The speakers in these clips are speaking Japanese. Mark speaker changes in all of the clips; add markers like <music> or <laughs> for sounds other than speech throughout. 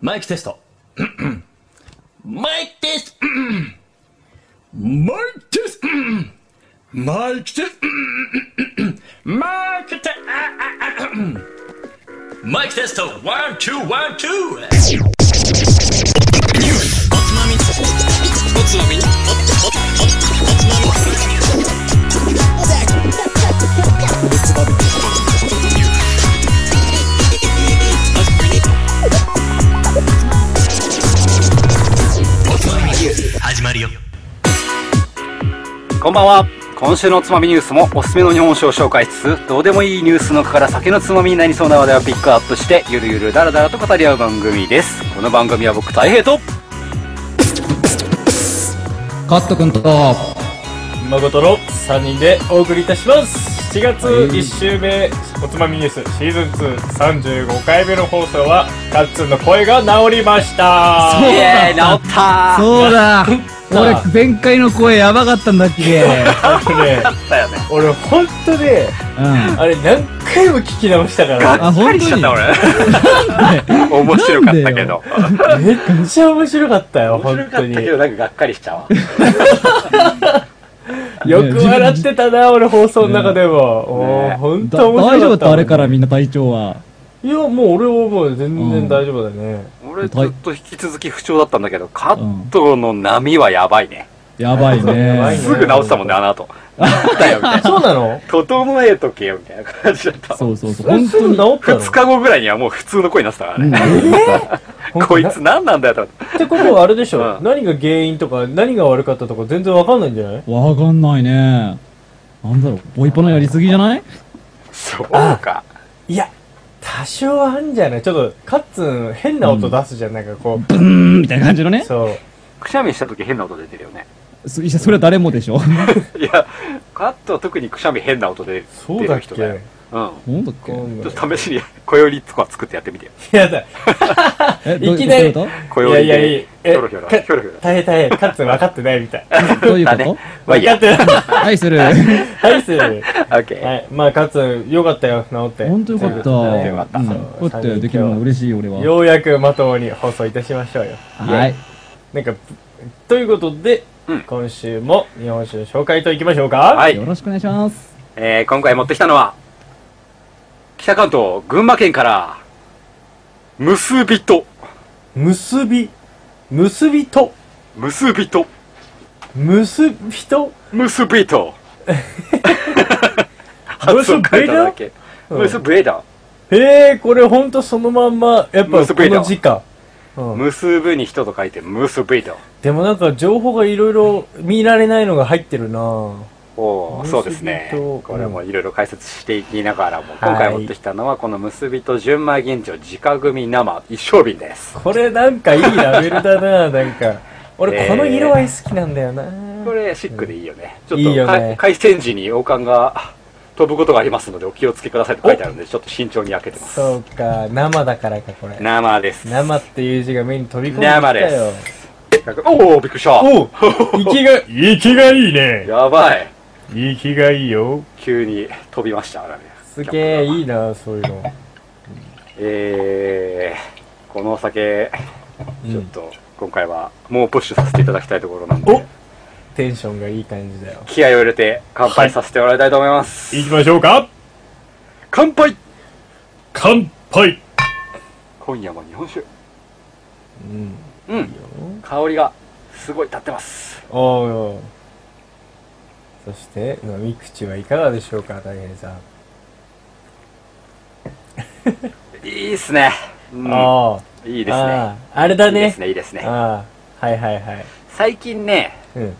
Speaker 1: マイクテスト。 <clears throat> マイクテスト。 <clears throat> マイクテスト。 <clears throat> マイクテスト。 <clears throat> マイクテスト。 <clears throat> マイクテスト。ワン、ツー、ワン、ツー。
Speaker 2: おつまみおつまみおつおつおつおつまみ
Speaker 1: 始まるよ。
Speaker 3: こんばんは。今週のおつまみニュースもおすすめの日本酒を紹介しつつ、どうでもいいニュースの中から酒のつまみになりそうな話題をピックアップして、ゆるゆるだらだらと語り合う番組です。この番組は僕、大平と、
Speaker 4: カット君と、
Speaker 5: 誠の3人でお送りいたします7月1週目、おつまみニュースシーズン235回目の放送はカッツンの声が治りました
Speaker 3: イエーイ、治ったー
Speaker 4: そうだ
Speaker 5: あ
Speaker 4: 俺、前回の声やばかったんだっけ
Speaker 5: あのね
Speaker 3: だよね。
Speaker 5: 俺ほんとね
Speaker 4: うん。
Speaker 5: あれ何回も聞き直したから
Speaker 4: あ、本
Speaker 3: しち
Speaker 4: 当
Speaker 3: ゃっ
Speaker 4: に
Speaker 3: た、俺。面白かったけど。
Speaker 5: めっちゃ面白かったよ
Speaker 3: 面
Speaker 5: 本
Speaker 3: 白か
Speaker 5: 当
Speaker 3: っ
Speaker 5: に
Speaker 3: たけど、
Speaker 5: よ
Speaker 3: なんかがっかりしちゃうわ。
Speaker 5: く笑ってたな俺放送の中でも、
Speaker 3: ね
Speaker 5: おほん
Speaker 4: だ
Speaker 5: と面
Speaker 4: 大丈
Speaker 5: 白か
Speaker 4: 夫だ
Speaker 5: っ
Speaker 4: ったたあれからみんな体調は。
Speaker 5: いやもう俺はもう全
Speaker 4: う
Speaker 5: 然
Speaker 4: ん
Speaker 5: 大丈夫だね、
Speaker 3: 俺、ずっと引き続き不調だったんだけど、カットの波はやばいね。
Speaker 4: やばい
Speaker 5: やばい
Speaker 4: ね
Speaker 5: ね。
Speaker 3: すぐ治ったもんね、あの後。治ったよ、みたいな。
Speaker 5: そうなの
Speaker 3: 整えとけよ、みたいな感じだった。
Speaker 4: そうそうそう。
Speaker 5: え
Speaker 4: 本
Speaker 5: す
Speaker 4: 当
Speaker 5: ぐ
Speaker 4: に。
Speaker 5: 治ったの
Speaker 3: 2日後ぐらいにはもう普通の声になってたから
Speaker 4: うん
Speaker 3: ね。 <laughs> こいつ何なんだよと思って。
Speaker 5: ってことはあれでしょ、
Speaker 3: うん
Speaker 5: 何が原因とか何が悪かったとか全然わかんないんじゃない
Speaker 4: わかんないね。なんだろう、ボイパのやりすぎじゃない
Speaker 3: そうか。
Speaker 5: いや多少はあんじゃないちょっとカッツン変な音出すじゃん、なんかこ
Speaker 4: ブーンみたいな感じの
Speaker 5: う
Speaker 4: ね。
Speaker 5: そう
Speaker 3: くしゃみした時変な音出てるよね。
Speaker 4: そいやそれは誰もでしょ。
Speaker 3: いや、カットは特にくしゃみ変な音で
Speaker 5: そう
Speaker 3: 出
Speaker 5: だ
Speaker 3: る
Speaker 5: っ
Speaker 3: 人
Speaker 5: け
Speaker 3: だよ。うん。
Speaker 4: 本当だっ
Speaker 5: こん
Speaker 3: ち
Speaker 4: け
Speaker 3: ょ
Speaker 5: な
Speaker 3: っと試しに、小よりとか作ってやってみてよ。
Speaker 5: やだ
Speaker 4: え、どう
Speaker 5: いきなり
Speaker 4: どういう
Speaker 3: 小より
Speaker 5: いやいやい
Speaker 3: で
Speaker 5: い、
Speaker 3: ひ
Speaker 5: え
Speaker 3: ょろひょろ、ひょろひょろ。
Speaker 5: 大変大変カッツン分かってないみた <laughs> い
Speaker 4: ことどういう
Speaker 3: だ
Speaker 4: こ
Speaker 3: ね
Speaker 4: と。
Speaker 3: まあいい
Speaker 5: 分か
Speaker 3: や
Speaker 5: っ。てない
Speaker 4: はい、する。
Speaker 5: <laughs> はいす <laughs> る
Speaker 3: オッケ
Speaker 5: は
Speaker 3: ー。
Speaker 5: いまあカッツンよかったよ治って
Speaker 4: 本当よかった。
Speaker 3: はいよかった
Speaker 4: うん
Speaker 5: そう
Speaker 4: だってできるのは嬉しい、俺は。
Speaker 5: ようやくまともに放送いたしましょうよ
Speaker 4: はい。
Speaker 5: なんかということで、
Speaker 3: うん
Speaker 5: 今週も日本酒の紹介といきましょうか
Speaker 3: はい
Speaker 4: よろしくお願いします。
Speaker 3: えー今回持ってきたのは、北関東、群馬県から、結びと、
Speaker 5: 結び結びと
Speaker 3: 結びと、
Speaker 5: 結びと
Speaker 3: 結び
Speaker 5: <laughs>
Speaker 3: と。発音変えただけ。
Speaker 5: うん
Speaker 3: 結びだ。
Speaker 5: へえこれほんとそのまんまやっぱ
Speaker 3: 結
Speaker 5: こ
Speaker 3: びだ
Speaker 5: の字か、うん、
Speaker 3: 結ぶに人と書いて結びと。
Speaker 5: でもなんか情報がいろいろ見られないのが入ってるなぁ
Speaker 3: おお、
Speaker 5: 結び
Speaker 3: そうですね。
Speaker 5: と
Speaker 3: これもいろいろ解説していきながらも、今回持ってきたのはこの結びと純米吟醸直組生一升瓶です。
Speaker 5: これなんかいいラベルだな
Speaker 3: <laughs>
Speaker 5: ぁなんか
Speaker 3: え
Speaker 5: 俺
Speaker 3: ー
Speaker 5: この色合い好きなんだよな
Speaker 3: こ
Speaker 5: ぁ
Speaker 3: れシックでいいよね。ちょっ
Speaker 5: いい
Speaker 3: と
Speaker 5: よ
Speaker 3: か、
Speaker 5: ね
Speaker 3: 回転時に王冠が飛ぶことがありますのでお気をつけくださいと書いてあるので、ちょっと慎重に開けてます。
Speaker 5: そうか生だからかこれ
Speaker 3: 生です。
Speaker 5: 生っていう字が目に飛び込んできたよ
Speaker 3: おお、びっくりした。
Speaker 5: おう息が息がいいね
Speaker 3: やばい。
Speaker 5: 息がいいよ
Speaker 3: 急に飛びました。あらね
Speaker 5: すげえいいなぁそういうの
Speaker 3: えー、このお酒、
Speaker 5: うん
Speaker 3: ちょっと今回はもうプッシュさせていただきたいところなん
Speaker 5: お
Speaker 3: で、
Speaker 5: テンションがいい感じだよ
Speaker 3: 気合を入れて乾杯させてもらいたいと思います。
Speaker 5: 行きましょうか
Speaker 3: 乾杯
Speaker 5: 乾杯
Speaker 3: 今夜も日本酒。
Speaker 5: うん
Speaker 3: うん、香りがすごい立ってます。
Speaker 5: おうおうそして飲み口はいかがでしょうか大平さん、
Speaker 3: いいっすね。うん、
Speaker 5: ああ
Speaker 3: いい
Speaker 5: い
Speaker 3: ですね。
Speaker 5: あああれだ
Speaker 3: いいで
Speaker 5: ね
Speaker 3: すね、いいですね。
Speaker 5: ああはいはいはい
Speaker 3: 最近ね、
Speaker 5: うん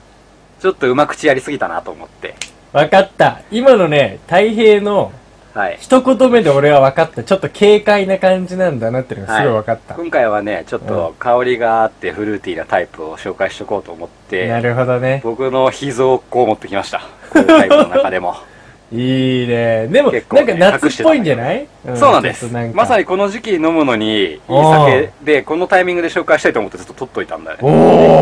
Speaker 3: ちょっとうま口やりすぎたなと思って。
Speaker 5: 分かった今のね太平の
Speaker 3: はい。
Speaker 5: 一言目で俺は分かったちょっと軽快な感じなんだなっていうのがすごい分かった、
Speaker 3: 今回はね、ちょっと香りがあってフルーティーなタイプを紹介しとこうと思って、
Speaker 5: なるほどね
Speaker 3: 僕の秘蔵をこう持ってきました。こういうタイプの中でも。
Speaker 5: いいねでも、
Speaker 3: 結構
Speaker 5: なん
Speaker 3: ね
Speaker 5: か夏っぽいんじゃない
Speaker 3: そうなんです。まさ
Speaker 5: に
Speaker 3: にこの時期飲むのに、いい
Speaker 5: お
Speaker 3: 酒
Speaker 5: ー
Speaker 3: で、このタイミングで紹介したいと思ってずっと取っといたんだよね。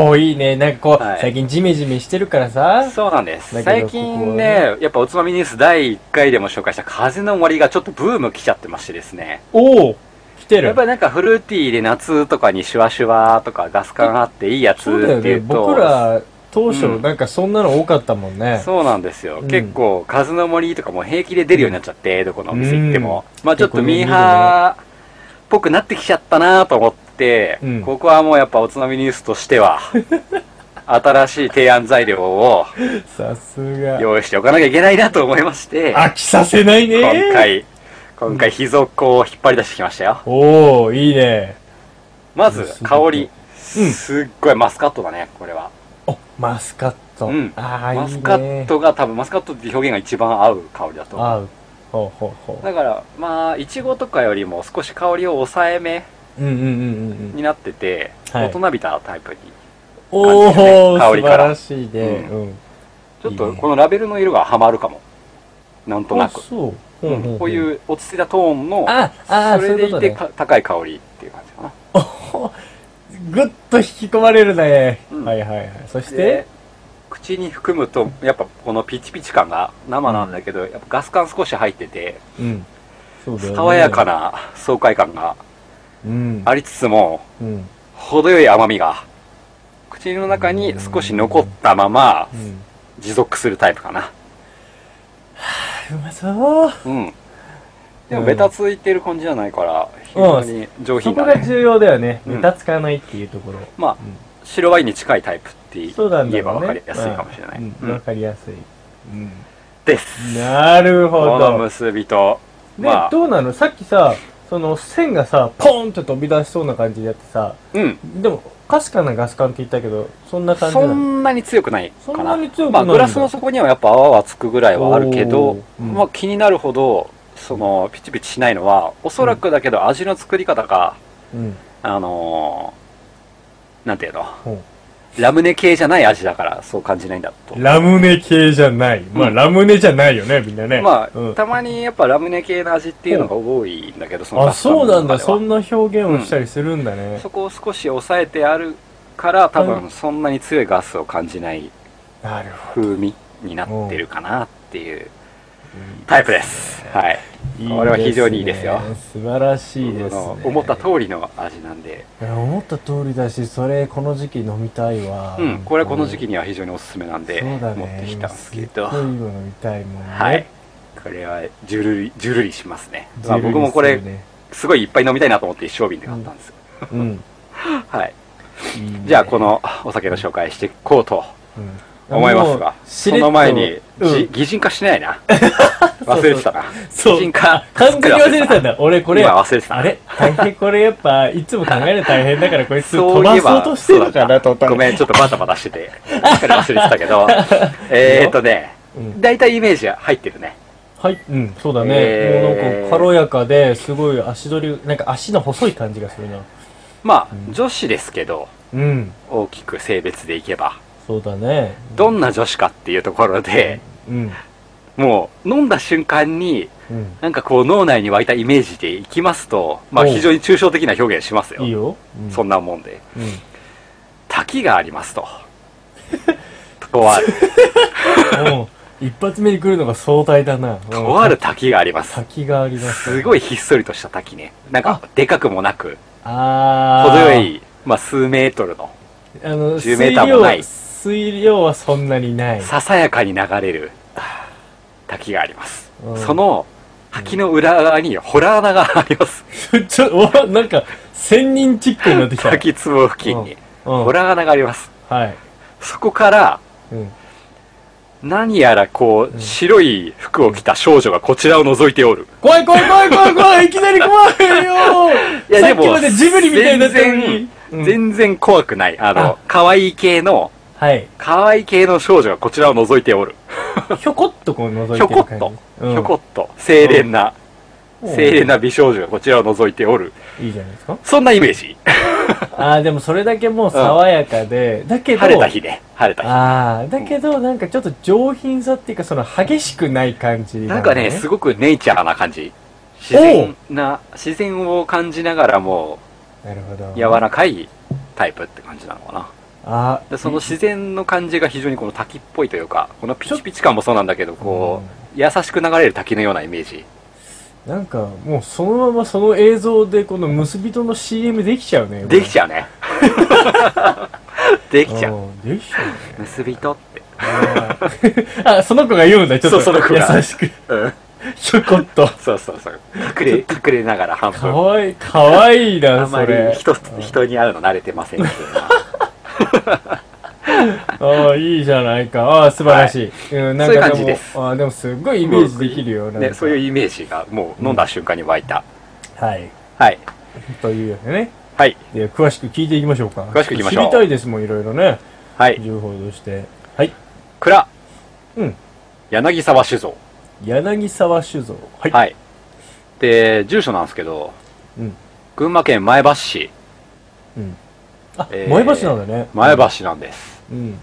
Speaker 5: おーいいねなんかこう、
Speaker 3: はい
Speaker 5: 最近ジメジメしてるからさ
Speaker 3: そうなんです。
Speaker 5: だけ
Speaker 3: 最
Speaker 5: ど
Speaker 3: 近ね、やっぱおつまみニュース第1回でも紹介した風の森がちょっとブーム来ちゃってましてですね。
Speaker 5: おお来て
Speaker 3: や
Speaker 5: る
Speaker 3: っぱりなんかフルーティーで夏とかにシュワシュワとかガス感あっていいやつって
Speaker 5: そうだよ
Speaker 3: い
Speaker 5: ね
Speaker 3: うと、
Speaker 5: 僕ら当初
Speaker 3: うん
Speaker 5: なんかそんなの多かったもんね、
Speaker 3: そうなんですよ、
Speaker 5: うん
Speaker 3: 結構数の森とかも平気で出るようになっちゃってどこのお店行っても、まあちょっと
Speaker 5: 結構ね
Speaker 3: ミーハーっぽくなってきちゃったなと思って、
Speaker 5: うん
Speaker 3: ここはもうやっぱおつまみニュースとし
Speaker 5: <laughs>
Speaker 3: ては新しい提案材料を
Speaker 5: さすが
Speaker 3: 用意しておかなきゃいけないなと思いまして
Speaker 5: 飽きさせないね
Speaker 3: 今回今回秘蔵庫を引っ張り出してきましたよ
Speaker 5: おおいいね
Speaker 3: まず香り
Speaker 5: うん
Speaker 3: すっごいマスカットだねこれは
Speaker 5: おマスカット、
Speaker 3: うん
Speaker 5: ああいいね
Speaker 3: マスカットが多分マスカットって表現が一番合う香りだと思う
Speaker 5: 合うほうほうほ
Speaker 3: だからまあいちごとかよりも少し香りを抑えめ
Speaker 5: ううんうんうんうんうん
Speaker 3: になってて、
Speaker 5: はい
Speaker 3: 大人びたタイプに
Speaker 5: おお、
Speaker 3: 香
Speaker 5: 素晴
Speaker 3: りから
Speaker 5: らしいね、
Speaker 3: う
Speaker 5: うん
Speaker 3: ちょっ
Speaker 5: いい
Speaker 3: と
Speaker 5: ね
Speaker 3: このラベルの色がハマるかもなんとな
Speaker 5: あ
Speaker 3: く、
Speaker 5: そう、
Speaker 3: う
Speaker 5: うんん
Speaker 3: こういう落ち着いたトーンの
Speaker 5: ああ
Speaker 3: それでい
Speaker 5: そう
Speaker 3: て
Speaker 5: いうこと
Speaker 3: か高い香りっていう感じかな
Speaker 5: ぐっと引き込まれるね、
Speaker 3: うん
Speaker 5: はいはいはいそして
Speaker 3: で口に含むとやっぱこのピチピチ感が生なんだけど、やっぱガス感少し入ってて
Speaker 5: うんそうだよね
Speaker 3: 爽やかな爽快感が
Speaker 5: うん
Speaker 3: ありつつも
Speaker 5: うん
Speaker 3: 程よい甘みが口の中に少し残ったまま
Speaker 5: うん
Speaker 3: 持続するタイプかな
Speaker 5: うまそう
Speaker 3: うんでもベタついてる感じじゃないから非常に上
Speaker 5: そ
Speaker 3: 品
Speaker 5: こ
Speaker 3: だ
Speaker 5: が
Speaker 3: ね
Speaker 5: 重要だよね
Speaker 3: うん
Speaker 5: ベタつかないっていうところ、
Speaker 3: まあ白ワインに近いタイプって言
Speaker 5: そうなんだ
Speaker 3: えば
Speaker 5: ろう
Speaker 3: 分
Speaker 5: ね
Speaker 3: かりやすいかもしれない、
Speaker 5: うん
Speaker 3: う
Speaker 5: わ
Speaker 3: ん、
Speaker 5: かりやすい、
Speaker 3: です
Speaker 5: なるほ
Speaker 3: この
Speaker 5: ど
Speaker 3: 結びと
Speaker 5: で、
Speaker 3: まあ
Speaker 5: どうなのさっきさその線がさポーンと飛び出しそうな感じでやってさ
Speaker 3: うん
Speaker 5: でもかすかなガス感って言ったけどそんな感じな
Speaker 3: そ
Speaker 5: の
Speaker 3: んなに強くないか
Speaker 5: そん
Speaker 3: な
Speaker 5: なに強くないんだ
Speaker 3: まあ、グラスの底にはやっぱ泡はつくぐらいはあるけど、
Speaker 5: おーうん
Speaker 3: まあ、気になるほどそのピチピチしないのはおそらくだけど味の作り方が、
Speaker 5: うん
Speaker 3: あのー、なんていうの
Speaker 5: ほ
Speaker 3: ラムネ系じゃない味だからそう感じないんだと
Speaker 5: うラムネ系じゃないまあ、
Speaker 3: うん
Speaker 5: ラムネじゃないよねみんなね
Speaker 3: まあ、
Speaker 5: うん
Speaker 3: たまにやっぱラムネ系の味っていうのが多いんだけどその
Speaker 5: あそうなんだ
Speaker 3: ガスタ
Speaker 5: そ
Speaker 3: ムの中で
Speaker 5: んな表現をしたりするんだね
Speaker 3: は、そこを少し抑えてあるから多
Speaker 5: う
Speaker 3: 分そんなに強いガスを感じない
Speaker 5: なるほ
Speaker 3: 風味になってるかなっていうタイプですはい
Speaker 5: ど
Speaker 3: これは非常にいいですよ
Speaker 5: 素晴らしいです、ね
Speaker 3: あの、思った通りの味なんで、
Speaker 5: いや思った通りだしそれこの時期飲みたいわ
Speaker 3: うん、これはこの時期
Speaker 5: に
Speaker 3: には非常におすすめなんで、
Speaker 5: そうだね
Speaker 3: 持ってきたんですけど
Speaker 5: 今すっごい今飲みたいもんね
Speaker 3: はいこれはジュルリジュルリしますね、まあ、
Speaker 5: ジェルリー
Speaker 3: 僕もこれ
Speaker 5: するね
Speaker 3: すごいいっぱい飲みたいなと思って一升瓶で買ったんですよ、
Speaker 5: うん
Speaker 3: はいじゃあこのお酒の紹介していこうと
Speaker 5: うん
Speaker 3: 思います
Speaker 5: も
Speaker 3: が
Speaker 5: うし
Speaker 3: そ
Speaker 5: れっと
Speaker 3: の前に、
Speaker 5: うん
Speaker 3: じ擬人化しない
Speaker 5: <laughs>
Speaker 3: な忘れてたな
Speaker 5: そう
Speaker 3: 擬人化
Speaker 5: 完全に忘れてたんだ俺これ
Speaker 3: <laughs> 今忘れてた
Speaker 5: あれ大変これやっぱいつも考えるの大変だからこいつ
Speaker 3: そ
Speaker 5: 飛
Speaker 3: うい
Speaker 5: ば
Speaker 3: え
Speaker 5: そ
Speaker 3: ば
Speaker 5: うとしてるのかな
Speaker 3: そ
Speaker 5: と
Speaker 3: うだったごめんちょっとバタバタしててすっかり忘れてたけ
Speaker 5: <laughs>
Speaker 3: どえーっとね
Speaker 5: うん
Speaker 3: 大体イメージは入ってるね
Speaker 5: はいうんそうだね、
Speaker 3: えー
Speaker 5: もうなんか軽やかですごい足取りなんか足の細い感じがするな
Speaker 3: まあ、
Speaker 5: うん
Speaker 3: 女子ですけど
Speaker 5: うん
Speaker 3: 大きく性別でいけば
Speaker 5: そうだね
Speaker 3: どんな女子かっていうところで
Speaker 5: うん
Speaker 3: もう飲んだ瞬間に
Speaker 5: うん
Speaker 3: なんかこう脳内に湧いたイメージでいきますとまあ
Speaker 5: おう
Speaker 3: 非常に抽象的な表現しますよ
Speaker 5: いいよ、うん、
Speaker 3: そんなもんで
Speaker 5: うん
Speaker 3: 滝があ
Speaker 5: <laughs>
Speaker 3: りますととある
Speaker 5: もう一発目に来るのが壮大だ
Speaker 3: <laughs>
Speaker 5: な
Speaker 3: とある滝があります
Speaker 5: 先があります
Speaker 3: すごいひっそりとした滝ねなんかでかくもなく
Speaker 5: ああ
Speaker 3: 程よいまあ数メートルの
Speaker 5: あの
Speaker 3: 10メーターもない
Speaker 5: 水量水量はそんなにない
Speaker 3: ささやかに流れる滝があります、
Speaker 5: うん
Speaker 3: その滝の裏側にホラー穴があります、
Speaker 5: <laughs> ちょ、わ、なんか、千人チックになってきた。
Speaker 3: 滝壺付近に、
Speaker 5: うん
Speaker 3: ホラー穴があります
Speaker 5: はい。
Speaker 3: そこから
Speaker 5: うん。
Speaker 3: 何やらこう白い服を着た少女がこちらを覗いておる、
Speaker 5: 怖い怖い怖い怖い怖いいきなり怖いよ
Speaker 3: いや
Speaker 5: さ
Speaker 3: で
Speaker 5: っ
Speaker 3: も
Speaker 5: きまでジブリみたいになってたのに
Speaker 3: 全。
Speaker 5: うん
Speaker 3: 然全然怖くないあの
Speaker 5: あ
Speaker 3: 可愛い系の
Speaker 5: はい。
Speaker 3: 可愛い系の少女がこちらを覗いておる
Speaker 5: ひょこっとこう覗いて
Speaker 3: ひょこっと、ひょこっと清廉な、
Speaker 5: うん
Speaker 3: 清廉な美少女がこちらを覗いておる
Speaker 5: と。いいじゃないですか。
Speaker 3: そんなイメージ
Speaker 5: ああ、でもそれだけもう爽やかで、だけど、
Speaker 3: 晴れた日ね晴れた日
Speaker 5: ああ、だけどなんかちょっと上品さっていうか、その激しくない感じ
Speaker 3: なんかね、すごくネイチャーな感じ。自然な、自然を感じながらも、
Speaker 5: なるほど。
Speaker 3: 柔らかいタイプって感じなのかな。
Speaker 5: あ
Speaker 3: でその自然の感じが非常にこの滝っぽいというか、このピチピチ感もそうなんだけど、こう、優しく流れる滝のようなイメージ。
Speaker 5: なんかもうそのままその映像でこの結びとの CM できちゃうね
Speaker 3: できち
Speaker 5: ゃ
Speaker 3: ゃ <laughs> うねできちゃう
Speaker 5: うんできちゃうね
Speaker 3: 結びとって
Speaker 5: <laughs> あその子が言うんだちょっと
Speaker 3: そうその子が
Speaker 5: 優しく
Speaker 3: うん
Speaker 5: ちょこっと
Speaker 3: <laughs> そうそうそう隠れ隠れながら半
Speaker 5: か
Speaker 3: 分
Speaker 5: わいいかわいい
Speaker 3: あ
Speaker 5: なんそ
Speaker 3: まり
Speaker 5: れ
Speaker 3: 人人に会うの慣れてませんけど
Speaker 5: ああいいじゃないかああ素晴らしい、うんなん
Speaker 3: そういう
Speaker 5: か
Speaker 3: 感
Speaker 5: で
Speaker 3: じで
Speaker 5: も
Speaker 3: す
Speaker 5: ああでもすごいイメージできるよなん
Speaker 3: ね、
Speaker 5: か
Speaker 3: そういうイメージがもう飲んだ瞬間に湧いた、
Speaker 5: はい
Speaker 3: はい
Speaker 5: というわけでね
Speaker 3: はい
Speaker 5: で詳しく聞いていきましょうか
Speaker 3: 詳しく聞きましょう
Speaker 5: 知りたいですもんいろいろね
Speaker 3: はい
Speaker 5: 情報としてはい
Speaker 3: 蔵
Speaker 5: うん
Speaker 3: 柳沢酒造
Speaker 5: 柳沢酒造はい、
Speaker 3: はいで住所なんですけど、
Speaker 5: うん
Speaker 3: 群馬県前橋市
Speaker 5: うん、あ、
Speaker 3: えー
Speaker 5: 前橋なんだね
Speaker 3: 前橋なんです、
Speaker 5: うん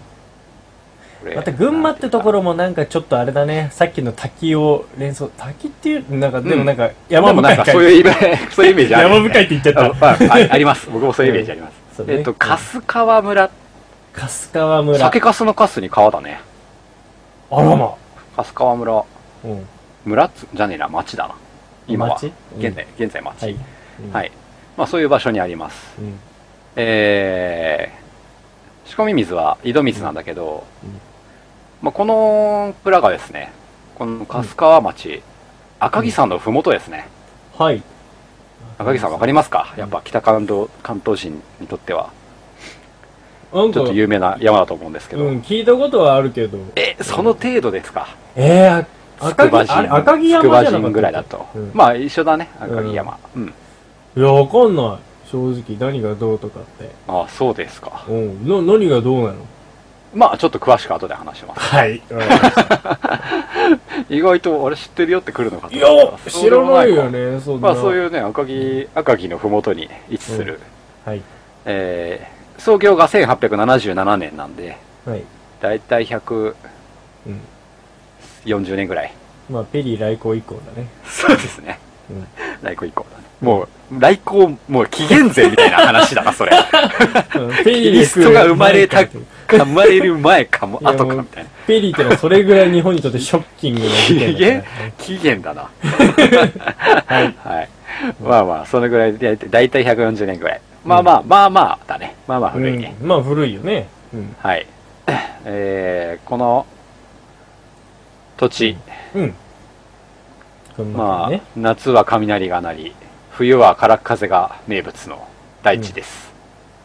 Speaker 3: これ
Speaker 5: また群馬ってところもなんかちょっとあれだねさっきの滝を連想滝っていうなんかでもなんか山
Speaker 3: でも
Speaker 5: 深
Speaker 3: ないんか
Speaker 5: か
Speaker 3: そういうイメージそういうイメージある、
Speaker 5: 山深いって言っちゃった
Speaker 3: ああああります僕もそういうイメージあります、
Speaker 5: そうね
Speaker 3: えっと粕川村
Speaker 5: 春川村
Speaker 3: 酒粕の粕に川だね
Speaker 5: あらま
Speaker 3: 粕川村
Speaker 5: うん
Speaker 3: 村っつじゃねえな町だな今は
Speaker 5: 町うん
Speaker 3: 現在現在町
Speaker 5: はい、うん
Speaker 3: はいまあ、そういう場所にあります
Speaker 5: うん
Speaker 3: えー仕込み水は井戸水なんだけど、
Speaker 5: うんうん
Speaker 3: まあ、この蔵がですね、この春川町、赤城山のふもとですね。
Speaker 5: はい
Speaker 3: 赤城山わかりますかやっぱ北関東関東人にとっては、
Speaker 5: なん
Speaker 3: ち
Speaker 5: か
Speaker 3: ょっと有名な山だと思うんですけど、
Speaker 5: うん聞いたことはあるけど
Speaker 3: え、その程度ですか
Speaker 5: えー、あ
Speaker 3: 筑
Speaker 5: 赤
Speaker 3: 波
Speaker 5: 城あれ赤城
Speaker 3: 神、筑
Speaker 5: 山じゃなか
Speaker 3: 波
Speaker 5: った
Speaker 3: 神ぐらいだと。
Speaker 5: うん
Speaker 3: まあ一緒だね、赤城山。うん。
Speaker 5: いやわかんない正直何がどうとかって
Speaker 3: ああ、そうですか。
Speaker 5: うんな何がどうなの
Speaker 3: まあちょっと詳しく後で話します。
Speaker 5: はい、うん
Speaker 3: 意外と、あれ知ってるよって来るのかと
Speaker 5: い
Speaker 3: 思っ
Speaker 5: や
Speaker 3: たら
Speaker 5: 知らないよ。
Speaker 3: そうでもか
Speaker 5: ねそんな
Speaker 3: まあそういうね、赤城、赤城のふもとに位置する、
Speaker 5: うんはい
Speaker 3: えー創業が1877年なんで、
Speaker 5: はい
Speaker 3: だいたい140
Speaker 5: うん
Speaker 3: 年ぐらい。
Speaker 5: まあペリー来航以降だ
Speaker 3: <laughs>
Speaker 5: ね
Speaker 3: そうですね。
Speaker 5: うん
Speaker 3: 来航以降だね。もう、来航、もう紀元前みたいな話だ
Speaker 5: <laughs>
Speaker 3: な、それ。
Speaker 5: ペ
Speaker 3: キリストが生まれた、
Speaker 5: い
Speaker 3: 生まれる前かも、
Speaker 5: や
Speaker 3: 後か
Speaker 5: も
Speaker 3: み
Speaker 5: う
Speaker 3: たいな。
Speaker 5: ペリーってのはそれぐらい日本にとってショッキングな事
Speaker 3: 紀
Speaker 5: 件だ
Speaker 3: 元
Speaker 5: か
Speaker 3: 紀元だな。 <laughs> はい。まあまあ、そのぐらいで、だいたい140年ぐらい。まあまあ、まあまあだね。まあまあ
Speaker 5: らね
Speaker 3: 古いね。
Speaker 5: うんまあ古いよねうん
Speaker 3: はい。えーこの土地、
Speaker 5: うん群馬
Speaker 3: ま
Speaker 5: 県
Speaker 3: あ
Speaker 5: ね、
Speaker 3: 夏は雷が鳴り、冬は空っ風が名物の大地です。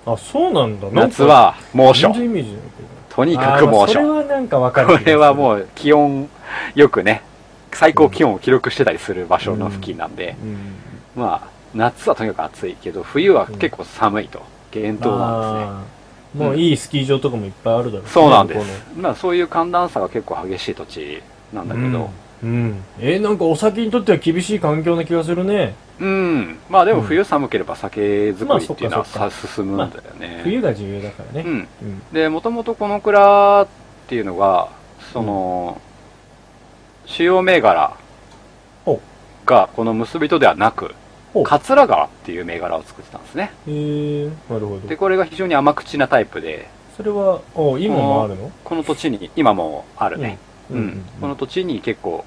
Speaker 5: あそうなんだなんか
Speaker 3: 夏は猛暑
Speaker 5: 全。然イメージないけど
Speaker 3: とにか
Speaker 5: あ
Speaker 3: く
Speaker 5: ーま
Speaker 3: 猛
Speaker 5: あそれ
Speaker 3: 暑。
Speaker 5: はなんかわかる
Speaker 3: これはも
Speaker 5: う、
Speaker 3: う気温、よくね、最高気温を記録してたりする場所の付近なんで、
Speaker 5: うん、
Speaker 3: まあ、夏はとにかく暑いけど、冬は結構寒いと。厳冬なんで
Speaker 5: あーもういいスキー場とかもいっぱいあるだろうね、
Speaker 3: すね。そうなんで
Speaker 5: 向こ
Speaker 3: す。まあ、そういう寒暖差が結構激しい土地なんだ
Speaker 5: う
Speaker 3: け
Speaker 5: の
Speaker 3: ど、
Speaker 5: うん、うんえーなんかお酒にとっては厳しい環境な気がするね
Speaker 3: うん。まあでも冬寒ければ酒造りっていうのは
Speaker 5: ま
Speaker 3: さ
Speaker 5: あ
Speaker 3: 進むんだよね。
Speaker 5: 冬が重要だからね、
Speaker 3: うん。
Speaker 5: うん
Speaker 3: で、もともとこの蔵っていうのが、その、主要銘柄
Speaker 5: ほう
Speaker 3: がこの結びとではなく
Speaker 5: ほう、
Speaker 3: 桂川っていう銘柄を作ってたんですね。
Speaker 5: えー、なるほど
Speaker 3: で、これが非常に甘口なタイプで、
Speaker 5: それはお今もあるの
Speaker 3: この土地に、今もあるね。
Speaker 5: う
Speaker 3: うんん。
Speaker 5: うんうん
Speaker 3: この土地に結構、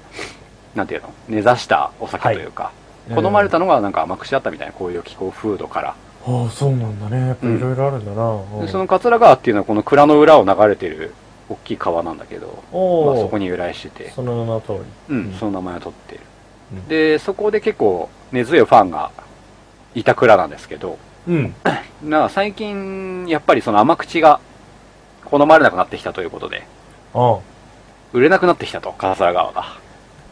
Speaker 3: なんていうの、根ざしたお酒というか、
Speaker 5: はい
Speaker 3: 好まれたのがなんか甘口だったみたいな、こういう気候風土から。
Speaker 5: ああそうなんだねやっぱいろいろあるんだな、うん
Speaker 3: でその桂川っていうのはこの蔵の裏を流れてる大きい川なんだけど、
Speaker 5: お
Speaker 3: ま
Speaker 5: ー
Speaker 3: あ、そこに由来してて、
Speaker 5: その名の通り
Speaker 3: うん
Speaker 5: うん
Speaker 3: その名前を取ってる、
Speaker 5: うん
Speaker 3: でそこで結構根強いファンがいた蔵なんですけど
Speaker 5: うん
Speaker 3: な最近やっぱりその甘口が好まれなくなってきたということで
Speaker 5: ああ
Speaker 3: 売れなくなってきたと桂川が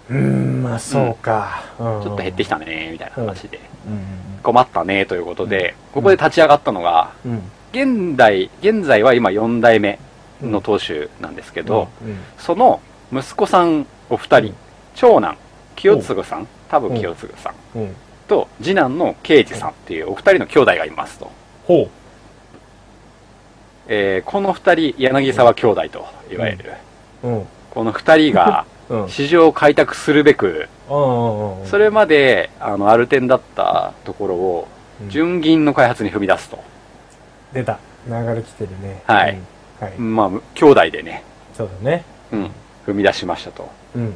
Speaker 5: うーんまあそうか、うん
Speaker 3: ちょっと減ってきたねみたいな話で、
Speaker 5: うん
Speaker 3: 困ったねということで、ここで立ち上がったのが
Speaker 5: うんうん
Speaker 3: 現代現在は今4代目の当主なんですけど、
Speaker 5: うん
Speaker 3: その息子さんお二人、
Speaker 5: うん
Speaker 3: 長男、清次さん、多分清次さん、
Speaker 5: うんうん
Speaker 3: と次男の慶次さんっていうお二人の兄弟がいますと。
Speaker 5: ほ
Speaker 3: えーこの二人、柳沢兄弟といわゆる。
Speaker 5: ううん
Speaker 3: この二人が
Speaker 5: うん
Speaker 3: 市場を開拓するべく、
Speaker 5: ああ
Speaker 3: それまで、あの、アルテンだったところを、純銀の開発に踏み出すと。
Speaker 5: 出た流れ来てるね
Speaker 3: はい
Speaker 5: うんはい
Speaker 3: まあ、兄弟でね、
Speaker 5: そうだね
Speaker 3: うん、踏み出しましたと。
Speaker 5: うん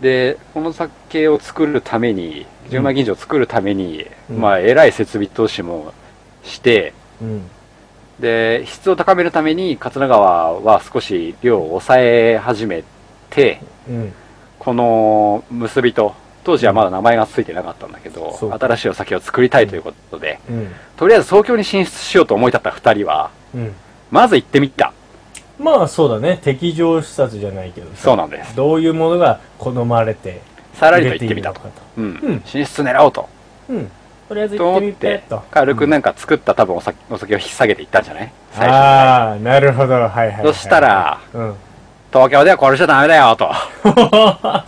Speaker 3: でこの酒を作るために純米吟醸を作るために、
Speaker 5: うん
Speaker 3: まあ偉い設備投資もして
Speaker 5: うん。
Speaker 3: で質を高めるために桂川は少し量を抑え始めて
Speaker 5: うん。
Speaker 3: この結びと当時はまだ名前がついてなかったんだけど
Speaker 5: そう
Speaker 3: 新しいお酒を作りたいということで、
Speaker 5: うん。
Speaker 3: とりあえず東京に進出しようと思い立った2人は
Speaker 5: うん。
Speaker 3: まず行ってみた
Speaker 5: まあそうだね。敵情視察じゃないけどさ
Speaker 3: そうなんです
Speaker 5: どういうものが好まれて、
Speaker 3: さらりと行ってみたと
Speaker 5: 入れいるのか
Speaker 3: うん
Speaker 5: うん
Speaker 3: 進出狙おうと
Speaker 5: と。うん。とりあえず
Speaker 3: と
Speaker 5: 行って
Speaker 3: 思っ
Speaker 5: みて
Speaker 3: て、
Speaker 5: と。
Speaker 3: 軽くなんか作った多分お酒お酒を引っ提げていったんじゃない最初
Speaker 5: ああ、なるほど。はいはい、はい。
Speaker 3: そしたら、
Speaker 5: うん。
Speaker 3: 東京ではこれじゃダメだ
Speaker 5: <laughs>
Speaker 3: よと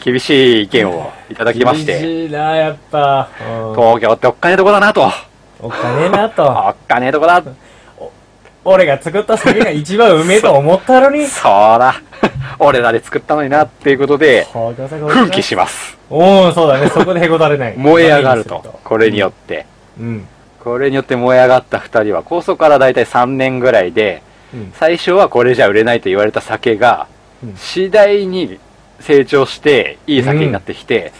Speaker 3: 厳しい意見をいただきまして
Speaker 5: 厳しいな、やっぱ。うん
Speaker 3: 東京っておっかねえとこだなと
Speaker 5: おっかねえな
Speaker 3: お
Speaker 5: と。
Speaker 3: っかねえとこだ
Speaker 5: 俺が作った酒が一番うめえと思ったのに。
Speaker 3: そうだ俺らで作ったのになっていうことで
Speaker 5: この酒
Speaker 3: 奮起します
Speaker 5: おおそうだね。そこでへこたれない。
Speaker 3: 燃え上がるとこれによって
Speaker 5: うん。
Speaker 3: これによって燃え上がった2人は構想から大体3年ぐらいで
Speaker 5: うん。
Speaker 3: 最初はこれじゃ売れないと言われた酒が
Speaker 5: うん
Speaker 3: 次第に成長していい酒になってきて、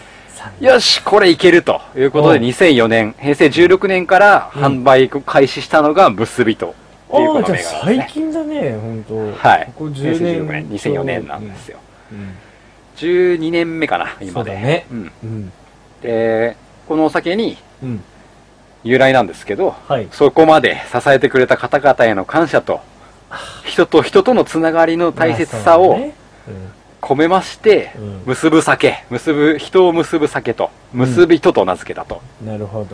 Speaker 5: っ
Speaker 3: よしこれいけるということで
Speaker 5: うん
Speaker 3: 2004年平成16年から販売開始したのが結びとっていう
Speaker 5: お
Speaker 3: こ
Speaker 5: お
Speaker 3: の
Speaker 5: じゃあ最
Speaker 3: 銘柄ですね
Speaker 5: 近だね、ほんと。
Speaker 3: はい
Speaker 5: ここ
Speaker 3: 平
Speaker 5: 10年。
Speaker 3: 成16年2004年なんですよ
Speaker 5: うん。
Speaker 3: 12年目かな
Speaker 5: うん。そ
Speaker 3: 今
Speaker 5: うだ
Speaker 3: で
Speaker 5: ね。
Speaker 3: うん
Speaker 5: うん。
Speaker 3: でこのお酒に
Speaker 5: うん。
Speaker 3: 由来なんですけど
Speaker 5: はい。
Speaker 3: そこまで支えてくれた方々への感謝と人と人とのつながりの大切さ
Speaker 5: まあそうだ
Speaker 3: を
Speaker 5: ね
Speaker 3: 込めまして
Speaker 5: うん
Speaker 3: 結ぶ酒結ぶ人を結ぶ酒と結びとと名付けたと
Speaker 5: うん。なるほ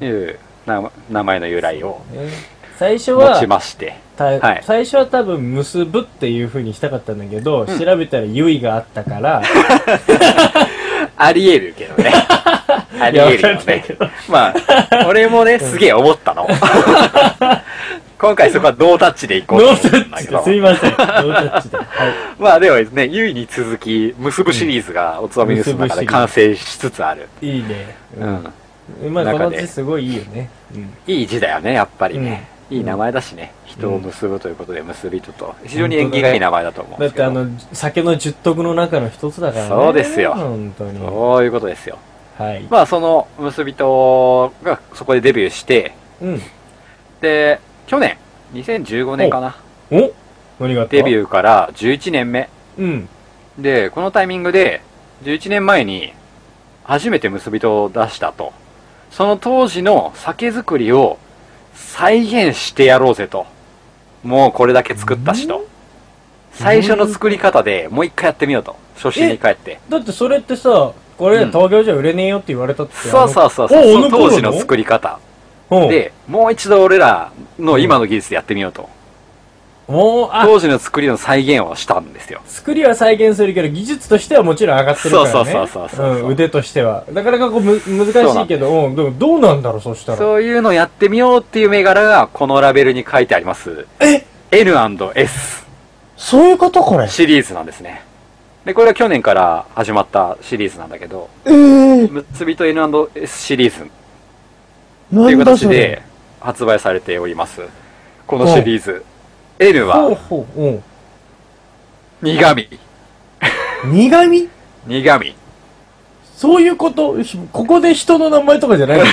Speaker 5: ど。
Speaker 3: いうな名前の由来を
Speaker 5: ね最初
Speaker 3: 持
Speaker 5: は
Speaker 3: ち、まして
Speaker 5: た
Speaker 3: はい
Speaker 5: 最初は多分結ぶっていう風にしたかったんだけど、
Speaker 3: ん
Speaker 5: 調べたらゆいがあったから、
Speaker 3: ありえるけ
Speaker 5: <laughs>
Speaker 3: どね。ありえるよね。まあ、俺もね、すげえ思っ
Speaker 5: <laughs>
Speaker 3: たの。今回そこはノータッチでいこ
Speaker 5: ノ
Speaker 3: うと思っ
Speaker 5: ータ
Speaker 3: たん
Speaker 5: ッ
Speaker 3: だけ
Speaker 5: チで、
Speaker 3: ど
Speaker 5: す。いません。ノータッチで。はい。
Speaker 3: まあでもですね、ゆいに続き、結ぶシリーズがおつまみニュースの中で完成しつつある。
Speaker 5: いいね。
Speaker 3: うん。
Speaker 5: うん。まあ、こ
Speaker 3: 中
Speaker 5: の
Speaker 3: で
Speaker 5: 字すごいいいよね。うん。
Speaker 3: いい字だよね、やっぱりね。いい名前だしね。人を結ぶということで結びとと。非常に縁起がいい名前だと思うん
Speaker 5: だ
Speaker 3: で
Speaker 5: っ
Speaker 3: すけ
Speaker 5: てあ
Speaker 3: ど。
Speaker 5: の、酒の十徳の中の一つだからね。
Speaker 3: そうですよ
Speaker 5: 本当に。は
Speaker 3: そういうことですよ。
Speaker 5: い。
Speaker 3: まあその結びとがそこでデビューして、
Speaker 5: うん。
Speaker 3: で、去年、2015年かな。
Speaker 5: お何があった
Speaker 3: デビ
Speaker 5: ュー。
Speaker 3: ューから11年目。
Speaker 5: うん。
Speaker 3: で、このタイミングで、11年前に、初めて結びとを出したと。その当時の酒造りを再現してやろうぜと。もうこれだけ作ったしと。最初の作り方でもう一回やってみようと。初心に帰って。
Speaker 5: だってそれってさ、こ
Speaker 3: う
Speaker 5: れ
Speaker 3: ん
Speaker 5: 東京じゃ売れねえよって言われたって。
Speaker 3: そうそうそうそう。その当時の作り方。
Speaker 5: り。
Speaker 3: で、もう一度俺らの今の技術でやってみようと。
Speaker 5: うん、もう、あ、
Speaker 3: 当時の作りの再現をしたんですよ。
Speaker 5: 作りは再現するけど、技術としてはもちろん上がってるからね。、
Speaker 3: そうそうそうそうそうん
Speaker 5: 腕としては。なかなかこう、む、難しいけど、うん、でもどうなんだろう、そしたら。
Speaker 3: そういうのやってみようっていう銘柄がこのラベルに書いてあります。N&S
Speaker 5: そういうことこれ。
Speaker 3: シリーズなんですね。で、これは去年から始まったシリーズなんだけど、
Speaker 5: ええ
Speaker 3: むつびと N&S シリーズとい
Speaker 5: な
Speaker 3: う
Speaker 5: んだ
Speaker 3: 形
Speaker 5: それ。
Speaker 3: で発売されております。このシリーズ。N
Speaker 5: ほう
Speaker 3: は
Speaker 5: ほう、うん。
Speaker 3: 苦味。
Speaker 5: 苦味 <laughs>
Speaker 3: 苦味。
Speaker 5: そういうことひここで人の名前とかじゃないの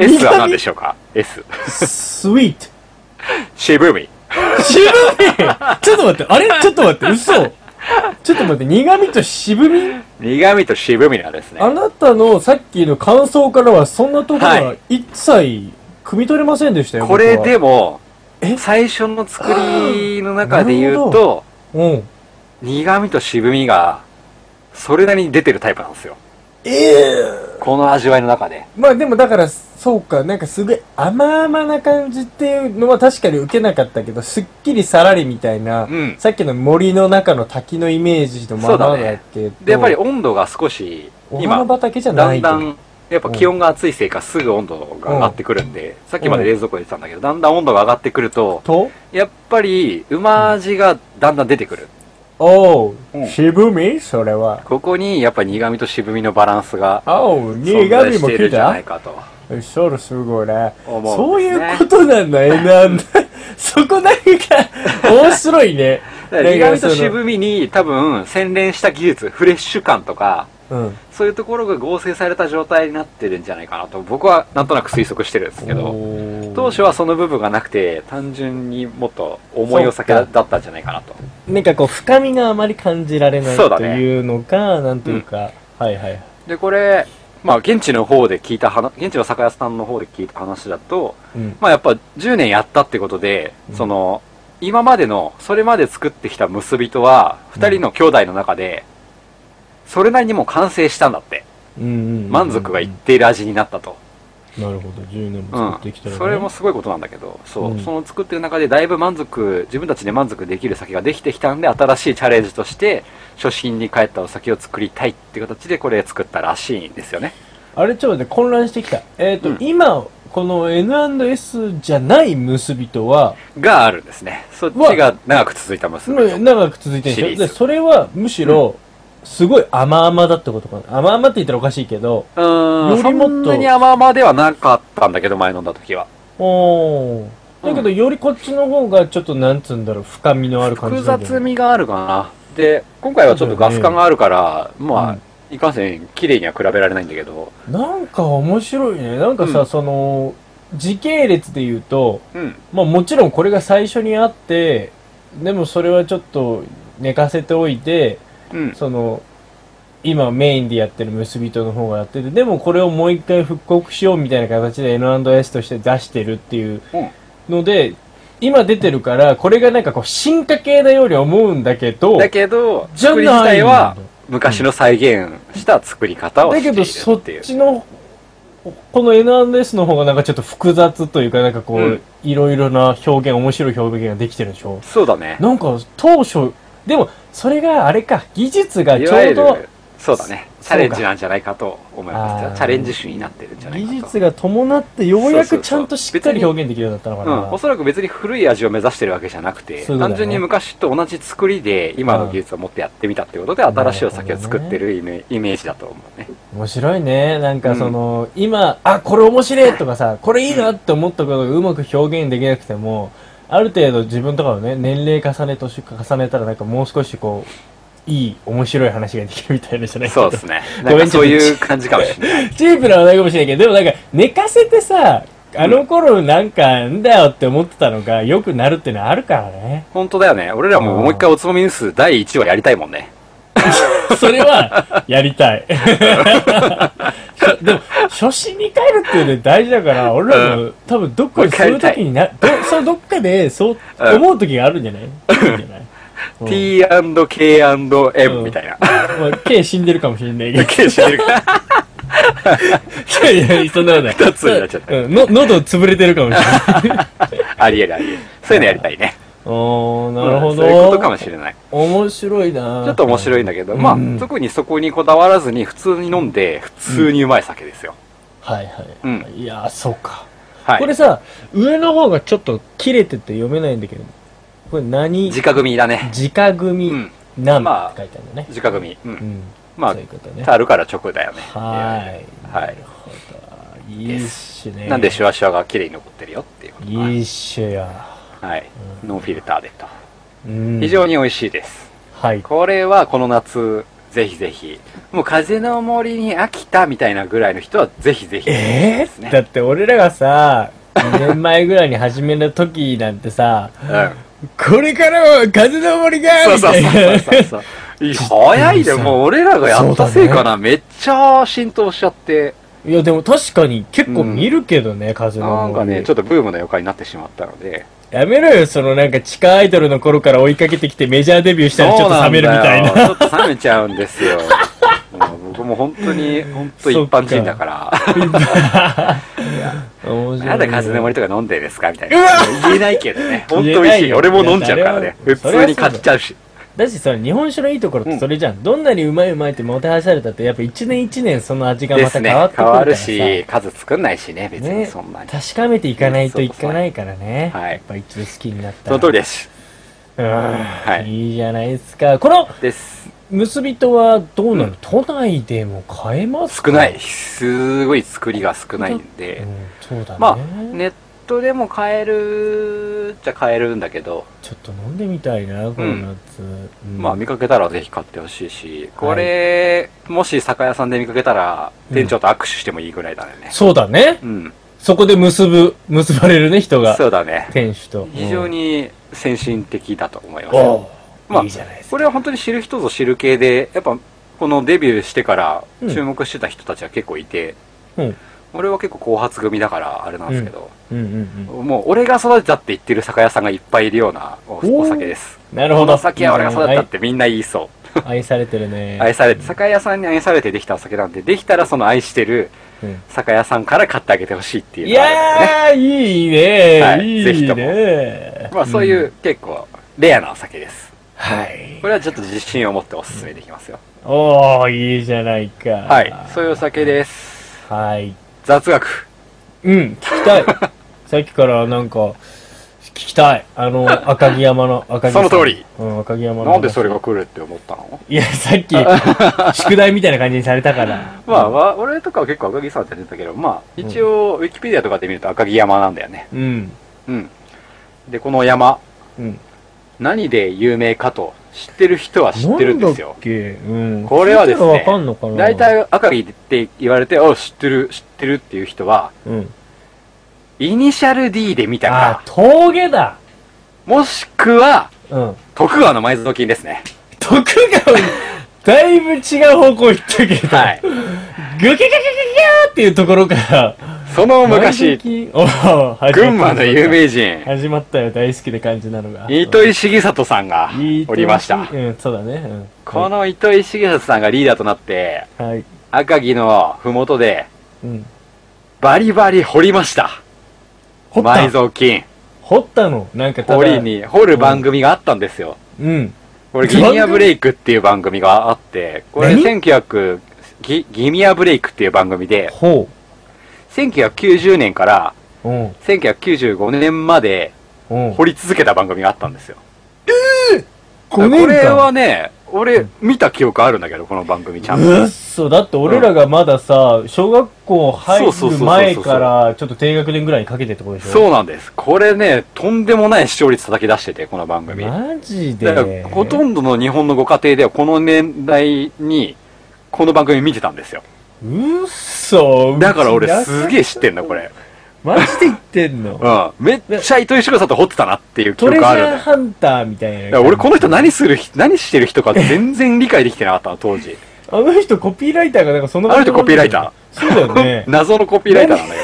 Speaker 3: S は何で
Speaker 5: し
Speaker 3: しょうか ?S。
Speaker 5: ょスイート。
Speaker 3: 渋み。
Speaker 5: 渋みちょっと待って、あれちょっと待って、嘘ちょっと待って、苦味と渋み
Speaker 3: 苦味と渋みなんですね
Speaker 5: あ。なたのさっきの感想からはそんなところ
Speaker 3: は
Speaker 5: はい一切汲み取れませんでしたよ。
Speaker 3: これ
Speaker 5: 僕
Speaker 3: で
Speaker 5: は、
Speaker 3: も
Speaker 5: え、
Speaker 3: 最初の作りの中で言
Speaker 5: あーな
Speaker 3: う
Speaker 5: る
Speaker 3: と、
Speaker 5: うん。
Speaker 3: 苦味と渋みがそれなりに出てるタイプなんですよ
Speaker 5: ええ
Speaker 3: この味わいの中で
Speaker 5: まあでもだから、そうか、なんかすごい甘々な感じっていうのは確かに受けなかったけど、すっきりさらりみたいな、
Speaker 3: うん
Speaker 5: さっきの森の中の滝のイメージのままだけど、
Speaker 3: でやっぱり温度が少し
Speaker 5: お花
Speaker 3: 今だ
Speaker 5: 畑じゃない
Speaker 3: ん
Speaker 5: と
Speaker 3: だんやっぱ気温が暑いせいかすぐ温度が上がってくるんで、さっきまで冷蔵庫に入れてたんだけどだんだん温度が上がってくると
Speaker 5: と、
Speaker 3: やっぱりうま味がだんだん出てくる
Speaker 5: おう、
Speaker 3: うん
Speaker 5: 渋みそれは。
Speaker 3: ここにやっぱ苦味と渋みのバランスが
Speaker 5: おう、
Speaker 3: 存
Speaker 5: 苦
Speaker 3: 在
Speaker 5: 味
Speaker 3: し
Speaker 5: も
Speaker 3: ている
Speaker 5: 来
Speaker 3: んじゃな
Speaker 5: た
Speaker 3: いかと
Speaker 5: それすごいね。
Speaker 3: 思うんですね
Speaker 5: <laughs> そういうことなんだ、えなんだ。そこなんか、面白いね。から
Speaker 3: 苦味と
Speaker 5: その
Speaker 3: 渋みに多分洗練した技術フレッシュ感とか
Speaker 5: うん。
Speaker 3: そういうところが合成された状態になってるんじゃないかなと僕はなんとなく推測してるんですけど当初はその部分がなくて単純にもっと重いお酒
Speaker 5: そ
Speaker 3: だ
Speaker 5: っか
Speaker 3: ったんじゃないかなと
Speaker 5: なんかこう、深みがあまり感じられない
Speaker 3: そうだ
Speaker 5: と
Speaker 3: ね
Speaker 5: いうのか、なんというか、はいはい。
Speaker 3: でこれまあ現地の方で聞いた話現地の酒屋さんの方で聞いた話だと
Speaker 5: うん。
Speaker 3: まあやっぱ10年やったってことで、
Speaker 5: うん
Speaker 3: その今までのそれまで作ってきた結びとは2人の兄弟の中で、それなりにもう完成したんだって
Speaker 5: うんうんうん
Speaker 3: 満足がいっている味になったと、
Speaker 5: なるほど、10年
Speaker 3: うん
Speaker 5: も作ってきたら、ね
Speaker 3: それもすごいことなんだけどそう、
Speaker 5: うん
Speaker 3: その作ってる中でだいぶ満足自分たちで満足できる酒ができてきたんで新しいチャレンジとして初心に帰ったお酒を作りたいって形でこれ作ったらしいんですよね
Speaker 5: あれちょっと待って混乱してきた。えっ、と、
Speaker 3: うん
Speaker 5: 今、この N&S じゃない結びとは、
Speaker 3: があるんですねそっちが長く続いた結びと
Speaker 5: 長く続いてる
Speaker 3: シリ
Speaker 5: で
Speaker 3: ー
Speaker 5: しょ
Speaker 3: ズ
Speaker 5: で、それはむしろ、すごい甘々だってことかな。甘々って言ったらおかしいけど、
Speaker 3: うーん
Speaker 5: よりもっと
Speaker 3: そんなに甘々ではなかったんだけど前飲んだ時は
Speaker 5: おー。だけど、よりこっちの方がちょっと、なんつうんだろう、深みのある感
Speaker 3: 複
Speaker 5: じなんだよね
Speaker 3: 雑味があるかなで今回はちょっとガス感があるから、まあ、いかんせん綺麗には比べられないんだけど
Speaker 5: なんか面白いね。なんかさ、
Speaker 3: うん
Speaker 5: その、時系列で言うと、
Speaker 3: うん
Speaker 5: まあもちろんこれが最初にあって、でもそれはちょっと寝かせておいて、
Speaker 3: うん
Speaker 5: その、今メインでやってる結びとの方がやってて、でもこれをもう一回復刻しようみたいな形で N&S として出してるっていう
Speaker 3: うん
Speaker 5: ので、今出てるから、これがなんかこう進化系だより思うんだけど、
Speaker 3: だけど
Speaker 5: じゃ
Speaker 3: 作り自
Speaker 5: ない
Speaker 3: 体
Speaker 5: ん
Speaker 3: は
Speaker 5: だ
Speaker 3: 昔の再現した作り方を
Speaker 5: だ
Speaker 3: してい
Speaker 5: け
Speaker 3: る
Speaker 5: どそ
Speaker 3: っ
Speaker 5: って
Speaker 3: いう
Speaker 5: ちのこの N&S の方がなんかちょっと複雑というかなんかこう、
Speaker 3: うん
Speaker 5: いろいろな表現面白い表現ができてるでしょ
Speaker 3: そうだね
Speaker 5: なんか当初でもそれがあれか技術が
Speaker 3: い
Speaker 5: ち
Speaker 3: わ
Speaker 5: ょう
Speaker 3: ゆ
Speaker 5: ど
Speaker 3: るそうだねチャレンジなんじゃないかと思い
Speaker 5: あ
Speaker 3: ま
Speaker 5: ー
Speaker 3: すチャレンジ種になってるんじゃない
Speaker 5: 技
Speaker 3: かと
Speaker 5: 術が伴ってようや
Speaker 3: そうそうそ
Speaker 5: く
Speaker 3: う
Speaker 5: ちゃんとしっかり表現できるようになったのか
Speaker 3: う、
Speaker 5: なん
Speaker 3: おそらく別に古い味を目指してるわけじゃなくて、
Speaker 5: そういうことだね
Speaker 3: 単純に昔と同じ作りで今の技術を持ってやってみたってことで
Speaker 5: ん
Speaker 3: 新しいお酒を作ってるイメ,、イメージだと思うね
Speaker 5: 面白いねなんかその、今あこれ面白いとかさこれいいなって思ったことがうまく表現できなくてもある程度自分とかのね年齢重ね年重ねたらなんかもう少しこういい面白い話ができるみたいなじゃないけど
Speaker 3: そうです
Speaker 5: <laughs>
Speaker 3: ね
Speaker 5: ご
Speaker 3: な
Speaker 5: めん
Speaker 3: んかそういう感じかもしれない
Speaker 5: チープな話題かもしれないけどでもなんか寝かせてさあの頃なんかなんだよって思ってたのが良くなるってのはあるからね
Speaker 3: 本当だよね俺らももう一回おつまみニュース第1話やりたいもんね
Speaker 5: <laughs> それはやりたい <laughs> でも初心に帰るっていうのは大事だから俺らも多分どっかでそういう時になどそうどっかでそう
Speaker 3: うん
Speaker 5: 思う時があるんじゃないあるんじゃないうん
Speaker 3: T&K&M みたいな、
Speaker 5: まあ K 死んでるかもしれないけど
Speaker 3: K してるから
Speaker 5: いやい <laughs> やそんなことない
Speaker 3: 二つになっちゃった
Speaker 5: うんの喉潰れてるかもしれない
Speaker 3: <laughs> ありえるありえるそういうのやりたいね
Speaker 5: おー、なるほど。
Speaker 3: そういうことかもしれない
Speaker 5: 面白いな
Speaker 3: ちょっと面白いんだけど、
Speaker 5: うん
Speaker 3: まあ特にそこにこだわらずに普通に飲んで普通にうまい酒ですよ、
Speaker 5: はいはい。
Speaker 3: うん
Speaker 5: いやー、そうか。
Speaker 3: はい
Speaker 5: これさ、上の方がちょっと切れてて読めないんだけど、これ何
Speaker 3: 直組だね
Speaker 5: 直組
Speaker 3: うん
Speaker 5: なん
Speaker 3: まあ
Speaker 5: って書いてあるんだね。
Speaker 3: 直組うん、
Speaker 5: うん。
Speaker 3: まあ
Speaker 5: そういうことね。
Speaker 3: タルから直だよね。
Speaker 5: はーい。
Speaker 3: はい
Speaker 5: なるほど。いいっすね。
Speaker 3: なんでシュワシュワが綺麗に残ってるよっていうことかない
Speaker 5: いっしょや。
Speaker 3: はい。ノンフィルターでと。
Speaker 5: うん
Speaker 3: 非常に美味しいです。
Speaker 5: はい。
Speaker 3: これはこの夏、ぜひぜひ。もう風の森に飽きたみたいなぐらいの人はぜひぜひ。
Speaker 5: え
Speaker 3: です
Speaker 5: ー、だ
Speaker 3: ね。
Speaker 5: って俺らがさ、2年前ぐらいに始めた時なんてさ、
Speaker 3: うん。
Speaker 5: これからは風の森が
Speaker 3: そう
Speaker 5: み
Speaker 3: そう
Speaker 5: たいな
Speaker 3: そうそうそう。いや早いね。もう俺らがやったせいかな。めっちゃ浸透しちゃって。
Speaker 5: いやでも確かに結構見るけどね、風の
Speaker 3: なん
Speaker 5: 森
Speaker 3: かね、ちょっとブームの予感になってしまったので。
Speaker 5: やめろよそのなんか地下アイドルの頃から追いかけてきてメジャーデビューしたらちょっと冷めるみたいな
Speaker 3: そうなんだよちょっと冷めちゃうんですよ。もう僕も本当に、本当一般人だから。 <laughs>
Speaker 5: 面白い
Speaker 3: なんで風の森とか飲んでですかみたいな
Speaker 5: うわ。
Speaker 3: 言えないけどね。本当美
Speaker 5: 言えない
Speaker 3: 味しい。
Speaker 5: よ
Speaker 3: 俺も飲んじゃうからね。
Speaker 5: いや
Speaker 3: 普
Speaker 5: それは
Speaker 3: 通に買っちゃうし。
Speaker 5: だしその日本酒のいいところってそれじゃん、どんなにうまいうまいってもてはやされたってやっぱ一年一年その味が
Speaker 3: で
Speaker 5: また変
Speaker 3: すね
Speaker 5: わって。く
Speaker 3: 変
Speaker 5: る
Speaker 3: わ
Speaker 5: から
Speaker 3: る
Speaker 5: さ、
Speaker 3: し、数作んないしね、別に
Speaker 5: ね
Speaker 3: そんなに。
Speaker 5: 確かめていかないといかないからね、
Speaker 3: はい
Speaker 5: やっぱ一度好きになった
Speaker 3: その通りです。
Speaker 5: は、
Speaker 3: はいい
Speaker 5: いいじゃないですかこの
Speaker 3: です。
Speaker 5: 結びとはどうなの、都内でも買えますか
Speaker 3: 少ない。すごい作りが少ないんで
Speaker 5: う。んそうだね。
Speaker 3: まあ、ネッとでも買えるっちゃ買えるんだけど、
Speaker 5: ちょっと飲んでみたいな、この夏。うん
Speaker 3: まあ見かけたらぜひ買ってほしいし、これ、もし酒屋さんで見かけたら、店長と握手してもいいぐらいだね。
Speaker 5: そうだね。
Speaker 3: うん。
Speaker 5: そこで結ぶ、 <laughs> 結ばれるね、人が。
Speaker 3: そうだね。
Speaker 5: 店主と。
Speaker 3: 非常に先進的だと思います
Speaker 5: うん。。お
Speaker 3: まあ
Speaker 5: いいじゃないですか。
Speaker 3: これは本当に知る人ぞ知る系で、やっぱこのデビューしてから
Speaker 5: うん
Speaker 3: 注目してた人たちは結構いて、
Speaker 5: うん
Speaker 3: 俺は結構後発組だからあれなんですけど、
Speaker 5: うんうんうん。
Speaker 3: もう俺が育てたって言ってる酒屋さんがいっぱいいるようなお
Speaker 5: おー
Speaker 3: お酒です。
Speaker 5: なるほ
Speaker 3: この
Speaker 5: ど。
Speaker 3: お酒は俺が育てた
Speaker 5: 愛
Speaker 3: ってみんな言いそう。
Speaker 5: 愛されてるね。
Speaker 3: 愛されて、酒屋さんに愛されてできたお酒なんで、できたらその愛してる
Speaker 5: うん
Speaker 3: 酒屋さんから買ってあげてほしいっていう
Speaker 5: い
Speaker 3: のがあるんですね。
Speaker 5: やー、いいね。
Speaker 3: はい
Speaker 5: いいね。
Speaker 3: ぜひともまあそうい
Speaker 5: ん
Speaker 3: う。結構レアなお酒です。
Speaker 5: はい
Speaker 3: こ。れはちょっと自信を持っておすすめできますよ。
Speaker 5: おー、いいじゃないか。は
Speaker 3: はい。そういうお酒です。
Speaker 5: はい。
Speaker 3: 雑学。
Speaker 5: うん、聞き
Speaker 3: <laughs>
Speaker 5: たい。さっきからなんか、聞きたい。あの、赤城山の、赤城さん
Speaker 3: その通り。
Speaker 5: うん、赤城山の。
Speaker 3: なんでそれが来るって思ったの
Speaker 5: いや、さっき、宿題みたいな感じにされたから。
Speaker 3: <laughs> まあ、わ俺とかは結構赤城さんって出てたけど、まあ、一応、ウィキペディアとかで見ると赤城山なんだよね。
Speaker 5: うん。
Speaker 3: うん。で、この山、
Speaker 5: うん。
Speaker 3: 何で有名かと知ってる人は知ってるんですよ
Speaker 5: なんだっ。けうん。
Speaker 3: これはですね
Speaker 5: 聞いたらわかんのかな
Speaker 3: 大、体赤城って言われて、お知ってる、知ってるっていう人は、
Speaker 5: うん。
Speaker 3: イニシャル D で見た
Speaker 5: あ
Speaker 3: か、、
Speaker 5: 峠だ
Speaker 3: もしくは、
Speaker 5: うん。
Speaker 3: 徳川の埋蔵金ですね。
Speaker 5: 徳川、 <laughs> だいぶ違う方向行ったけど、
Speaker 3: はい。
Speaker 5: グキャキャキャキャキャーっていうところから、
Speaker 3: その <laughs> 昔、
Speaker 5: 前向き、おー始まった
Speaker 3: 群馬の有名人、
Speaker 5: 始まったよ、大好きな感じなのが。
Speaker 3: 糸井重里さんがおりました。
Speaker 5: うん、そうだね。うん、
Speaker 3: この糸井重里さんがリーダーとなって、
Speaker 5: はい。
Speaker 3: 赤城のふもとで、
Speaker 5: うん。
Speaker 3: バリバリ掘りました。
Speaker 5: 掘った
Speaker 3: 埋蔵金。
Speaker 5: 掘ったのなんかただ
Speaker 3: 掘り。に、掘る番組があったんですよ。
Speaker 5: うん。
Speaker 3: これ、ギニアブレイクっていう番組があって、これ、
Speaker 5: 何
Speaker 3: 1900、ギギニアブレイクっていう番組で、
Speaker 5: ほ
Speaker 3: 1990年から
Speaker 5: う。うん。
Speaker 3: 1995年まで
Speaker 5: うん。
Speaker 3: 掘り続けた番組があったんですよ。こ
Speaker 5: 5年間
Speaker 3: れはね、俺、見た記憶あるんだけど、この番組ちゃんと。
Speaker 5: うっそ、だって俺らがまださ、小学校入
Speaker 3: そうそうそ
Speaker 5: る
Speaker 3: うそうそう
Speaker 5: 前から、ちょっと低学年ぐらいにかけてってことでしょ
Speaker 3: そうなんです。これね、とんでもない視聴率叩き出してて、この番組。
Speaker 5: マジ
Speaker 3: だから
Speaker 5: で。
Speaker 3: ほとんどの日本のご家庭ではこの年代にこの番組見てたんですよ
Speaker 5: うっそ。
Speaker 3: だから俺すげ
Speaker 5: え。
Speaker 3: え知ってんのこれ
Speaker 5: マジで言ってんの
Speaker 3: うんめっちゃ糸井重里掘ってたなっていう記
Speaker 5: トレジ
Speaker 3: 憶あるん
Speaker 5: ャー
Speaker 3: だよ
Speaker 5: ハンターみたいな
Speaker 3: だ
Speaker 5: 感じ。
Speaker 3: から俺この人何する人何してる人か全然理解できてなかったの
Speaker 5: <laughs>
Speaker 3: 当時
Speaker 5: あの人コピーライターがなんかそんな
Speaker 3: あの人コピーライタ。
Speaker 5: ー。そうだよね
Speaker 3: 謎のコピーライターなんだ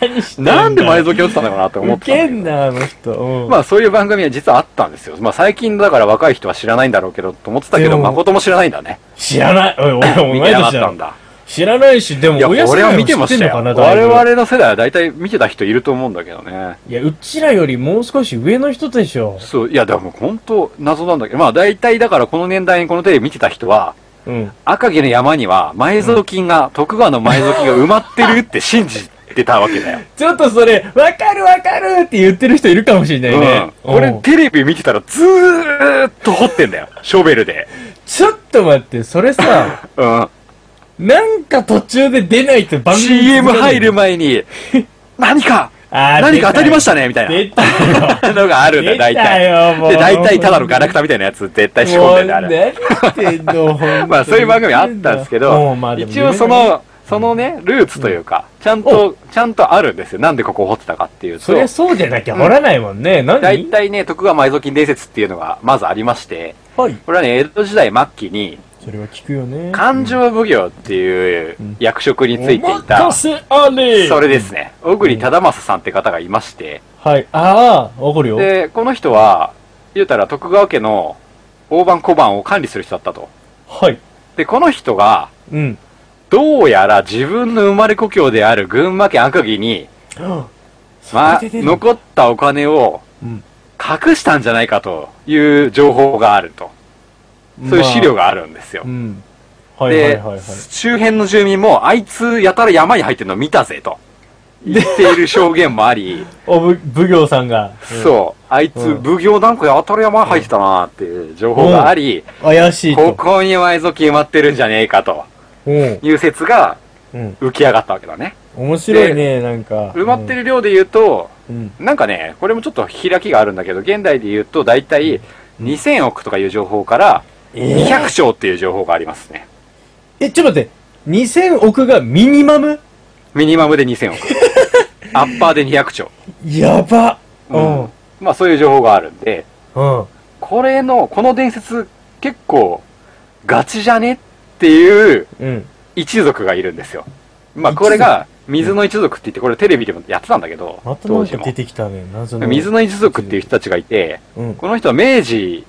Speaker 3: け
Speaker 5: 何して
Speaker 3: ど
Speaker 5: んだよ
Speaker 3: なんで埋蔵金落ちたのかなって思っ
Speaker 5: ウ
Speaker 3: てたん
Speaker 5: ケ
Speaker 3: だけど
Speaker 5: んな、あの人。うん
Speaker 3: まあそういう番組は実はあったんですよ。まあ最近だから若い人は知らないんだろうけどと思ってたけど、
Speaker 5: でも
Speaker 3: 誠も知らないんだね。
Speaker 5: 知らない。おい、俺、お
Speaker 3: 見
Speaker 5: 前
Speaker 3: てなか
Speaker 5: た
Speaker 3: っ
Speaker 5: ち
Speaker 3: た
Speaker 5: だ
Speaker 3: ん。だ。
Speaker 5: 知らないし、でも
Speaker 3: いや、
Speaker 5: 親世
Speaker 3: 俺は
Speaker 5: 代も
Speaker 3: 見
Speaker 5: 知
Speaker 3: て
Speaker 5: っ
Speaker 3: ま
Speaker 5: て
Speaker 3: し
Speaker 5: ん
Speaker 3: た
Speaker 5: のかな、
Speaker 3: よ。我
Speaker 5: だいぶ。
Speaker 3: 々の世代は大体見てた人いると思うんだけどね。
Speaker 5: いや、うちらよりもう少し上の人でしょ。
Speaker 3: そう、いや、でも本当謎なんだけど、まあ大体だからこの年代にこのテレビ見てた人は、
Speaker 5: うん。
Speaker 3: 赤城の山には埋蔵金が、徳川の埋蔵金が埋まってるって信じてたわけ
Speaker 5: <laughs>
Speaker 3: だよ。
Speaker 5: ちょっとそれ、わかるわかるって言ってる人いるかもしれないね。
Speaker 3: うん。俺
Speaker 5: うん
Speaker 3: テレビ見てたらずーっと掘ってんだよ。ショベルで。
Speaker 5: ちょっと待って、それさ、
Speaker 3: うん。
Speaker 5: なんか途中で出ないと番組続かない
Speaker 3: CM 入る前に、
Speaker 5: <laughs>
Speaker 3: 何か
Speaker 5: あー
Speaker 3: 何か当たりました
Speaker 5: ね。
Speaker 3: ねみたいな。
Speaker 5: 出たよ。
Speaker 3: <laughs> のがあるんだよ、
Speaker 5: 出た
Speaker 3: 大
Speaker 5: よ
Speaker 3: 体。
Speaker 5: もう
Speaker 3: で、大体ただのガラクタみたいなやつ絶対仕
Speaker 5: も
Speaker 3: 込ん
Speaker 5: う
Speaker 3: でんだよ、あれ。
Speaker 5: 何言ってんの、
Speaker 3: まあそういう番組あったんですけど
Speaker 5: うんまあ、でも
Speaker 3: 一応その、そのね、ルーツというか、ちゃんと、ちゃんとあるんですよ。なんでここを掘ってたかっていうと
Speaker 5: そり、ゃそうじゃなきゃ掘らないもんね。なんで
Speaker 3: <laughs> 大体ね、徳川埋蔵金伝説っていうのがまずありまして、
Speaker 5: はい。
Speaker 3: これはね、江戸時代末期に、
Speaker 5: それは聞くよね。
Speaker 3: 勘定奉行っていう役職についてい
Speaker 5: お
Speaker 3: た、そ
Speaker 5: 任せあれ
Speaker 3: れですね、小栗忠政さんって方がいまして、
Speaker 5: はい。ああ、わかるよ。
Speaker 3: で、この人は、言うたら徳川家の大判小判を管理する人だったと。
Speaker 5: はい。
Speaker 3: で、この人が、
Speaker 5: うん。
Speaker 3: どうやら自分の生まれ故郷である群馬県赤城に、まあ、残ったお金を
Speaker 5: うん
Speaker 3: 隠したんじゃないかという情報があると。そういう資料
Speaker 5: が。
Speaker 3: があるんですよ
Speaker 5: う。ん。はいはい
Speaker 3: で
Speaker 5: はいはい。、
Speaker 3: 周辺の住民も、あいつやたら山に入ってるの見たぜと。言っている証言もあり、
Speaker 5: おぶ、奉行さんが。
Speaker 3: そう、あいつ
Speaker 5: うん
Speaker 3: 奉行なんかやたら山に入ってたなっていう情報があり、
Speaker 5: 怪しい。
Speaker 3: ことこに埋蔵金埋まってるんじゃねえかと
Speaker 5: うん。
Speaker 3: いう説が
Speaker 5: うん。
Speaker 3: 浮き上がったわけだね。
Speaker 5: 面白いね、なんか。
Speaker 3: 埋まってる量で言うと、
Speaker 5: うん。
Speaker 3: なんかね、これもちょっと開きがあるんだけど、現代で言うと大体2000億とかいう情報から
Speaker 5: え
Speaker 3: 200兆っていう情報がありますね。
Speaker 5: え、ちょっと待って。2000億がミニマム
Speaker 3: ミニマムで2000億。
Speaker 5: <laughs>
Speaker 3: アッパーで200兆。
Speaker 5: やば。
Speaker 3: うんまあそういう情報があるんで、
Speaker 5: うん。
Speaker 3: これの、この伝説結構ガチじゃねっていう
Speaker 5: うん。
Speaker 3: 一族がいるんですよ。まあこれが水の一族って言って、これテレビでもやってたんだけど
Speaker 5: ま、たな
Speaker 3: 当
Speaker 5: ん
Speaker 3: 時
Speaker 5: か
Speaker 3: も
Speaker 5: 出。てきたね。謎の。
Speaker 3: 水の一族っていう人たちがいて、
Speaker 5: うん。
Speaker 3: この人は明治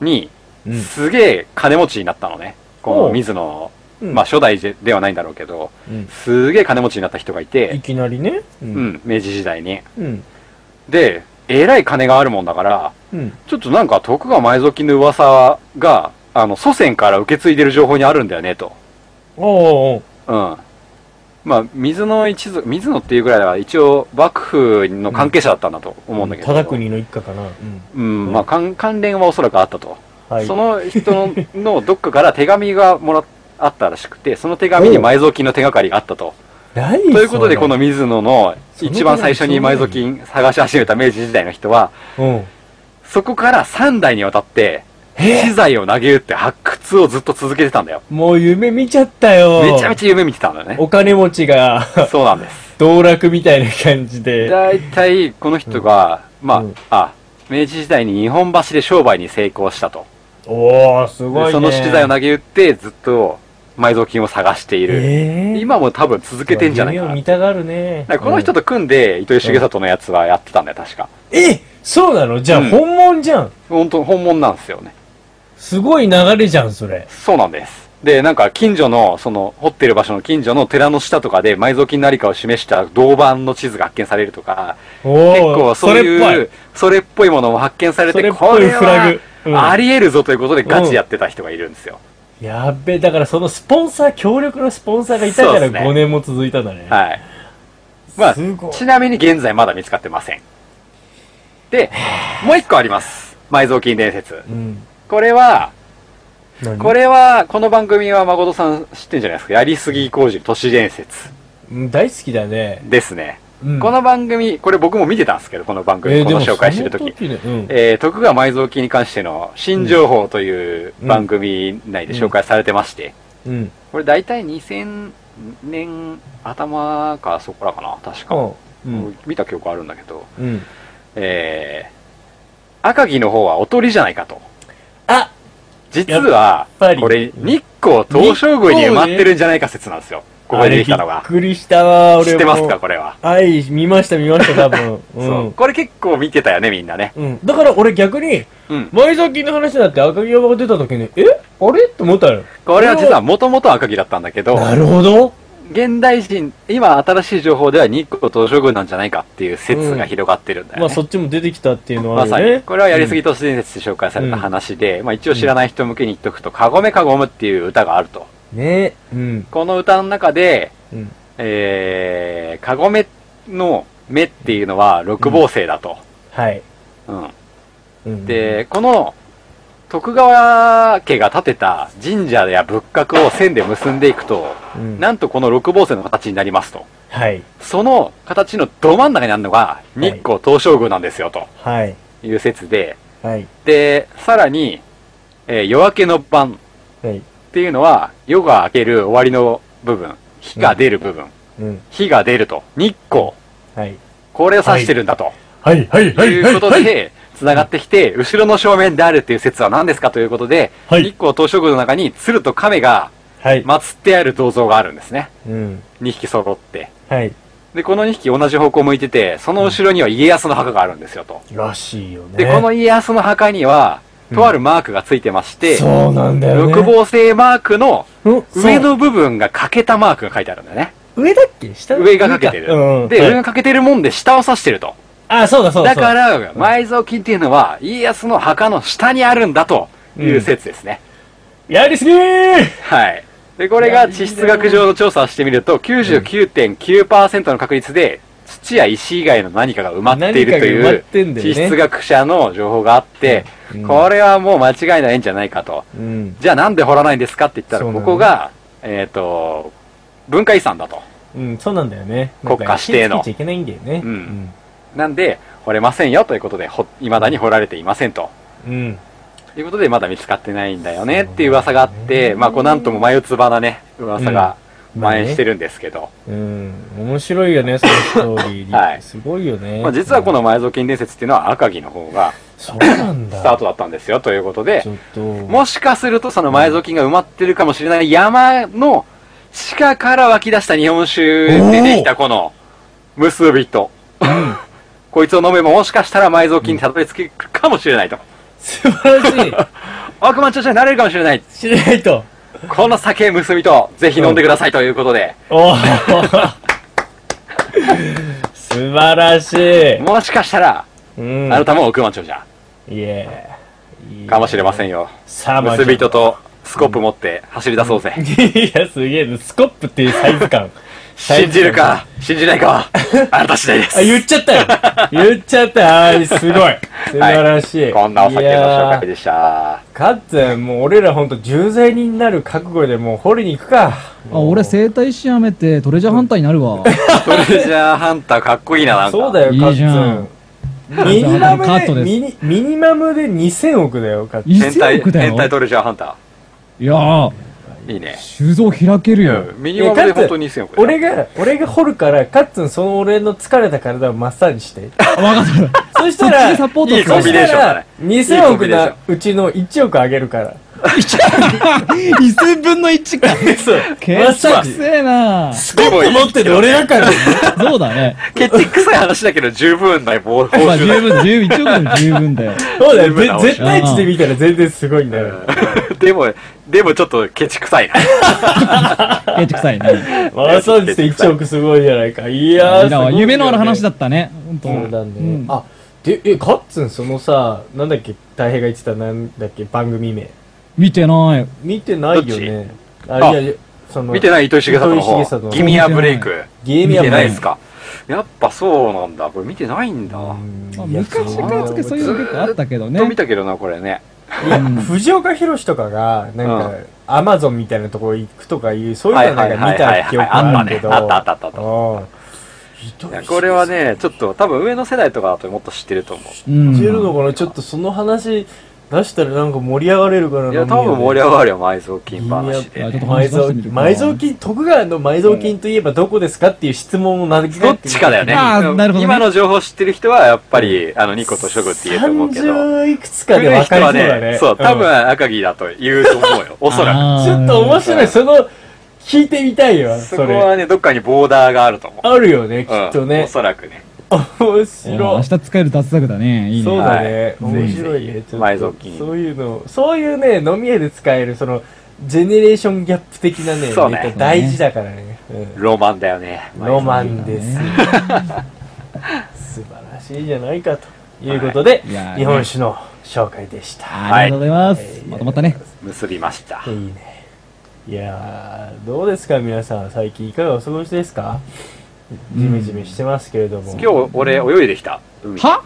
Speaker 3: に
Speaker 5: うん。
Speaker 3: すげえ金持ちになったのね。こ
Speaker 5: お
Speaker 3: の
Speaker 5: う
Speaker 3: 水野、
Speaker 5: うん
Speaker 3: まあ初代でではないんだろうけど、
Speaker 5: うん
Speaker 3: すげえ金持ちになった人がい
Speaker 5: い
Speaker 3: て、
Speaker 5: きなりね。う
Speaker 3: う。ん、明治時代に。
Speaker 5: うん。
Speaker 3: で、えらい金があるもんだから、
Speaker 5: うん。
Speaker 3: ちょっとなんか徳川埋蔵金の噂が、あの、祖先から受け継いでる情報にあるんだよね、と。
Speaker 5: おーおー
Speaker 3: うん。まあ、水野一族、水野っていうぐらいだから一応幕府の関係者だったんだと思うんだけど。
Speaker 5: 忠国の一家かな。うん。
Speaker 3: うん、まあ、関関連はおそらくあったと。
Speaker 5: はい。
Speaker 3: その人ののどっかから手紙がもらあったらしくて、その手紙に埋蔵金の手がかりがあったと。
Speaker 5: 何
Speaker 3: ということで、
Speaker 5: それ
Speaker 3: この水野の一番最初に埋蔵金探し始めた明治時代の人は、
Speaker 5: うん。
Speaker 3: そこから3代にわたって、資材を投げ打って発掘をずっと続けてたんだよ。
Speaker 5: もう夢見ちゃったよ。
Speaker 3: めちゃめちゃ夢見てたんだよね。
Speaker 5: お金持ちが
Speaker 3: そうなんです。
Speaker 5: 道楽みたいな感じ
Speaker 3: <laughs>
Speaker 5: で。
Speaker 3: だいたいこの人が、ま
Speaker 5: うん
Speaker 3: あ、あ、明治時代に日本橋で商売に成功したと。
Speaker 5: おー、す
Speaker 3: で
Speaker 5: ごいね。
Speaker 3: その資材を投げ打ってずっと埋蔵金を探している。
Speaker 5: えー、
Speaker 3: 今も多分続けてんじゃないか
Speaker 5: 夢を
Speaker 3: な
Speaker 5: 見。たがるね。
Speaker 3: だからこの人と組んで、糸井重里のやつはやってたんだよ、確か。
Speaker 5: うんえそうなのじゃあ、
Speaker 3: うん
Speaker 5: 本物じゃん。
Speaker 3: 本当本物なんですよね。
Speaker 5: すごい流れじゃん、それ。
Speaker 3: そうなんです。で、なんか近所の、その、掘ってる場所の近所の寺の下とかで埋蔵金のありかを示した銅板の地図が発見されるとか、
Speaker 5: お
Speaker 3: 結
Speaker 5: ー
Speaker 3: 構そういう、
Speaker 5: そ
Speaker 3: そ
Speaker 5: れっ
Speaker 3: れっぽいものも発見され
Speaker 5: それ
Speaker 3: て、
Speaker 5: っぽ
Speaker 3: こ
Speaker 5: い
Speaker 3: れ
Speaker 5: フラグ
Speaker 3: は
Speaker 5: うん
Speaker 3: あり得るぞということでガチやってた人がいるんですよ。
Speaker 5: ぽい。やっべ、だからそのスポンサー、協力のスポンサーがいたか
Speaker 3: そう
Speaker 5: ら
Speaker 3: っすね
Speaker 5: 5年も続いたんだね。
Speaker 3: はい。まあ
Speaker 5: すごい、
Speaker 3: ちなみに現在まだ見つかってません。
Speaker 5: <sighs>
Speaker 3: で、もう一個あります。埋蔵金伝説。
Speaker 5: うん。
Speaker 3: これは、
Speaker 5: 何
Speaker 3: これは、この番組は誠さん知ってんじゃないですか。やりすぎ工事都市伝説
Speaker 5: うん大好きだね。
Speaker 3: ですね。
Speaker 5: うん
Speaker 3: この番組、これ僕も見てたんですけど、この番組、この紹介してるとき。
Speaker 5: き。でもその時ね
Speaker 3: えー、徳川埋蔵金に関しての新情報という
Speaker 5: うん
Speaker 3: 番組内で紹介されてまして、
Speaker 5: うん。うん。
Speaker 3: これ大体2000年頭かそこらかな、確か。
Speaker 5: うん。
Speaker 3: 見た記憶あるんだけど、
Speaker 5: うん。
Speaker 3: えー、赤城の方はおとりじゃないかと。
Speaker 5: あ
Speaker 3: 実は、
Speaker 5: やっぱり
Speaker 3: これ、日光東照宮に埋まってるんじゃないか説なんですよ。ここで出てきたの
Speaker 5: あ
Speaker 3: が
Speaker 5: れ。びっくりしたわ、俺も。
Speaker 3: 知ってますか、これは。
Speaker 5: はい、見ました、見ました、多分。 <laughs> う。
Speaker 3: そうんこれ結構見てたよね、みんなね。
Speaker 5: うん。だから俺逆に、
Speaker 3: うん。
Speaker 5: 埋蔵金の話になって赤城山が出た時に、えあれって思ったのよ。
Speaker 3: これは実はもともと赤城だったんだけど、
Speaker 5: なるほど。
Speaker 3: 現代人、今新しい情報では日光東照宮なんじゃないかっていう説が広がってるんだよね。
Speaker 5: まあそっちも出てきたっていうのはあ
Speaker 3: ま
Speaker 5: る
Speaker 3: さ
Speaker 5: よ
Speaker 3: に、
Speaker 5: ね。
Speaker 3: これはやりすぎ都市伝説で紹介された話で、まあ一応知らない人向けに言っとくと、かごめかごむっていう歌があると。
Speaker 5: ねうん。
Speaker 3: この歌の中で、
Speaker 5: うん。
Speaker 3: えー、かごめの目っていうのは六芒星だと。
Speaker 5: はい。
Speaker 3: うん。
Speaker 5: うん、
Speaker 3: で、この、徳川家が建てた神社や仏閣を線で結んでいくと、
Speaker 5: うん、
Speaker 3: なんとこの六芒星の形になりますと。
Speaker 5: はい。
Speaker 3: その形のど真ん中にあるのが日光東照宮なんですよと
Speaker 5: はい。
Speaker 3: いう説で、
Speaker 5: はい。
Speaker 3: で、さらに、えー夜明けの晩っ
Speaker 5: はい。
Speaker 3: ていうのは夜が明ける終わりの部分、日が出る部分、
Speaker 5: うん。
Speaker 3: 日が出ると、日光、
Speaker 5: はい。
Speaker 3: これを指してるんだと、、
Speaker 5: はい。はい。はいい。
Speaker 3: うことで、繋がってきて、後ろの正面であるっていう説は何ですかということで、
Speaker 5: はい
Speaker 3: 日光東照宮の中に鶴と亀が
Speaker 5: はい。
Speaker 3: 祀ってある銅像があるんですね。
Speaker 5: うん。
Speaker 3: 2匹揃って。
Speaker 5: はい。
Speaker 3: で、この2匹同じ方向向いてて、その後ろには家康の墓があるんですよと。
Speaker 5: らしいよね。
Speaker 3: で、この家康の墓には、とあるマークがついてまして、
Speaker 5: そうなんだよね。
Speaker 3: 六芒星マークの
Speaker 5: うん
Speaker 3: 上の部分が欠けたマークが書いてあるんだよね。
Speaker 5: そう上だっけ下
Speaker 3: 上が欠けてる。
Speaker 5: うん。
Speaker 3: で、
Speaker 5: はい
Speaker 3: 上が欠けてるもんで下を指してると。
Speaker 5: あ、そうだそうだ。
Speaker 3: だから、埋蔵金っていうのは、家康の墓の下にあるんだという説ですね。
Speaker 5: ら、やりすぎー
Speaker 3: はい。で、これが地質学上の調査をしてみると、99.9%の確率で、土や石以外の何かが埋まっていると
Speaker 5: 何かが埋まって
Speaker 3: い
Speaker 5: ん
Speaker 3: う、
Speaker 5: だよね
Speaker 3: 地質学者の情報があって、
Speaker 5: うん
Speaker 3: これはもう間違いないんじゃないかと。
Speaker 5: うん。
Speaker 3: じゃあなんで掘らないんですかって言った
Speaker 5: そ
Speaker 3: ら、
Speaker 5: うなの
Speaker 3: こ
Speaker 5: ね
Speaker 3: こが、えっ、と、文化遺産だと。
Speaker 5: うん、そうなんだよね。
Speaker 3: 国家指定
Speaker 5: な
Speaker 3: の
Speaker 5: んか火つけちゃいけないんだよね。
Speaker 3: うんなんで、掘れませんよということで、ほ、未だに掘られていませんと。
Speaker 5: うん。
Speaker 3: ということで、まだ見つかってないんだよねっていう噂があって、まあ、こうなんとも眉唾なね、噂が
Speaker 5: うんまあ
Speaker 3: 蔓
Speaker 5: ね
Speaker 3: 延してるんですけど、
Speaker 5: うん。面白いよね、そのストーリーに。
Speaker 3: <laughs> はい
Speaker 5: すごいよね。
Speaker 3: まあ、実はこの、埋蔵金伝説っていうのは赤城の方が
Speaker 5: そうなんだ。
Speaker 3: スタートだったんですよということで
Speaker 5: ち、ょっと、
Speaker 3: もしかするとその埋蔵金が埋まってるかもしれない山の地下から湧き出した日本酒でできたこの結
Speaker 5: <laughs>
Speaker 3: びと、こいつを飲めばもしかしたら埋蔵金にたどり着くかもしれないと。
Speaker 5: 素晴らしい。
Speaker 3: 悪魔調子になれるかもしれない。
Speaker 5: しないと。
Speaker 3: この酒結びとぜひ飲んでくださいということで、
Speaker 5: おお素晴らしい。
Speaker 3: もしかしたら、
Speaker 5: うん。
Speaker 3: あなたも億万長者
Speaker 5: いえ。いい
Speaker 3: かもしれませんよ。
Speaker 5: さあ、まあ
Speaker 3: 結び人とスコップ持って走り出そうぜ。
Speaker 5: <laughs> いや、すげえな。スコップっていうサイズ感。
Speaker 3: <laughs> 信じるか、信じないかは、あなた次第で
Speaker 5: あ、
Speaker 3: す。
Speaker 5: 言っちゃった
Speaker 3: <laughs>
Speaker 5: よ。言っちゃった。あーすごい。素晴らしい。
Speaker 3: こんなお酒の紹介
Speaker 5: いや
Speaker 3: でした。
Speaker 5: ーかっつん、もう俺らほんと重罪人になる覚悟でもう掘りに行くか。
Speaker 4: あ、俺生態師やめてトレジャーハンターになるわ。
Speaker 3: トレジャーハンターかっこいいな、なんか。
Speaker 5: そうだよ、か
Speaker 4: い
Speaker 5: っつ
Speaker 4: いじゃん
Speaker 5: ん。ミニマム
Speaker 4: カット
Speaker 5: で、
Speaker 4: です
Speaker 5: ミニミニマムで2000億だよ、かっつん。
Speaker 3: 変態、
Speaker 4: 1000億だ
Speaker 3: 変態
Speaker 4: よ。
Speaker 3: トレジャーハンタ
Speaker 4: いやー、
Speaker 3: ー。いいね。
Speaker 4: 収蔵開けるよ。
Speaker 3: ミニマムで本当に2000億だよ
Speaker 5: 俺が、俺が掘るから、かっつんその俺の疲れた体をマッサージ
Speaker 3: <laughs>
Speaker 5: して。
Speaker 4: あ、わかった。
Speaker 5: そした
Speaker 4: そっち
Speaker 5: ら、
Speaker 4: でサポー
Speaker 3: いいコ
Speaker 5: そ
Speaker 3: ン
Speaker 5: し
Speaker 3: ビ
Speaker 5: た
Speaker 3: ネーションだ
Speaker 5: ら
Speaker 3: ね。、
Speaker 5: 2000億のうちの1億あげるから。
Speaker 4: 1000分の1か。
Speaker 5: そう。
Speaker 4: けっさくせえな
Speaker 5: スコップ持ってる俺だから。
Speaker 4: そうだね。
Speaker 3: ケチ臭い話だけど十分な報
Speaker 4: <laughs> まあ
Speaker 3: 酬
Speaker 4: 十
Speaker 3: だよ。
Speaker 4: 分、十分、一億でも十分だよ。
Speaker 5: そうだよ。ぜ絶対値で見たら全然すごいんだよ。
Speaker 3: でも、でもちょっとケチ臭いな。
Speaker 4: ケチくさいね。
Speaker 5: マラソンして1億すごいじゃないか。いやー、
Speaker 4: いや夢のある話だ
Speaker 5: っ
Speaker 4: ったね。本当。
Speaker 5: そうだ
Speaker 4: う
Speaker 5: ね
Speaker 4: ん。
Speaker 5: あ、で、え、かっつんそのさ、なんだっけ、大平が言ってたなんだっけ、番組名。
Speaker 4: 見てない。
Speaker 5: 見てないよね。
Speaker 3: あ
Speaker 5: あ、いやいや、その、
Speaker 3: 見てない糸井重里の
Speaker 5: 糸井重里
Speaker 3: 方。
Speaker 5: の
Speaker 3: ギミアブレイク。
Speaker 5: ゲーム
Speaker 3: 見
Speaker 5: や
Speaker 3: てない
Speaker 5: っ
Speaker 3: ですかやっぱそうなんだ。これ見てないんだ。ず
Speaker 4: まあ昔からつけそういうの結構あったけど
Speaker 3: っと見
Speaker 4: ね。
Speaker 3: たけどな、これね。
Speaker 5: いや、藤岡弘とかが、なんか、
Speaker 3: うん
Speaker 5: アマゾンみたいなところ行くとかいう、そういうのなんか見た記憶があるけど。
Speaker 3: はいはいはいはいあったねあったあったあっ
Speaker 5: う
Speaker 3: た
Speaker 5: ん
Speaker 3: いやこれは、ね、ちょっと多分上の世代とかだともっと知ってると思
Speaker 4: う
Speaker 5: 知ってる
Speaker 4: ん。
Speaker 5: のかなちょっとその話出したらなんか盛り上がれるからな。
Speaker 3: う。いや、多分盛り
Speaker 5: 上
Speaker 3: 上がるよ、埋蔵金話
Speaker 4: いやちょ
Speaker 3: で
Speaker 4: っ。
Speaker 5: 埋
Speaker 4: と話出
Speaker 5: 蔵
Speaker 4: して
Speaker 5: 金
Speaker 4: みるか
Speaker 5: 埋蔵金、徳川の埋蔵金といえばどこですかっていう質問を投げかけて
Speaker 3: どっちかだよね。
Speaker 4: あーなるほどね
Speaker 3: 今の情報知ってる人は、やっぱり、あの、ニコとショグって言えと思うけど。
Speaker 5: 30いくつかで分かりそうだね。
Speaker 3: そう、多分
Speaker 5: ん
Speaker 3: 赤城だと言うと
Speaker 5: <laughs>
Speaker 3: 思うよ。おそら
Speaker 5: ちょっと面白
Speaker 3: うん
Speaker 5: い。その、聞いてみたいよ、
Speaker 3: く。
Speaker 5: そ
Speaker 3: そこ
Speaker 5: れ。
Speaker 3: はね、どっかにボーダーがあると思う。
Speaker 5: あるよね、き
Speaker 3: うん
Speaker 5: っと
Speaker 3: お
Speaker 5: ね。
Speaker 3: そらくね。
Speaker 5: 面
Speaker 4: いや明
Speaker 5: 白い。
Speaker 4: 日使える脱作だね。いいね。
Speaker 5: そうだね。
Speaker 4: はい
Speaker 5: 面白いね。ちょっと
Speaker 3: 埋蔵金
Speaker 5: そういうの、そういうね、飲み屋で使える、その、ジェネレーションギャップ的なね、
Speaker 3: そうね
Speaker 5: ネタ大事だからね。うん
Speaker 3: ロマンだよね。
Speaker 5: ロマン <laughs> です。素晴らしいじゃないかということで、
Speaker 4: はいいやー
Speaker 5: 日本酒の紹介でした。
Speaker 4: ありがとうございます。まとまったね。
Speaker 3: 結びました。
Speaker 5: いいね。いやー、どうですか皆さん、最近いかがお過ごしですかジメジメしてますけれども。
Speaker 3: 今日、俺、泳いできた。海
Speaker 4: は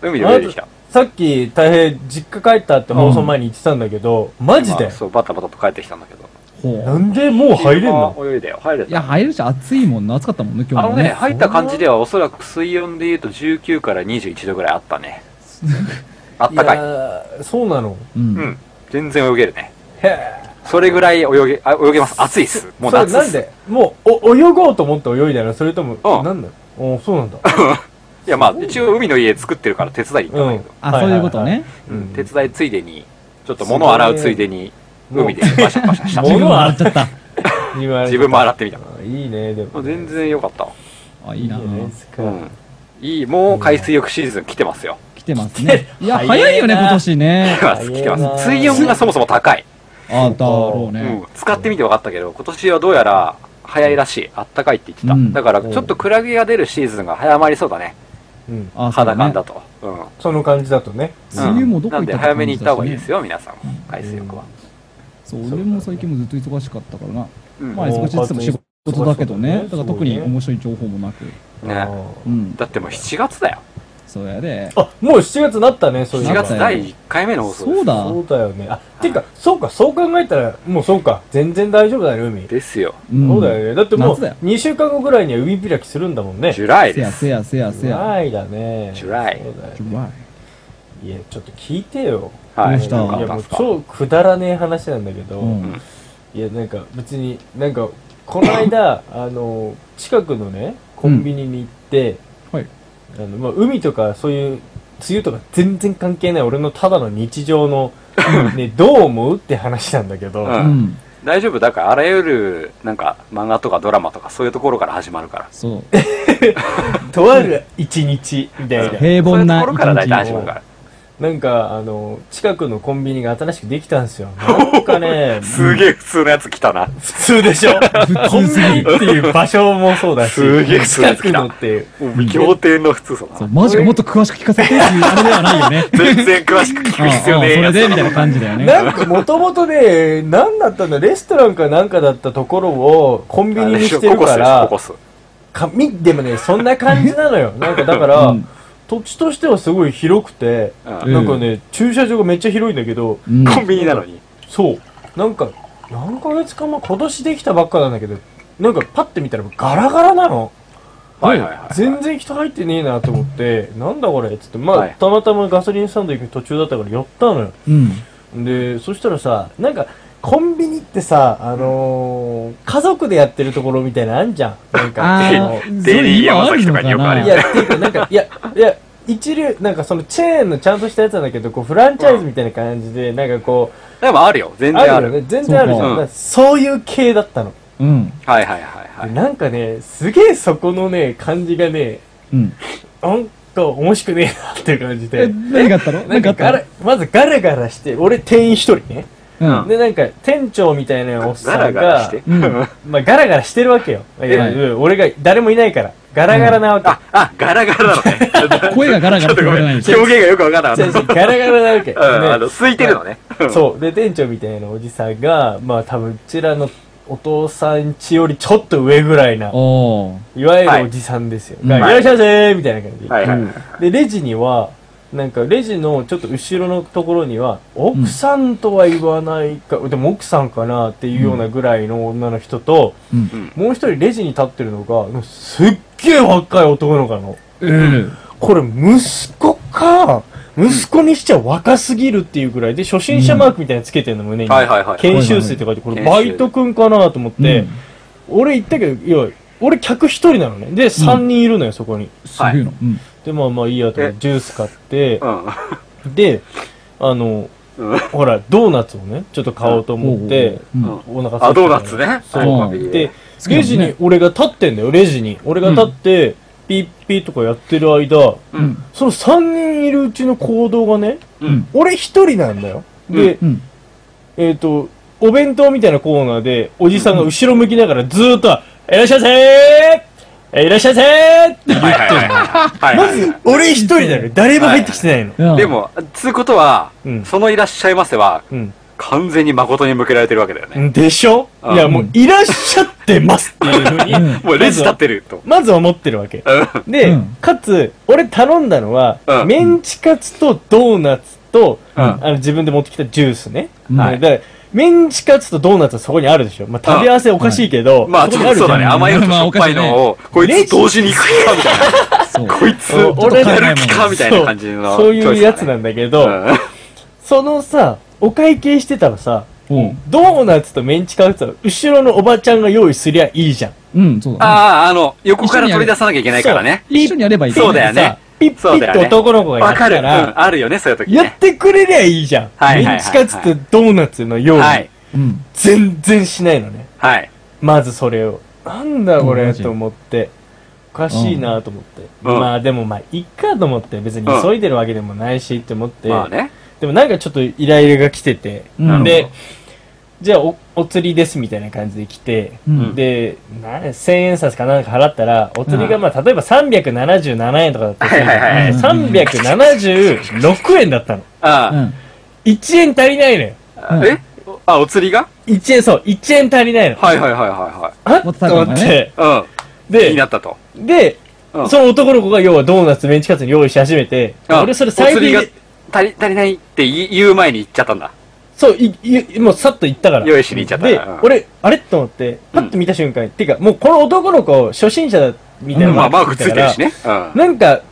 Speaker 3: 海で泳いできた。
Speaker 5: さっき、大変、実家帰ったって放送前に言ってたんだけど、マジで
Speaker 3: まあそう、バタバタと帰ってきたんだけど。
Speaker 5: な
Speaker 4: ほ
Speaker 5: んでもう入れんの
Speaker 3: あ泳いだよ、入れ
Speaker 4: う。いや、
Speaker 3: た。
Speaker 4: 入るし暑いもんな。暑かったもんね、今
Speaker 3: あ
Speaker 4: 日
Speaker 3: の
Speaker 4: も
Speaker 3: ね、
Speaker 4: ね。
Speaker 3: 入った感じではおそらく水温で言うと19から21度ぐらいあった
Speaker 5: <laughs>
Speaker 3: ね。あったかい。
Speaker 5: い。そうなの。
Speaker 4: う。
Speaker 3: うんん。全然泳げるね。
Speaker 5: へえ。
Speaker 3: それぐらい泳げ、あ泳げます。暑いっす。もう
Speaker 5: それ
Speaker 3: 夏っ
Speaker 5: なん
Speaker 3: す。
Speaker 5: でもう、お、泳ごうと思って泳いだのそれとも、
Speaker 3: うん
Speaker 5: なんだおそうなんだ。
Speaker 3: いや、まあ、一応海の家作ってるから手伝いに行ったんだけど。
Speaker 4: あ、そういうことね。
Speaker 5: うん。
Speaker 3: 手伝いついでに、ちょっと物を洗うついでに、海でバシャバシャ
Speaker 4: <laughs>
Speaker 3: した。
Speaker 5: も
Speaker 4: 自
Speaker 5: う
Speaker 4: 分も洗っちゃった。
Speaker 5: 自分
Speaker 3: 自分も洗ってみた。
Speaker 5: いいね、でも。
Speaker 3: 全然良かったわ。
Speaker 4: あ、い
Speaker 5: いい
Speaker 4: いな
Speaker 5: じゃ。ないですか。
Speaker 3: うん。いい、もう海水浴シーズン来てますよ。
Speaker 4: 来てますね。いや、
Speaker 5: 早いな
Speaker 4: <laughs> 早いよね、今年
Speaker 3: 来
Speaker 4: <laughs> ね
Speaker 3: て。ます、来て
Speaker 5: 早い
Speaker 3: ま
Speaker 5: な
Speaker 3: す。水温がそもそも高い。
Speaker 4: あ、だろう
Speaker 3: う
Speaker 4: ね
Speaker 3: ん。。使ってみて分かったけど、今年はどうやら、早いらしい。あったかいって言ってた。
Speaker 4: うん
Speaker 3: だから、ちょっとクラゲが出るシーズンが早まりそうだね。
Speaker 5: うん。
Speaker 4: あ、そう
Speaker 3: 肌感だ
Speaker 4: ね。
Speaker 3: と。うん。
Speaker 5: その感じだとね。
Speaker 4: 梅雨もどこ
Speaker 3: な
Speaker 4: 行
Speaker 3: ん
Speaker 4: っ
Speaker 3: で、
Speaker 4: たか
Speaker 3: 早めに行った方がいいです
Speaker 4: よ。
Speaker 3: よ、皆さんも。海水浴は。
Speaker 4: そう、俺も最近もずっと忙しかったからな。
Speaker 3: うん
Speaker 4: まあ、忙しいっつっても仕事だけどね。だから特に面白い情報もなく。
Speaker 3: ね
Speaker 5: あー
Speaker 4: うん。
Speaker 3: だってもう7月だよ。
Speaker 4: そうやで。
Speaker 5: あ、もう7月なったね、そういう
Speaker 3: 4
Speaker 5: の
Speaker 3: 月第1回目の放送です。
Speaker 4: そうだ。
Speaker 5: そうだよね。あ、てか、そうか、そう考えたら、もうそうか、全然大丈夫だよ、海。
Speaker 3: ですよ。
Speaker 4: ん
Speaker 5: そうだよね。だってもう、
Speaker 4: 夏だよ
Speaker 5: 2週間後ぐらいには海開きするんだもんね。
Speaker 3: ジュライ
Speaker 4: せ
Speaker 3: で
Speaker 4: や
Speaker 3: す。
Speaker 4: せやせやせや。
Speaker 5: ないだね。
Speaker 3: ジュライ
Speaker 5: そうだよ
Speaker 4: うまい
Speaker 5: いや、ちょっと聞いてよ。
Speaker 3: はい。
Speaker 4: どうした
Speaker 3: よか
Speaker 5: い
Speaker 3: っ
Speaker 5: や、
Speaker 3: た
Speaker 5: も
Speaker 3: ん
Speaker 5: う
Speaker 3: すか
Speaker 5: 超くだらねえ話なんだけど、
Speaker 4: うん
Speaker 5: いや、なんか別に、なんか、この間、
Speaker 3: <laughs>
Speaker 5: あの、近くのね、コンビニに行って、
Speaker 4: はい。
Speaker 5: あの、まあ、海とかそういう、梅雨とか全然関係ない俺のただの日常の、ね、どう思うって話なんだけど、
Speaker 3: うん
Speaker 4: うん。
Speaker 3: 大丈夫。だから、あらゆる、なんか、漫画とかドラマとか、そういうところから始まるから。
Speaker 4: そう。
Speaker 5: とある一日みたいな。
Speaker 4: 平凡な
Speaker 3: そういうところから大体
Speaker 4: 一
Speaker 3: 始
Speaker 4: 日
Speaker 3: ま
Speaker 4: を
Speaker 3: るから。、
Speaker 5: なんか、あの、近くのコンビニが新しくできたんですよ。なんかね
Speaker 3: すげえ普通のやつ来たな。
Speaker 5: 普通でしょ
Speaker 4: 普
Speaker 5: <laughs> コンビ
Speaker 4: 通す
Speaker 5: ニ
Speaker 4: ぎ
Speaker 5: っ
Speaker 4: る。
Speaker 5: ていう場所もそうだし、
Speaker 3: すげえ普通
Speaker 5: 近
Speaker 3: のやつ
Speaker 5: く
Speaker 3: 来た
Speaker 5: のっていう。
Speaker 3: もう、仰天の普通さ。
Speaker 4: そう、マジかもっと詳しく聞かせてっていうあれではないよね
Speaker 3: 全然詳しく聞く必要ねえ
Speaker 4: <laughs> うんうんそれ
Speaker 3: やつ
Speaker 4: でみたいな感じだよね。
Speaker 5: なんか、もともとね、何だったんだ、レストランかなんかだったところをコンビニにしてるか
Speaker 3: あれ
Speaker 5: ら
Speaker 3: ココ、スですコ
Speaker 5: か
Speaker 3: コ
Speaker 5: みでもね、そんな感じな
Speaker 3: <laughs>
Speaker 5: のよ。なんかだから、
Speaker 4: うん
Speaker 5: 土地としてはすごい広くて、
Speaker 3: ス。
Speaker 4: う
Speaker 5: なんかね、駐車場がめっちゃ広いんだけど、
Speaker 4: うん
Speaker 3: コンビニなのに。
Speaker 5: そう。なんか、何ヶ月か前、今年できたばっかなんだけど、なんかパッて見たらガラガラなの。
Speaker 3: はいはいはい。
Speaker 5: 全然人入ってねえなと思って、なんだこれっつって、まあ、
Speaker 3: はい
Speaker 5: たまたまガソリンスタンド行く途中だったから寄ったのよ。
Speaker 4: うん。
Speaker 5: で、そしたらさ、なんか、コンビニってさ、あのー、家族でやってるところみたいなのあんじゃん。なんか、
Speaker 4: あ
Speaker 5: あの
Speaker 4: ー
Speaker 3: デリー
Speaker 4: そ
Speaker 3: 山
Speaker 4: れ今
Speaker 3: 崎とかによくある
Speaker 5: い
Speaker 3: よ
Speaker 5: や、っていうか、なんか、いや、いや、一流、なんかそのチェーンのちゃんとしたやつなんだけど、こう、フランチャイズみたいな感じで、なんかこう、
Speaker 3: でもあるよ。全然
Speaker 5: あ
Speaker 3: あ
Speaker 5: るよ
Speaker 3: る。
Speaker 5: ね。全然あるじゃん。
Speaker 4: そう
Speaker 5: だ
Speaker 3: か
Speaker 5: からそういう系だったの。
Speaker 4: うん。
Speaker 3: はいはいはいはい。
Speaker 5: なんかね、すげえそこのね、感じがね、
Speaker 4: うん。
Speaker 5: なんか面白くねえなっていう感じ
Speaker 4: え、
Speaker 5: で。
Speaker 4: 何があったの
Speaker 5: な
Speaker 4: 何
Speaker 5: ん
Speaker 4: かあ
Speaker 5: かガ
Speaker 4: ったの
Speaker 5: ラ、まずガラガラして、俺店員一人ね。
Speaker 4: うん。
Speaker 5: で、なんか店長みたいなおっ
Speaker 3: ガ
Speaker 5: さ
Speaker 3: ラ
Speaker 5: ん
Speaker 3: ガラし
Speaker 5: が
Speaker 3: て、。
Speaker 4: うん。
Speaker 5: まあガラガラしてるわけよ。いや
Speaker 4: はい
Speaker 5: 俺が誰もいないから。ガラガラなわけ。
Speaker 3: あ、あ、ガラガラなのね。
Speaker 5: <laughs>
Speaker 4: 声がガラガラって言われないで
Speaker 3: 表現
Speaker 4: しょ。
Speaker 3: がよくわからな
Speaker 5: 違
Speaker 3: か
Speaker 5: う
Speaker 3: っ
Speaker 5: 違
Speaker 3: た。
Speaker 5: うガラガラなわけ。
Speaker 3: うん、あ
Speaker 5: ね
Speaker 3: の、空いてるのね。
Speaker 5: そう。で、店長みたいなおじさんが、まあ多分うちらのお父さんちよりちょっと上ぐらいな、
Speaker 4: おー。
Speaker 5: いわゆるおじさんですよ。
Speaker 4: い
Speaker 5: がい
Speaker 4: はい
Speaker 5: らっしゃいませーみたいな感じ。
Speaker 3: はいは
Speaker 5: で、
Speaker 3: い。
Speaker 5: レジには、なんかレジのちょっと後ろのところには、奥さんとは言わないか、でも奥さんかなっていうようなぐらいの女の人と、
Speaker 4: うん。
Speaker 5: もう一人レジに立ってるのが、すっげえ若い男の子なの。
Speaker 4: うん。
Speaker 5: これ息子か、息子にしちゃ若すぎるっていうぐらいで、初心者マークみたいなのつけてるの胸に。
Speaker 3: はいはいはい。
Speaker 5: 研修生って書いて、これバイトくんかなと思って、
Speaker 4: うん
Speaker 5: 俺行ったけど、いや、俺客一人なのね。で、三人いるのよ、そこに。
Speaker 4: すごいの。うん。
Speaker 5: で、まあまあいいやと思って、ジュース買って
Speaker 3: う、ん。
Speaker 5: で、あの、
Speaker 3: うん
Speaker 5: ほら、ドーナツをね、ちょっと買おうと思って、
Speaker 4: うん。
Speaker 5: お腹空いてたから
Speaker 3: あ、ドーナツね。
Speaker 5: そう
Speaker 3: はい
Speaker 5: で、
Speaker 4: 好きだもんね
Speaker 5: レジに、俺が立ってんだよ、レジに。俺が立って、ピッピッとかやってる間、
Speaker 4: うん。
Speaker 5: その3人いるうちの行動がね、
Speaker 3: うん
Speaker 5: 俺一人なんだよ。で、
Speaker 4: うん。
Speaker 5: えっ、と、お弁当みたいなコーナーで、おじさんが後ろ向きながらずーっと、いらっしゃいませーいらっしゃいませ
Speaker 4: <laughs>
Speaker 5: ーって、
Speaker 3: はいはいはい。
Speaker 5: ま
Speaker 3: はい
Speaker 5: ず、俺一人だよ。誰も入ってきてないの。
Speaker 4: うん
Speaker 3: で、も、つうことは
Speaker 5: う、ん
Speaker 3: そのいらっしゃいませは、
Speaker 5: うん。
Speaker 3: 完全に誠に向けられてるわけだよね。
Speaker 5: でしょ
Speaker 3: あ
Speaker 5: いや、
Speaker 3: うん
Speaker 5: もう、いらっしゃって
Speaker 3: <laughs>
Speaker 5: ますっていうふうに、
Speaker 4: うん
Speaker 3: もうレジ立ってると。
Speaker 5: まずは思ってるわけ。
Speaker 3: うん
Speaker 5: で、
Speaker 4: うん
Speaker 5: かつ、俺頼んだのは、
Speaker 3: うん
Speaker 5: メンチカツとドーナツと、
Speaker 3: うん
Speaker 5: あの自分で持ってきたジュースね。
Speaker 4: うん
Speaker 5: はいだからメンチカツとドーナツはそこにあるでしょ。まあ、食べ合わせおかしいけど、
Speaker 3: まあ、ち
Speaker 5: そ
Speaker 3: ょ
Speaker 5: こに
Speaker 3: っ
Speaker 5: ある
Speaker 3: と
Speaker 5: じ
Speaker 3: そ
Speaker 5: ゃ
Speaker 3: うだね。
Speaker 5: ん。
Speaker 3: 甘いのとしょっぱいのを、こいつ同時に行く気かみたい
Speaker 4: そう。
Speaker 3: な。こいつ
Speaker 5: うん
Speaker 3: 同時に行く気かみたいな感じの。
Speaker 5: そういうやつなんんだけど、そのさ、お会計してたらさ、
Speaker 4: うん。
Speaker 5: ドーナツとメンチカツは後ろのおばちゃんが用意すりゃいいじゃん。
Speaker 4: うん、そうだね。
Speaker 3: ああ、あの、横から取り出さなきゃいけないからね。
Speaker 4: 一緒にやればいい
Speaker 3: そうだよね
Speaker 5: さピッピ
Speaker 3: そう
Speaker 5: ッ
Speaker 3: だよ
Speaker 5: と
Speaker 3: ね
Speaker 5: 男の子がや
Speaker 3: わ
Speaker 5: っ
Speaker 3: か
Speaker 5: た
Speaker 3: る。う
Speaker 5: ら、
Speaker 3: ん、あるよね、そういう時
Speaker 5: やっ
Speaker 3: ね。
Speaker 5: てくれりゃいいじゃん。
Speaker 3: はいはいはいはい
Speaker 5: メンチカツとドーナツの用意、
Speaker 3: はい。
Speaker 4: うん。
Speaker 5: 全然しないのね。
Speaker 3: はい。
Speaker 5: まずそれを。なんだこ
Speaker 4: うんマ
Speaker 5: れ
Speaker 4: ジ
Speaker 5: と思って。おかしいなと思って。
Speaker 3: うん
Speaker 5: まあでもまあ、いっかと思って。別に
Speaker 3: うん
Speaker 5: 急いでるわけでもないしって思って。
Speaker 3: まあね。
Speaker 5: でもなんかちょっとイライラが来てて。
Speaker 4: なるほど
Speaker 5: で、じゃあお、お釣りですみたいな感じで来て。
Speaker 4: うん
Speaker 5: で、な1000円札かなんか払ったら、お釣りがまあ、例えば377円とかだったとす
Speaker 3: は
Speaker 5: る
Speaker 3: い
Speaker 5: じ
Speaker 3: はい
Speaker 5: ゃん
Speaker 3: はい。
Speaker 5: 376円だったの。
Speaker 3: あ
Speaker 4: う
Speaker 3: あ
Speaker 4: ん。
Speaker 5: 1円足りないのよ。
Speaker 4: うん
Speaker 3: えあ、お釣りが
Speaker 5: 1円、そう、1円足りないの。
Speaker 3: はいはいはいは
Speaker 5: あっ
Speaker 4: もっ
Speaker 5: と
Speaker 4: と高いの
Speaker 5: 思
Speaker 4: が
Speaker 5: って。
Speaker 4: ね
Speaker 3: いはい。うん。気
Speaker 5: で
Speaker 3: にな、ったと。
Speaker 5: で、
Speaker 3: うん
Speaker 5: その男の子が要はドーナツメンチカツに用意し始めて、
Speaker 3: あ
Speaker 5: 俺それ最
Speaker 3: お釣り
Speaker 5: 近
Speaker 3: が、足り足りないって言い言う前に行っちゃったんだ。
Speaker 5: そう、い、い、もうさっと行ったから。
Speaker 3: 用意しに行っちゃった
Speaker 5: で
Speaker 3: うん、
Speaker 5: 俺、あれと思って、パッと見た瞬間、てか、もうこの男の子、初心者だ、みたいな。
Speaker 3: まあ、マークついてるし。ね。うん。
Speaker 5: なんか、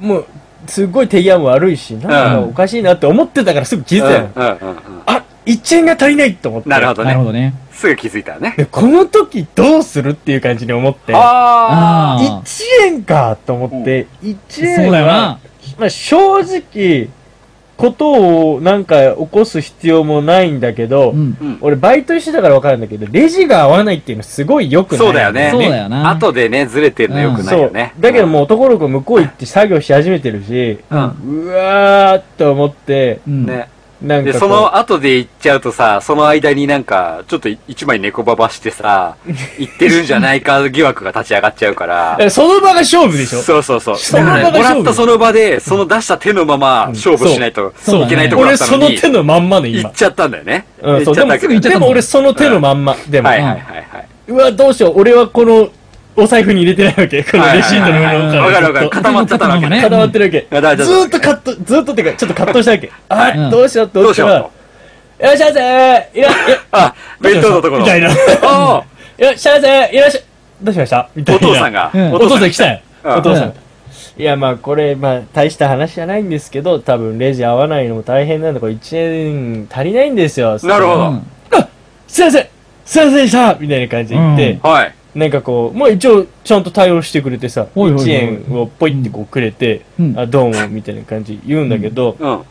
Speaker 5: もう、すっごい手際も悪いし、なんか
Speaker 3: うん
Speaker 5: おかしいなって思ってたからすぐ気づいたよ。
Speaker 3: うんうんうんうん
Speaker 5: あ、1円が足りないと思って。
Speaker 3: なるほど
Speaker 4: なる
Speaker 3: ね。
Speaker 4: ほどね。
Speaker 3: すぐ気づいたね。
Speaker 5: で、この時どうするっていう感じに思って、1
Speaker 3: あ
Speaker 4: ああ。
Speaker 5: 円かと思って、1円は
Speaker 4: そうだよな。
Speaker 5: まあ、正直、ことをなんか起こす必要もないんだけど、
Speaker 4: うん。
Speaker 3: うん
Speaker 5: 俺バイトしてたから分かるんだけど、レジが合わないっていうのすごい良くない。
Speaker 3: そうだよね。
Speaker 4: そうだよな
Speaker 3: 後でね、ずれてるのよく
Speaker 5: そう。
Speaker 3: ないよね。
Speaker 5: だけどもう男の子向こう行って作業し始めてるし、
Speaker 3: うん。
Speaker 5: うわーっと思って、
Speaker 4: うん。
Speaker 3: ね。
Speaker 5: なんか
Speaker 3: で、
Speaker 5: こう
Speaker 3: その後で行っちゃうとさ、その間になんか、ちょっと一枚猫ばばし
Speaker 5: <laughs>
Speaker 3: てさ、行ってるんじゃないか疑惑が立ち上がっちゃうから。
Speaker 5: えその場が勝負でしょ
Speaker 3: そうそうそう。
Speaker 5: その場が
Speaker 3: だからねもら
Speaker 5: 勝負
Speaker 3: ったその場で、その出した手のまま
Speaker 5: ん
Speaker 3: 勝負しないと
Speaker 4: そう
Speaker 3: いけないところだ
Speaker 5: 俺
Speaker 3: った
Speaker 5: そ
Speaker 3: の
Speaker 5: の
Speaker 3: に、
Speaker 5: 手のまんまね、
Speaker 3: 行
Speaker 5: 今
Speaker 3: っ。ちゃったんだよね。
Speaker 5: うん、そう、でも
Speaker 3: 行っちゃったけど
Speaker 5: すぐ行っちゃったもんでも俺その手のまんま。でも、
Speaker 3: はいはいはいはい。
Speaker 5: うわ、どうしよう、俺はこの、お財布に入れてないわけ。このレシートの裏の方
Speaker 3: わか
Speaker 5: ず
Speaker 3: るわか
Speaker 5: っ
Speaker 3: る。
Speaker 5: と
Speaker 3: 固まっちゃったわけね。
Speaker 5: 固まってるわけ。
Speaker 3: やだから
Speaker 5: ずーっとカット、ずーっとっていうか、ちょっと葛藤したわけ。あ
Speaker 4: う
Speaker 5: ー、
Speaker 4: ん
Speaker 5: どうしようって
Speaker 3: ど
Speaker 5: 思
Speaker 3: う
Speaker 5: っ
Speaker 3: したよ
Speaker 5: ら、
Speaker 3: う
Speaker 5: いらっしゃいませーいら、い
Speaker 3: と。あ、弁当のところ。
Speaker 5: みたいな。い
Speaker 3: おー
Speaker 5: らっしゃいませーいらっしゃい、どうしましたみたい
Speaker 3: お
Speaker 5: な。
Speaker 3: 父さんが
Speaker 4: う。ん
Speaker 5: お父さん来たよ。
Speaker 3: うん
Speaker 5: お父さん。いや、まあ、これ、まあ、大した話じゃないんですけど、多分、レジ合わないのも大変なんで、これ1円足りないんですよ。
Speaker 3: なるほ
Speaker 4: う
Speaker 3: ど
Speaker 4: ん。
Speaker 5: すいませんすいませんでしたみたいな感じで言って、
Speaker 4: うん
Speaker 3: はい。
Speaker 5: なんかこう、まあ一応ちゃんと対応してくれてさ、
Speaker 4: おいおいおい
Speaker 5: 1円をポイってこうくれて、
Speaker 4: うん
Speaker 5: あ、どうも、みたいな感じ言うんだけど、
Speaker 3: うん。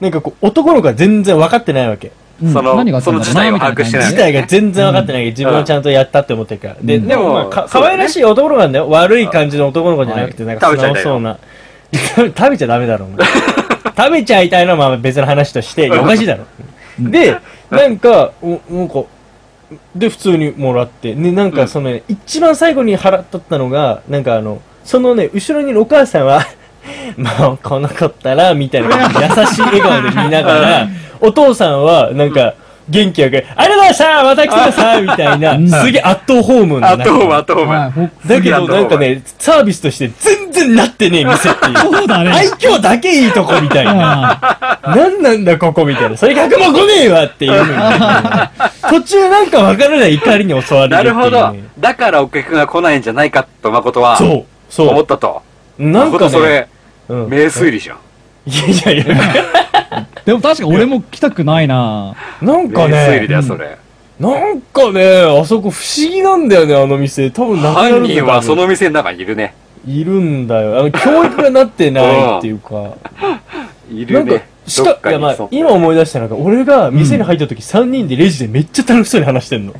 Speaker 5: なんかこう、男の子は全然分かってないわけ。
Speaker 4: うん
Speaker 3: その
Speaker 4: 何があったんだろう
Speaker 3: その事態を
Speaker 4: みたいな
Speaker 3: 把握してない
Speaker 4: 感
Speaker 5: 自
Speaker 4: じ
Speaker 5: 体が全然分かってないけど、自分はちゃんとやったって思ってるから。で、
Speaker 4: うん
Speaker 5: でも、まあ、か可愛らしい男の子なんだよ。悪い感じの男の子じゃなくて、なんか素直そうな。 <laughs> 食べちゃダメだろ、お前食べちゃいたいのはまあ別の話として、いやおかしいだろ。で、なんか、おなんか、で、普通にもらって、ね、なんかその、ね一番最後に払っとったのが、なんかあの、そのね、後ろにいるお母さんは、 <laughs> まあ、この子ったら、みたいな感じで優しい笑顔で見なが
Speaker 4: <laughs>
Speaker 5: ら、お父さんは、なんか、元気よく、ありがとうございましたまた来てくだ
Speaker 4: <laughs>
Speaker 5: さいみたい
Speaker 4: うん
Speaker 5: な、すげえアットホーム
Speaker 3: ア
Speaker 5: な。
Speaker 3: ットホーム、アットホ
Speaker 4: は
Speaker 3: ー
Speaker 4: い
Speaker 3: ム。
Speaker 4: ほ
Speaker 5: だけどなんかね、サービスとして全然なってねえ店
Speaker 4: <laughs>
Speaker 5: っていう。
Speaker 4: そうだね
Speaker 5: 愛嬌だけいいとこみたいな。なんなんだここみたいな。それ100も来ねえわっていう
Speaker 3: <laughs>
Speaker 5: 風に。途中なんかわからない怒りに襲われる
Speaker 3: な
Speaker 5: っていう、
Speaker 3: る
Speaker 5: ね。
Speaker 3: ほど。だからお客が来ないんじゃないかと、誠は、
Speaker 5: そう。
Speaker 3: 思っ
Speaker 5: そ
Speaker 3: たと。
Speaker 5: う。なんか、
Speaker 3: 誠
Speaker 5: ね、
Speaker 3: それ、
Speaker 5: うん、
Speaker 3: 名推理じゃん。
Speaker 5: いやいやい
Speaker 3: <laughs>
Speaker 5: や。
Speaker 4: でも確か俺も来たくないな
Speaker 5: なん
Speaker 3: 名
Speaker 5: か
Speaker 3: 推理
Speaker 5: ね、
Speaker 3: だよ、それ。
Speaker 5: なんかね、あそこ不思議なんだよね、あの店。多分なくなる
Speaker 3: 犯
Speaker 5: んだよ
Speaker 3: 人はその店の中にいるね。
Speaker 5: いるんだよ。あの、教育がなってないっていう
Speaker 3: <laughs>
Speaker 5: か。
Speaker 3: い
Speaker 5: な
Speaker 3: る
Speaker 5: んか
Speaker 3: ね、。
Speaker 5: し
Speaker 3: どっ
Speaker 5: か、い
Speaker 3: か
Speaker 5: やま
Speaker 3: に
Speaker 5: あ、今思い出したのが、俺が店に入った時3人でレジでめっちゃ楽しそうに話してんの。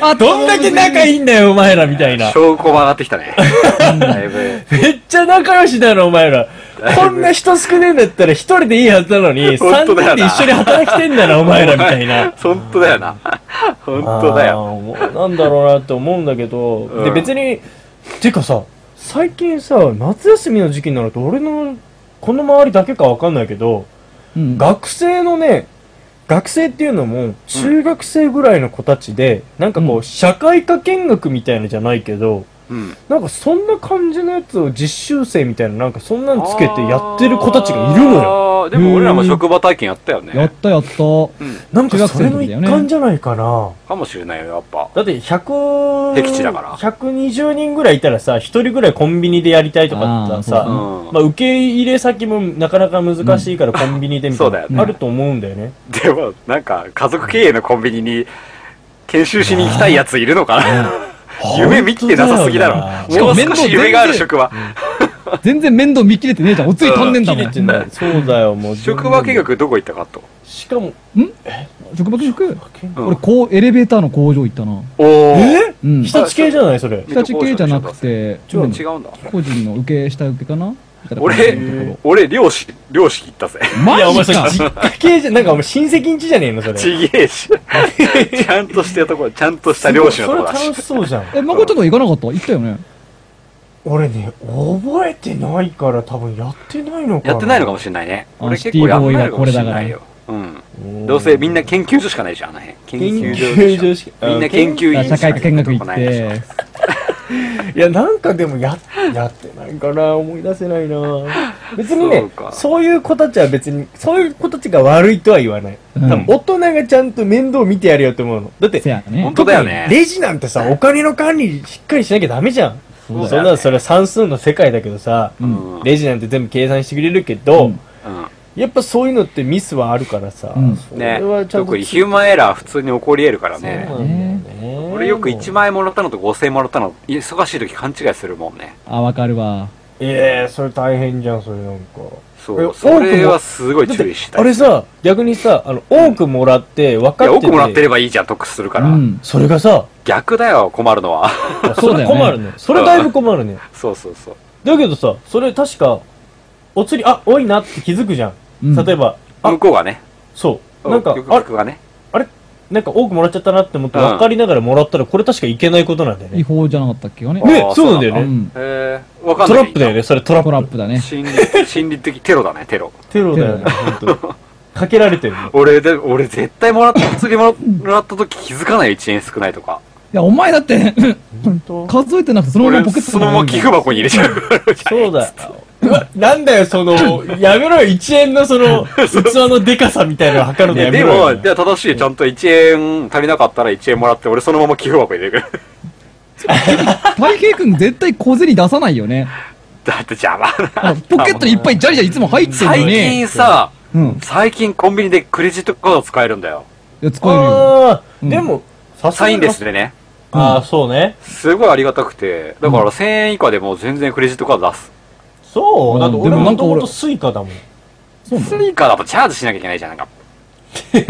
Speaker 4: あ
Speaker 5: どんだけ仲いいんだよ、お前ら、みたいな。
Speaker 3: 証拠も上がってきたね。だいぶ。
Speaker 5: <laughs> めっちゃ仲良しだろ、お前ら。こんな人少ねえんだったら一人でいいはずなのに、
Speaker 3: <laughs> 本
Speaker 5: 3
Speaker 3: 当
Speaker 5: 人
Speaker 3: だよな
Speaker 5: で一緒に働きてんだ
Speaker 3: <laughs>
Speaker 5: な、お前ら、みたいな。
Speaker 3: 本当だよな。本当だよ。
Speaker 5: よ。なんだろうなって思うんだけど、
Speaker 3: うん
Speaker 5: で、別に、てかさ、最近さ、夏休みの時期になると、俺の、この周りだけかわかんないけど、
Speaker 4: うん
Speaker 5: 学生のね、学生っていうのも、中学生ぐらいの子たちで、なんかこ
Speaker 4: う
Speaker 5: う、社会科見学みたいなじゃないけど、
Speaker 3: うん。
Speaker 5: なんかそんな感じのやつを実習生みたいな、なんかそんなのつけてやってる子たちがいるのよ。
Speaker 3: よ。でも俺らも職場体験やったよ
Speaker 4: やっ
Speaker 3: ね。
Speaker 4: たやった
Speaker 5: なんかそれの
Speaker 4: 中学生の時
Speaker 5: 一
Speaker 4: だよね
Speaker 5: 環じゃないかな。
Speaker 3: かもしれないよ、やっぱ。
Speaker 5: だって100、
Speaker 3: 僻地だから
Speaker 5: 120人ぐらいいたらさ、1人ぐらいコンビニでやりたいとかってさ、
Speaker 4: あー
Speaker 3: うん
Speaker 5: まあ受け入れ先もなかなか難しいからコンビニでみたい
Speaker 3: そうだ
Speaker 5: な、
Speaker 3: よね
Speaker 5: あると思うんだよね。
Speaker 3: でも、なんか、家族経営のコンビニに、研修しに行きたいやついるのかな夢見てなさすぎだろ
Speaker 5: 本。
Speaker 4: 当だよ
Speaker 3: も
Speaker 4: な
Speaker 3: う少し夢がある職場。
Speaker 4: 全然面倒見切れてねえじゃんおつり飛んでんだも
Speaker 5: 切れて
Speaker 4: ん
Speaker 5: ないそうだよ、もう。
Speaker 3: 職場見学どこ行ったかと。
Speaker 5: しかも、
Speaker 4: 職場見学
Speaker 3: うん
Speaker 4: 俺こうエレベーターの工場行ったな
Speaker 3: おー
Speaker 5: え
Speaker 4: うん
Speaker 5: 日立系じゃないそれ。
Speaker 4: 日立系じゃなくて
Speaker 3: 違う
Speaker 4: うん
Speaker 3: 違うんだ。
Speaker 4: 個人の受け下請けかな
Speaker 3: 俺、俺、漁師、漁師行ったぜ。
Speaker 5: いや、お
Speaker 4: マ
Speaker 5: 前そ
Speaker 4: ジ
Speaker 5: れ
Speaker 4: か
Speaker 5: 実家系じゃ、なんかお前親戚ん家じゃねえのそれ。
Speaker 3: ちげえし。ちゃんとしたところ、ちゃんとした漁師のところ
Speaker 5: そ
Speaker 3: だ
Speaker 5: れ
Speaker 3: し。
Speaker 5: 楽しそうじゃん。
Speaker 4: え、誠とか行かなかった行ったよね
Speaker 5: 俺ね、覚えてないから多分やってないのかな。
Speaker 3: やってないのかもしれないね。
Speaker 4: あ
Speaker 3: 俺結構やってないのかもしれないよ。うん。どうせみんな
Speaker 5: 研
Speaker 3: 研究所しかないじゃん、あの辺。研
Speaker 5: 究
Speaker 3: 究所でしょ。
Speaker 5: 所しか。
Speaker 3: みんな研究員
Speaker 4: 社会科見学行っ。て、
Speaker 5: いや、なんかでもや、やってないかな、思い出せない
Speaker 3: <laughs>
Speaker 5: な。別にね
Speaker 3: そう
Speaker 5: そ
Speaker 3: か
Speaker 5: う、いう子たちは別に、そういう子たちが悪いとは言わない。多
Speaker 4: うん
Speaker 5: 分大人がちゃんと面倒見てやるよって思うの。だって
Speaker 4: せ、やね
Speaker 3: 本。当だよね
Speaker 5: 特にレジなんてさ、お金の管理しっかりしなきゃダメじゃん。そ
Speaker 3: そうだよね
Speaker 5: んなのそれは算数の世界だけどさ、
Speaker 4: うん。
Speaker 3: うん
Speaker 5: レジなんて全部計算してくれるけど、
Speaker 4: うん
Speaker 3: うん
Speaker 5: やっぱそういうのってミスはあるからさ、
Speaker 4: うん
Speaker 5: そ
Speaker 3: ね
Speaker 5: れはちゃんと
Speaker 3: 特にヒューマンエラー普通に起こり得るからね
Speaker 5: そうなんだよね
Speaker 3: 俺よく1万円もらったのと5000円もらったの忙しい時勘違いするもんね
Speaker 4: あ、わかるわ。
Speaker 5: ええそれ大変じゃんそれなんか
Speaker 3: そう
Speaker 5: え
Speaker 3: それは
Speaker 5: 多くも
Speaker 3: すごい注意した
Speaker 5: あ
Speaker 3: い
Speaker 5: れさ逆にさあの多くもらって分
Speaker 3: い
Speaker 5: か
Speaker 3: や
Speaker 5: って
Speaker 3: 多くもらってれ
Speaker 5: ば
Speaker 3: ばいいじゃん得するか
Speaker 4: う
Speaker 3: ら、
Speaker 4: ん。
Speaker 5: それが
Speaker 3: <laughs>
Speaker 5: さ
Speaker 3: 逆だよ困るの
Speaker 5: <laughs>
Speaker 3: は
Speaker 4: そうだよね
Speaker 5: 困るねそれだいぶ困るね
Speaker 3: そうそうそう
Speaker 5: だけどさそれ確かお釣りあ多いなって気づくじゃん、
Speaker 4: うん
Speaker 5: 例えばあ
Speaker 3: 向こうがね
Speaker 5: そうなんか
Speaker 3: 曲
Speaker 5: あれ
Speaker 3: がね
Speaker 5: なんか多くもらっちゃったなって思って分かりながらもらったらこれ確かいけないことなんだよ
Speaker 4: 違
Speaker 5: ね
Speaker 4: 法じゃなかったっけよね。
Speaker 3: ん
Speaker 5: ね
Speaker 3: あー
Speaker 5: そうなんだよ
Speaker 4: う
Speaker 5: ね、
Speaker 4: ん。
Speaker 3: えー、わかん
Speaker 5: ト
Speaker 3: ない
Speaker 5: ラップだよねそれトラッ
Speaker 4: ト
Speaker 5: プ
Speaker 4: ラップだね。
Speaker 3: 心理 <laughs> 心理的テロだねテロ
Speaker 5: テロだよね本当に <laughs> かけられてるね
Speaker 3: <laughs> 俺で俺絶対もらった次もらった時気づかないよ1円少ないとか
Speaker 4: いや、お前だって、
Speaker 5: 本当
Speaker 4: <laughs> 数えてなくてそのまま
Speaker 3: 俺
Speaker 4: ポケット
Speaker 3: そのまま寄付箱に入れちゃう
Speaker 5: そうだ。なんだよ、そ
Speaker 3: <laughs>
Speaker 5: の、やめろよ、1円のその、器のデカさみ <laughs> たいなの測るのやめ
Speaker 3: で
Speaker 5: ろ
Speaker 3: も
Speaker 5: よ。
Speaker 3: いや正しいちゃんと1円足りなかったら1円もらって俺そのまま寄付箱に入れる
Speaker 4: たい平くん絶対小銭出さないよね。
Speaker 3: だって邪魔
Speaker 4: あポケットにいっぱいジャリジャリいつも入ってるの
Speaker 3: 最
Speaker 4: に。
Speaker 3: 近さ
Speaker 4: うん。い
Speaker 3: 最近コンビニでクレジットカード使えるんだよ
Speaker 4: や、使えるよ。
Speaker 5: ああ、
Speaker 4: うん
Speaker 5: でも、さ
Speaker 3: サインレス
Speaker 5: ね。
Speaker 3: でね
Speaker 5: ああ、そうね。
Speaker 3: すごいありがたくてだから1000円以下でもう全然クレジットカード出す
Speaker 5: そう。だって
Speaker 4: で
Speaker 5: 俺
Speaker 4: もな
Speaker 5: も
Speaker 4: んか
Speaker 5: と
Speaker 4: 俺
Speaker 5: もとスイカだもん。
Speaker 4: そうなん
Speaker 3: スイカだとチャージしなきゃいけないじゃんなんか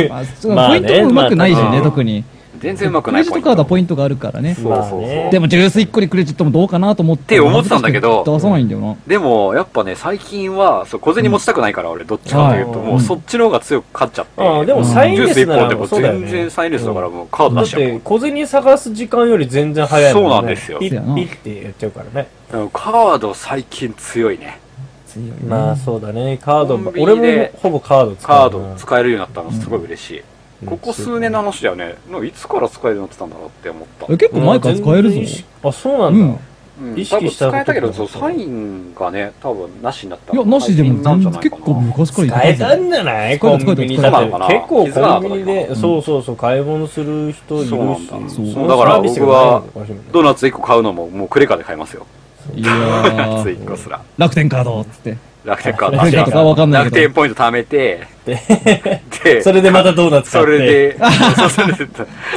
Speaker 4: だ。まあ、そう
Speaker 5: まあ
Speaker 4: ポイ
Speaker 5: ね
Speaker 4: ントもうまくないし
Speaker 3: まあ
Speaker 4: ね、
Speaker 3: うん
Speaker 4: 特に。
Speaker 3: 全然うまく
Speaker 4: ク
Speaker 3: な
Speaker 4: レ
Speaker 3: い
Speaker 4: ジットカードはポ
Speaker 3: イン
Speaker 4: イントがあるからね。
Speaker 3: そうそうそう
Speaker 5: まあね
Speaker 4: でもジュース1個にクレジットもどうかなと思って。
Speaker 3: って思ってたんだけど
Speaker 4: 出さないんだよな。
Speaker 3: トでもやっぱね最近はそう小銭持ちたくないから俺どっちかというと
Speaker 5: うん
Speaker 3: もうそっちの方が強く勝っちゃって
Speaker 5: ああ、でも
Speaker 3: ジ
Speaker 5: サイン
Speaker 3: ュー
Speaker 5: レ
Speaker 3: ス
Speaker 5: ス
Speaker 3: 一
Speaker 5: な
Speaker 3: 本
Speaker 5: ら
Speaker 3: でも
Speaker 5: そうだよ
Speaker 3: 全
Speaker 5: ね。
Speaker 3: 然サインレスだから
Speaker 5: うん
Speaker 3: もうカード
Speaker 5: だ
Speaker 3: 出
Speaker 5: っ
Speaker 3: しちゃう
Speaker 5: て、小銭探す時間より全然早いもんね。
Speaker 3: そうなんですよ
Speaker 5: ピ
Speaker 4: そうやな
Speaker 5: ッピッってやっちゃうからね。
Speaker 3: もんカード最近強いね
Speaker 4: 強いね
Speaker 5: まあ、そうだね。カード
Speaker 3: コ
Speaker 5: ば
Speaker 3: ン、ビニで
Speaker 5: 俺もほぼカード使う
Speaker 3: カー
Speaker 5: な。
Speaker 3: ド使えるようになったのすごい嬉しい、ここ数年の話だよねなんかいつから使えるようになってたんだろうって思った、
Speaker 4: え結構前から使えるぞ。
Speaker 5: ぞ。あ、そうな
Speaker 4: うんん
Speaker 5: だ。。
Speaker 3: うん
Speaker 5: 意識した
Speaker 3: 多分使えたけど
Speaker 5: こと
Speaker 3: そう
Speaker 5: だ
Speaker 3: サインがね多分なしになった
Speaker 4: いや、なしで
Speaker 3: 最近
Speaker 4: も
Speaker 3: な
Speaker 4: 全
Speaker 3: ん
Speaker 4: 然
Speaker 3: じゃ
Speaker 4: 結
Speaker 3: ないか
Speaker 4: 構
Speaker 3: な
Speaker 4: 昔からい
Speaker 5: 使えたんじゃない
Speaker 4: 使
Speaker 5: コ
Speaker 4: え
Speaker 5: ン
Speaker 4: た
Speaker 5: ビニ
Speaker 3: 使
Speaker 5: だ
Speaker 3: えた
Speaker 5: って
Speaker 3: 使えた
Speaker 5: 結構コンビニ
Speaker 3: う
Speaker 5: で
Speaker 3: ん
Speaker 5: そうそうそう買い物する人いるし
Speaker 3: そうなんだ
Speaker 4: そう
Speaker 5: の
Speaker 3: だか
Speaker 5: サ
Speaker 3: ら僕は
Speaker 5: ービスがないのか
Speaker 3: ドーナツ1個買うのももうクレカで買いますよ
Speaker 4: いや
Speaker 3: ドーナツ <laughs>
Speaker 4: ー、
Speaker 3: 1個すら
Speaker 4: 楽天カードっつって。
Speaker 3: 楽天カード
Speaker 4: 楽天カードかわかんないけ
Speaker 3: 楽
Speaker 4: ど
Speaker 3: 天ポイント貯めて
Speaker 5: も
Speaker 3: で
Speaker 5: しそれでまたドーナツ買
Speaker 3: そ
Speaker 5: って
Speaker 3: れで
Speaker 4: <laughs>
Speaker 3: そうそれで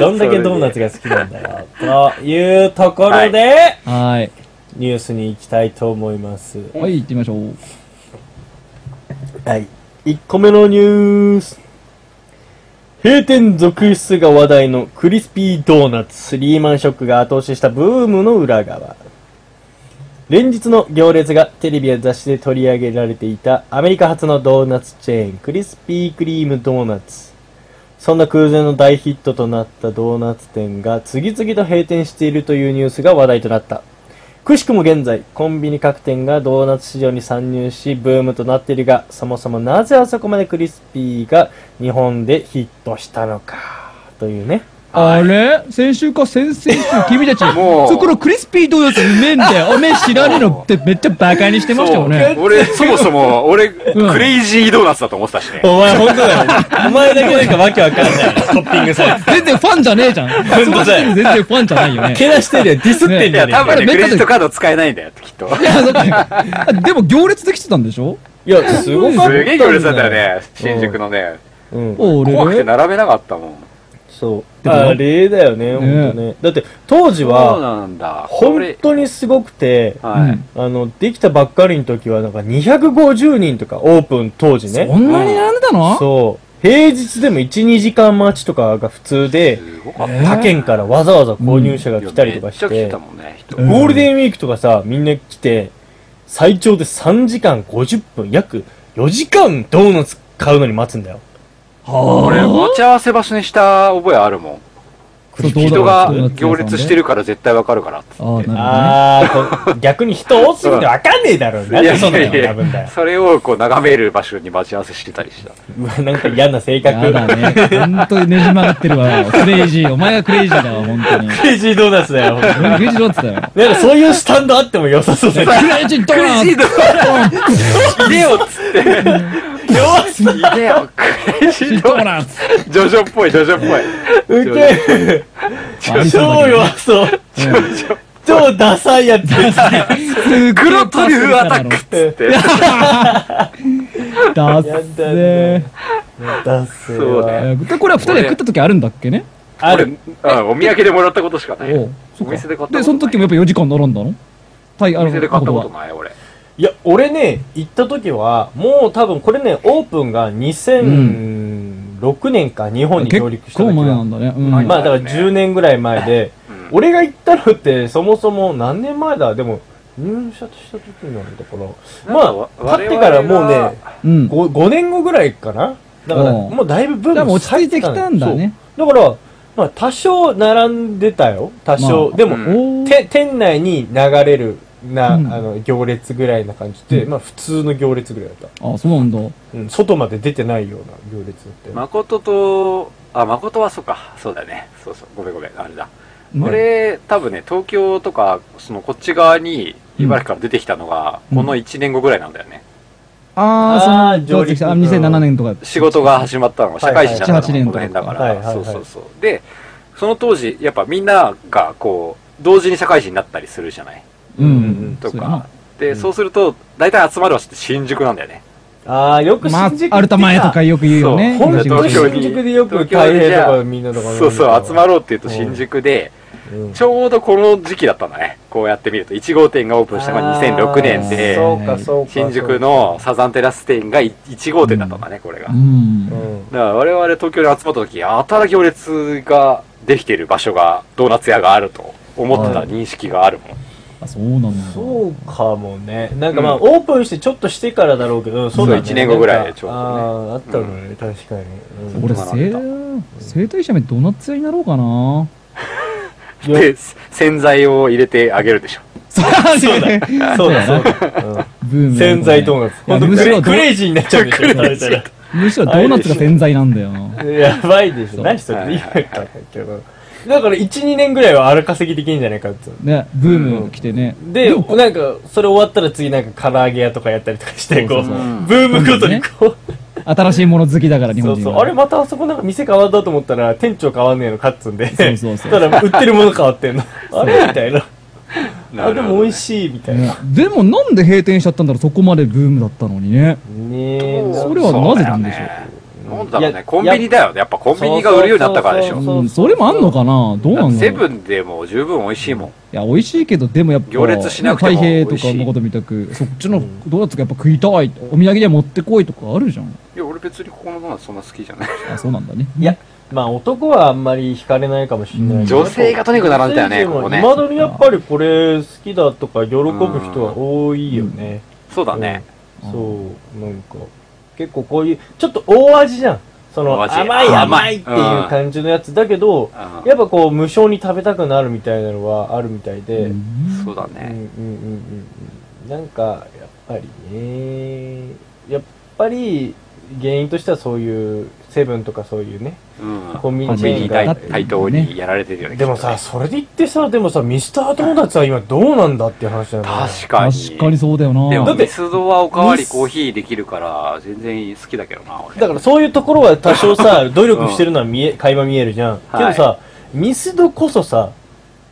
Speaker 5: どんだけドーナツが好きなんだよというところで、
Speaker 4: はーい。
Speaker 5: ニュースに行きたいと思います
Speaker 4: はい、行ってみましょう。
Speaker 5: はい1個目のニュース閉店続出が話題のクリスピードーナツリーマンショックが後押ししたブームの裏側連日の行列がテレビや雑誌で取り上げられていたアメリカ発のドーナツチェーンクリスピークリームドーナツそんな空前の大ヒットとなったドーナツ店が次々と閉店しているというニュースが話題となったくしくも現在コンビニ各店がドーナツ市場に参入しブームとなっているがそもそもなぜあそこまでクリスピーが日本でヒットしたのかというね
Speaker 4: あれ先週か先々週、君たち、
Speaker 3: もう
Speaker 4: そこのクリスピードーナツうめえんだよ。おめえ知らねえのってめっちゃバカにしてましたよね。
Speaker 3: そう俺そもそも俺
Speaker 4: ん
Speaker 3: クレイジードーナツだと思ってたしね
Speaker 5: お前本当だよお前だけなんかわけわかんないトッピングされて
Speaker 4: 全然ファンじゃねえじゃん。そこ時点で全然ファンじゃないよね。
Speaker 5: けなしてるよディスってん
Speaker 3: い
Speaker 5: じゃ
Speaker 3: や
Speaker 5: ね
Speaker 3: 多分
Speaker 4: あ
Speaker 3: ね
Speaker 4: れ
Speaker 3: ク
Speaker 4: めっちゃ
Speaker 3: レジットカード使えないんだよきっと
Speaker 4: いや、だってあ、でも行列できてたんでしょ
Speaker 5: えかいやすごかったんだ
Speaker 3: す
Speaker 5: よ
Speaker 3: げえ行列だったよね新宿のね
Speaker 5: うん
Speaker 4: 俺
Speaker 3: 怖くて並べなかったもん
Speaker 5: そうあれだよね本当ねだって当時
Speaker 3: そう
Speaker 5: は
Speaker 3: なんだこ
Speaker 5: 本
Speaker 3: れ
Speaker 5: 当にすごくて
Speaker 3: は
Speaker 4: う
Speaker 3: い
Speaker 4: ん
Speaker 5: あのできたばっかりの時はなんか250人とかオープン当時ね
Speaker 4: そんなに並んでたの
Speaker 5: そう。平日でも1、2時間待ちとかが普通で、
Speaker 3: すごかった
Speaker 4: え
Speaker 5: 他県からわざわざ購入者が来たりとかし
Speaker 3: めっちゃ来
Speaker 5: て、
Speaker 3: てたもんね人
Speaker 4: うん
Speaker 5: ゴールデンウィークとかさ、みんな来て、最長で3時間50分、約4時間ドーナツ買うのに待つんだよ。
Speaker 4: は
Speaker 3: 俺、待ち合わせ場所にした覚えあるもん。
Speaker 4: そうどうだろう
Speaker 3: 人が
Speaker 4: ドーナツ屋さん
Speaker 3: 行
Speaker 4: で
Speaker 3: 列してるから絶対わかるからっつって
Speaker 4: ああ、な
Speaker 5: あー <laughs> こう逆に人多すぎて分かんねえだろうなんでそんなの選ぶんだよ
Speaker 3: それをこう眺める場所に待ち合わせしてたりした。
Speaker 5: うわなんか嫌な性
Speaker 4: るほどね。
Speaker 5: 格
Speaker 4: やだね。本当にねじ曲がってるわ。クレイジー。お前がクレイジーだわ、本当に。
Speaker 5: クレイジードーナツだよ
Speaker 4: クレイジーロッツだよ。
Speaker 5: なんかそういうスタンドあっても良さ <laughs> そうだよ
Speaker 4: クレイジードーナツ
Speaker 3: ヒデオっつって。ヒデオ、クレイジード
Speaker 4: ド
Speaker 3: ーナ
Speaker 4: ーナツ
Speaker 3: ツ <laughs> ジョジョっぽい、ジョジョっぽい。
Speaker 5: ウケ
Speaker 4: あ
Speaker 5: る
Speaker 4: りそ
Speaker 5: 超
Speaker 4: うだけど
Speaker 5: 弱そう超ダサいやつ
Speaker 3: 黒トリュフアタックっつって。
Speaker 4: ダッセー
Speaker 5: ダサいわ
Speaker 3: そうね
Speaker 4: えーでこれは二人で食った時あるんだっけね
Speaker 5: ある
Speaker 3: 俺うんお土産でもらったことしかない。
Speaker 4: おう
Speaker 3: お
Speaker 4: そっか
Speaker 3: 店で買ったことない。
Speaker 4: で、その時もやっぱ4時間並んだのはい、あ
Speaker 3: お
Speaker 4: の
Speaker 3: 店で買ったことない、俺。
Speaker 5: いや、俺ね、行った時は、もう多分これね、オープンが2006年か、日本に上陸し
Speaker 4: 結
Speaker 5: た
Speaker 4: 構
Speaker 5: 時
Speaker 4: 前な
Speaker 5: は
Speaker 4: んだね。う
Speaker 3: は
Speaker 4: ん。
Speaker 3: い
Speaker 5: まあだから10年ぐらい前で、
Speaker 3: うん
Speaker 5: 俺が行ったのってそもそも何年前だでも、入社した時なんだから、まあ、経ってからもう
Speaker 3: 我々は
Speaker 5: ね、
Speaker 4: うん。
Speaker 5: 5, 5年後ぐらいかなだから、
Speaker 4: うん
Speaker 5: もうだいぶブーム
Speaker 4: でも落ち着いてきたんだね
Speaker 5: そうだから、まあ多少並んでたよ。多少。
Speaker 4: まあ
Speaker 5: でも、
Speaker 3: うん
Speaker 4: おー
Speaker 5: て店内に流れるな、
Speaker 4: うん
Speaker 5: あの行列ぐらいな感じで、
Speaker 4: うん
Speaker 5: まあ普通の行列ぐらいだった、
Speaker 4: あ、そうなんだ。
Speaker 5: うん、外まで出てないような行列だったよ、
Speaker 3: 誠と、あ、誠はそうか。そうだね。そうそう。ごめんごめん。あれだ。
Speaker 4: うん
Speaker 3: 俺、多分ね、東京とか、そのこっち側に、茨城から出てきたのが、
Speaker 4: うん
Speaker 3: この1年後ぐらいなんだよね。
Speaker 4: ああ
Speaker 5: あー
Speaker 4: ー、その、上陸したあ2007年とか。
Speaker 3: 仕事が始まったのが、社会人になったのがこの辺だか
Speaker 5: はいはいは
Speaker 3: ら、
Speaker 5: い
Speaker 3: そ
Speaker 5: は
Speaker 3: う
Speaker 5: い
Speaker 3: そうそう。で、その当時、やっぱみんなが、こう、同時に社会人になったりするじゃない
Speaker 4: うん
Speaker 5: うん。
Speaker 3: と
Speaker 4: そうやな
Speaker 3: か。で、そうすると、大体集まる場所って新宿なんだよね。
Speaker 5: ああよく
Speaker 4: ま
Speaker 5: 新宿行
Speaker 4: あ
Speaker 5: って、た
Speaker 4: アルタ前とかよく言うよね。
Speaker 3: そう
Speaker 5: 本
Speaker 4: 東
Speaker 5: 当
Speaker 4: 京
Speaker 5: に
Speaker 4: に
Speaker 5: 新宿でよく大平とかみんなとか
Speaker 3: そうそう、集ま
Speaker 5: る、
Speaker 3: ろうって言うと新宿で、
Speaker 5: うん
Speaker 3: ちょうどこの時期だったんだね。こうやってみると、1号店がオープンしたのが2006年
Speaker 5: あー
Speaker 3: で、
Speaker 5: そうかそうか
Speaker 3: 新宿のサザンテラス店が1号店だったんだね、これが。
Speaker 4: う
Speaker 3: だか
Speaker 5: う。
Speaker 4: ん
Speaker 5: ん
Speaker 3: ら我々東京に集まった時、やたら行列ができてる場所が、ドーナツ屋があると思ってた認識があるもん。
Speaker 4: あ、そうなんだ。
Speaker 5: そうかもね。なんかまあ、
Speaker 3: うん
Speaker 5: オープンしてちょっとしてからだろうけど、そうだね。
Speaker 3: そう一年後ぐらいちょうどね
Speaker 5: ああ、あったのね、確かに。うん
Speaker 4: 俺、
Speaker 3: そう
Speaker 4: 生生体者名ドーナツ屋になろうかな。
Speaker 5: よ
Speaker 3: で、洗剤を入れてあげるでしょ。
Speaker 4: そうだ。
Speaker 5: そうだ、そうだ。
Speaker 4: <laughs> ブー
Speaker 5: うん
Speaker 4: ム。
Speaker 5: 潜在ドーナツ。ほんと
Speaker 4: む
Speaker 5: ク
Speaker 4: しろ
Speaker 5: レ
Speaker 4: ド
Speaker 5: クレイジーになっちゃうでしょ、食べたら
Speaker 4: むしろドーナツが潜在なんだよな。
Speaker 5: やばいでし
Speaker 4: そ
Speaker 5: ょ。
Speaker 4: う
Speaker 5: 何それ
Speaker 3: は
Speaker 5: 今
Speaker 3: い
Speaker 5: 言ったんだけど。だから、1、2年ぐらいは荒稼ぎできんじゃないかって。
Speaker 4: ね、ブーム来てね。
Speaker 5: で、なんか、それ終わったら次なんか唐揚げ屋とかやったりとかして、こう、
Speaker 4: そう
Speaker 5: ブ
Speaker 4: そうそう
Speaker 5: ームごとにこう、
Speaker 4: 新しいもの好きだから、日
Speaker 5: そ
Speaker 4: 本
Speaker 5: う
Speaker 4: 人
Speaker 5: そう。
Speaker 4: は。
Speaker 5: あれまたあそこなんか店変わったと思ったら、店長変わんねえのかっつんで。
Speaker 4: そうそうそう
Speaker 5: ただ売ってるもの変わってんの。あれみたいな。
Speaker 3: な
Speaker 5: あ、
Speaker 3: る
Speaker 5: で
Speaker 3: ほど
Speaker 5: も美味しいみたい
Speaker 4: ね
Speaker 5: な。
Speaker 4: でもなんで閉店しちゃったんだろうそこまでブームだったのにね。
Speaker 5: ねえ。
Speaker 4: それはなぜなんでしょう
Speaker 3: なんだろう
Speaker 5: いや
Speaker 3: ね、コンビニだよね。やっぱコンビニが売るようになったからでし
Speaker 5: そ
Speaker 3: ょ
Speaker 5: う。
Speaker 4: うん、それもあんのかなどうなんだ
Speaker 3: セ
Speaker 4: ろ
Speaker 3: ブ
Speaker 4: う
Speaker 3: ンでも十分美味しいもん。
Speaker 4: いや、美味しいけど、でもやっぱ、
Speaker 3: 行列しなくても
Speaker 4: ね太平
Speaker 3: 美味
Speaker 4: と
Speaker 3: しい
Speaker 4: かのことみたく、そっちのドーナツがやっぱ食いたい。お土産には持ってこいとかあるじゃん。
Speaker 3: いや、俺別にここのドーナツそんな好きじゃない。
Speaker 4: あ、そうなんだね。
Speaker 5: いや、まあ男はあんまり惹かれないかもしれないけど。
Speaker 3: 女性がとにかく並んでたよね、
Speaker 5: 女性でも
Speaker 3: ここね。
Speaker 5: 未だにやっぱりこれ好きだとか喜ぶ人は多いよね。
Speaker 3: そうだね。
Speaker 4: うん
Speaker 5: そう、なんか、結構こういう、ちょっと大味じゃん。その
Speaker 3: 大味
Speaker 5: 甘い
Speaker 3: 甘い
Speaker 5: 甘いっていう感じのやつだけど、
Speaker 3: うん
Speaker 5: やっぱこう無性に食べたくなるみたいなのはあるみたいで、うん、
Speaker 3: そうだ
Speaker 5: うんうん
Speaker 3: ね。
Speaker 5: うんうん。なんか、やっぱりね、やっぱり原因としてはそういう、セブンとかそういうね、
Speaker 3: うん。
Speaker 5: コンビ
Speaker 3: コン
Speaker 5: ニチ
Speaker 3: ビ
Speaker 5: ェー
Speaker 3: ニ
Speaker 5: ンが
Speaker 3: 対対等にやられてるよね。
Speaker 5: でもさ、それで言ってさ、でもさ、ミスタードーナツは今どうなんだっていう話なんだよね。
Speaker 3: 確かに。
Speaker 4: 確かにそうだよな。
Speaker 3: で
Speaker 5: だ
Speaker 3: も、
Speaker 5: って
Speaker 3: ミスドはおかわりコーヒーできるから、全然好きだけどな、俺。
Speaker 5: だからそういうところは多少
Speaker 3: <laughs>
Speaker 5: さ、努力してるのは見え、垣間見えるじゃん。けどさ、ミスドこそさ、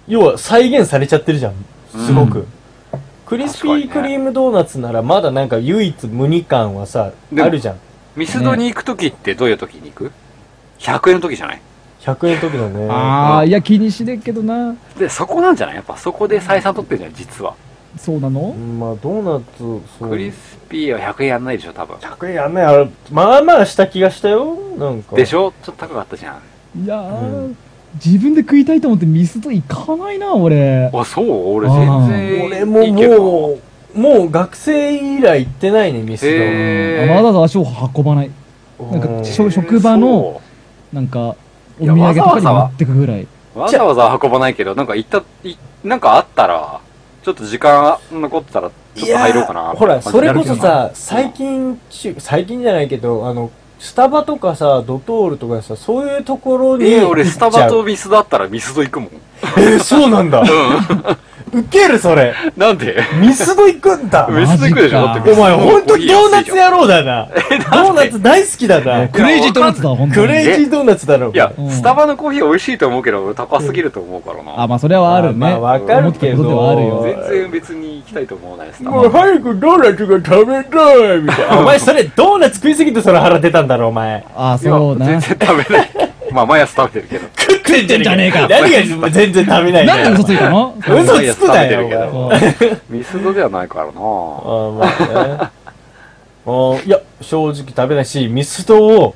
Speaker 5: 要は再現されちゃってるじゃん。すごく。
Speaker 4: うん
Speaker 5: クリスピークリームドーナツならまだなんか唯一無二感はさ、
Speaker 3: でも
Speaker 5: あるじゃん。
Speaker 3: ミスドに行くときってどういうときに行く ?100 円のときじゃない
Speaker 5: 100円の時だね。
Speaker 4: ああ、いや、気にしねえけどな。
Speaker 3: で、そこなんじゃないやっぱそこで採算取ってるじゃん、実は。
Speaker 4: そうなの
Speaker 5: うんまあドーナツ、そう。
Speaker 3: クリスピーは100円やんないでしょ、多分。
Speaker 5: 100円やんない。あれ、まあまあした気がしたよ。なんか。
Speaker 3: でし
Speaker 5: ょ
Speaker 3: ょちょっと高かったじゃん。
Speaker 4: いやー、
Speaker 5: うん
Speaker 4: 自分で食いたいと思ってミスド行かないな、俺。
Speaker 3: あ、そう俺全然。
Speaker 5: 俺も
Speaker 3: いいけどな
Speaker 5: もう、もう学生以来行ってないね、ミスドは。
Speaker 3: へー
Speaker 4: わざわざ足を運ばない。
Speaker 5: う
Speaker 4: なんか
Speaker 5: ん
Speaker 4: しょ職場のなんか、お
Speaker 3: いや
Speaker 4: 土産と
Speaker 3: わざ
Speaker 4: か
Speaker 3: わ
Speaker 4: に
Speaker 3: ざ
Speaker 4: 持ってくぐらい。
Speaker 3: そうわざわざ運ばないけど、なんか行った、いなんかあったら、ちょっと時間残ってたら、ちょっと入ろうかな。
Speaker 5: ほら、それこそ
Speaker 3: って感
Speaker 5: さ、最近、ち最近じゃないけど、あの、スタバとかさ、ドトールとかさ、そういうところ
Speaker 3: じ
Speaker 5: に。
Speaker 3: になる、えー俺スタバと
Speaker 5: 行っ
Speaker 3: ミスドだったらミスド行くもん。
Speaker 5: ちゃう。えーそうなんだ。 <laughs> ウケる、それ。
Speaker 3: なんで
Speaker 5: <laughs> ミスド行くん
Speaker 3: <laughs>
Speaker 5: だ。
Speaker 3: ミスド行くでしょだ
Speaker 4: マ
Speaker 3: って
Speaker 4: ジか
Speaker 3: ミ
Speaker 5: お
Speaker 3: スド
Speaker 5: 前、ほんと
Speaker 3: コーヒー
Speaker 5: ドーナ
Speaker 3: 安い
Speaker 5: ツ
Speaker 3: じゃん
Speaker 5: 野郎だな。ドーナツ大好きだな。
Speaker 4: クレイジードーナツだ、本当
Speaker 5: ク
Speaker 4: に。
Speaker 5: レイジードーナツだろ。
Speaker 3: いや、
Speaker 4: うん
Speaker 3: スタバのコーヒー美味しいと思うけど、高すぎると思うから
Speaker 4: あ、
Speaker 3: な。
Speaker 4: まあそれはあるね。
Speaker 5: まあ、わかるけ
Speaker 4: 思ったことではある
Speaker 5: ど。
Speaker 4: よ
Speaker 3: 全然別に行きたいと思わないです
Speaker 5: もう早くドーナツが食べたいみたいな。お前それドーナツ食いすぎてそれ腹出たんだろお前。
Speaker 4: あ、そうな。
Speaker 3: 全然食べない。まあ、毎朝食べてるけど。
Speaker 5: 食ってん
Speaker 4: じゃねえか
Speaker 5: 何が全然食べないん
Speaker 4: な
Speaker 5: だよ。
Speaker 4: んで嘘ついたの
Speaker 5: <laughs> 嘘つくなよ。
Speaker 3: 嘘
Speaker 5: お
Speaker 4: そう
Speaker 5: 前
Speaker 3: ミスドではないから
Speaker 5: あ
Speaker 3: な。
Speaker 5: まあね。おいや、正直食べないし、ミスドを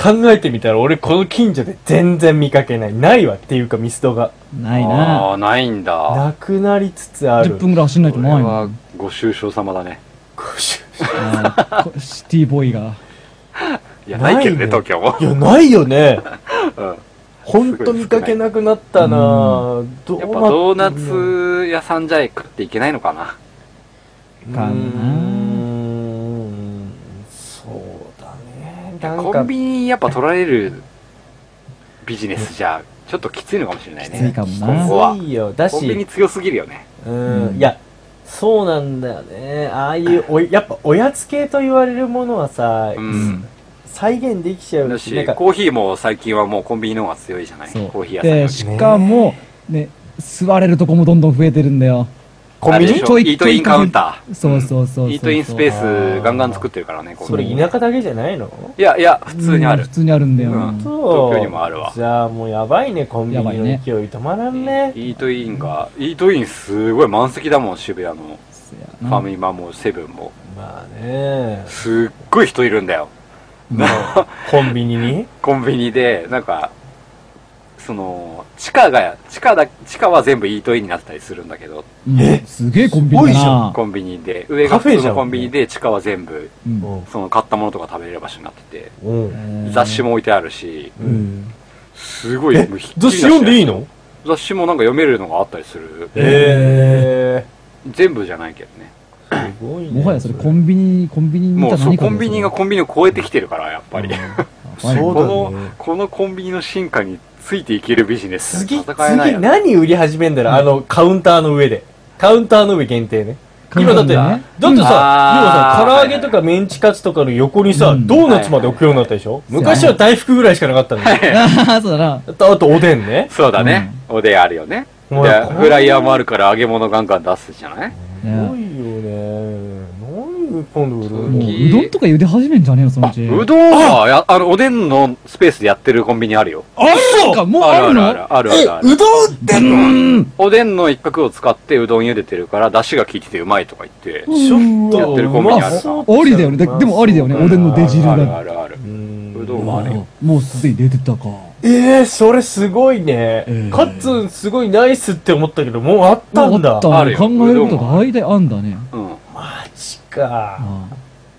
Speaker 5: 考えてみたら俺この近所で全然見かけない。ないわっていうかミスドが。
Speaker 4: ない
Speaker 3: あ
Speaker 4: な。
Speaker 3: あ、ないんだ。
Speaker 5: なくなりつつあ
Speaker 4: 10
Speaker 5: る。
Speaker 4: 分ぐらい走んないと
Speaker 3: これ
Speaker 4: ないもん
Speaker 3: はご愁傷様だね。
Speaker 4: あーこシティボーイが。
Speaker 3: いや、ないけど
Speaker 5: ない
Speaker 3: ね、
Speaker 5: ね
Speaker 3: 東京も
Speaker 5: <laughs> い。や、ないよね。
Speaker 3: うん
Speaker 5: ほんと見かけなくなったなぁ。どう
Speaker 3: やっぱ
Speaker 5: な
Speaker 3: ドーナツ屋さんじゃ食っていけないのかな。
Speaker 4: かな
Speaker 5: うーんそうだねなん
Speaker 3: コ
Speaker 5: か
Speaker 3: ンビニやっぱ取られるビジネスじゃ、ちょっときついのかもしれない
Speaker 4: きつい
Speaker 3: ね。
Speaker 4: かも
Speaker 3: 今後
Speaker 4: な。
Speaker 3: は
Speaker 5: むずいよだ
Speaker 3: コンビニ
Speaker 5: し
Speaker 3: 強すぎるよね。
Speaker 5: う
Speaker 4: うんん
Speaker 5: いやそうなんだよねああいうおやっぱおやつ系と言われるものはさ、
Speaker 3: うん。
Speaker 5: 再現できちゃ
Speaker 3: だ
Speaker 5: うしな
Speaker 3: し、
Speaker 5: んか
Speaker 3: コーヒーも最近はもうコンビニの方が強いじゃない。
Speaker 4: そ
Speaker 3: コーヒー
Speaker 4: う。
Speaker 3: 屋さんよ
Speaker 4: で、
Speaker 3: り
Speaker 4: しかも、ね、座れるとこもどんどん増えてるんだよ。
Speaker 5: コンビ
Speaker 3: あれ
Speaker 5: ニ
Speaker 3: でし
Speaker 4: ちょ
Speaker 3: ょ
Speaker 4: い
Speaker 3: イートインカウンタ
Speaker 4: そうそうそうそう。
Speaker 3: ー。イートインスペースガンガン作ってるからね、ここ
Speaker 5: それ田舎だけじゃないの
Speaker 3: いやいや、普通にあ
Speaker 4: うん
Speaker 3: る
Speaker 4: 普。通にあるんだよ。
Speaker 3: うん
Speaker 5: そう
Speaker 3: 東京にもあるわ
Speaker 5: じゃあもうやばいねコンビニの
Speaker 4: やばいね
Speaker 5: 勢い止まらんね
Speaker 3: イートインが、イートインすごい満席だもん、渋谷の。ファミマもセブンも。
Speaker 5: まあね
Speaker 3: すっごい人いるんだよ。
Speaker 5: <laughs> コンビニに
Speaker 3: コンビニで、なんか、その、地下が、地下だ、地下は全部イートインになってたりするんだけど、
Speaker 4: えすげえコンビニ
Speaker 5: すご
Speaker 4: だ
Speaker 5: いじゃ
Speaker 4: な。
Speaker 3: コンビニで、上が
Speaker 5: カフェ
Speaker 3: 普通
Speaker 5: じゃん
Speaker 3: のコンビニで、地下は全部、
Speaker 4: うん
Speaker 5: うん
Speaker 3: その買ったものとか食べれる場所になってて、
Speaker 5: うん
Speaker 3: 雑誌も置いてあるし、
Speaker 5: うん
Speaker 3: すごい、
Speaker 5: え
Speaker 3: もうひっきりな
Speaker 5: 雑
Speaker 3: し
Speaker 5: 誌読んでいいの
Speaker 3: 雑誌もなんか読めるのがあったりする。
Speaker 5: え
Speaker 3: 全部じゃないけどね。
Speaker 5: えー、すごいね
Speaker 4: もはやそれコンビニ、コンビニに
Speaker 3: も
Speaker 4: た
Speaker 3: うそう、
Speaker 4: 何か
Speaker 3: コンビニがコンビニを超えてきてるから、やっぱり。
Speaker 4: 怖い
Speaker 5: そうだね
Speaker 3: <laughs> この、このコンビニの進化についていけるビジネス。
Speaker 5: 次、次
Speaker 3: 戦えないよね
Speaker 5: 何売り始めんだろう、あの、カウンターの上で。カウンターの上限定ね。今だって、だってさ、
Speaker 4: うん
Speaker 5: 今さ、
Speaker 3: あー
Speaker 5: 唐揚げとかメンチカツとかの横にさ
Speaker 4: う、ん
Speaker 5: ドーナツまで置くようになったでしょ
Speaker 4: いはい
Speaker 5: 昔は大福ぐらいしかなかったのに。
Speaker 4: ああ、 <laughs> そうだな。
Speaker 5: あと、あとおでんね。
Speaker 3: そうだね。おでんあるよね。で、
Speaker 5: もうこれ
Speaker 3: フライヤーもあるから揚げ物ガンガン出すじゃない
Speaker 5: すごいよね。何今度売る
Speaker 4: もう
Speaker 3: 次
Speaker 5: の
Speaker 4: うどんとか茹で始めんじゃねえの、そのう
Speaker 3: あ
Speaker 4: ち。、
Speaker 3: うどんは、やあの、おでんのスペースでやってるコンビニあるよ。
Speaker 4: あそうか、もうある
Speaker 3: あ
Speaker 4: の
Speaker 3: るあるあるあるある。
Speaker 5: うどん売ってんの
Speaker 3: おでんの一角を使ってうどん茹でてるから、出汁が効いててうまいとか言って。
Speaker 5: ちょっと、
Speaker 3: やってるコンビニあるな
Speaker 4: ありだよね。ででもありだよね。おでんの出汁
Speaker 3: あるあ
Speaker 4: が。
Speaker 3: るある。
Speaker 5: うん
Speaker 3: うどんもあるよ。
Speaker 4: もうすでに出てたか。
Speaker 5: ええそれすごいね。
Speaker 4: ええ
Speaker 5: カッツンすごいナイスって思ったけど、もうあったんだ。
Speaker 4: あった
Speaker 3: ある
Speaker 4: ね。
Speaker 3: よ
Speaker 4: 考えることが大体あんだね。
Speaker 3: うん。
Speaker 5: マジか。
Speaker 4: あ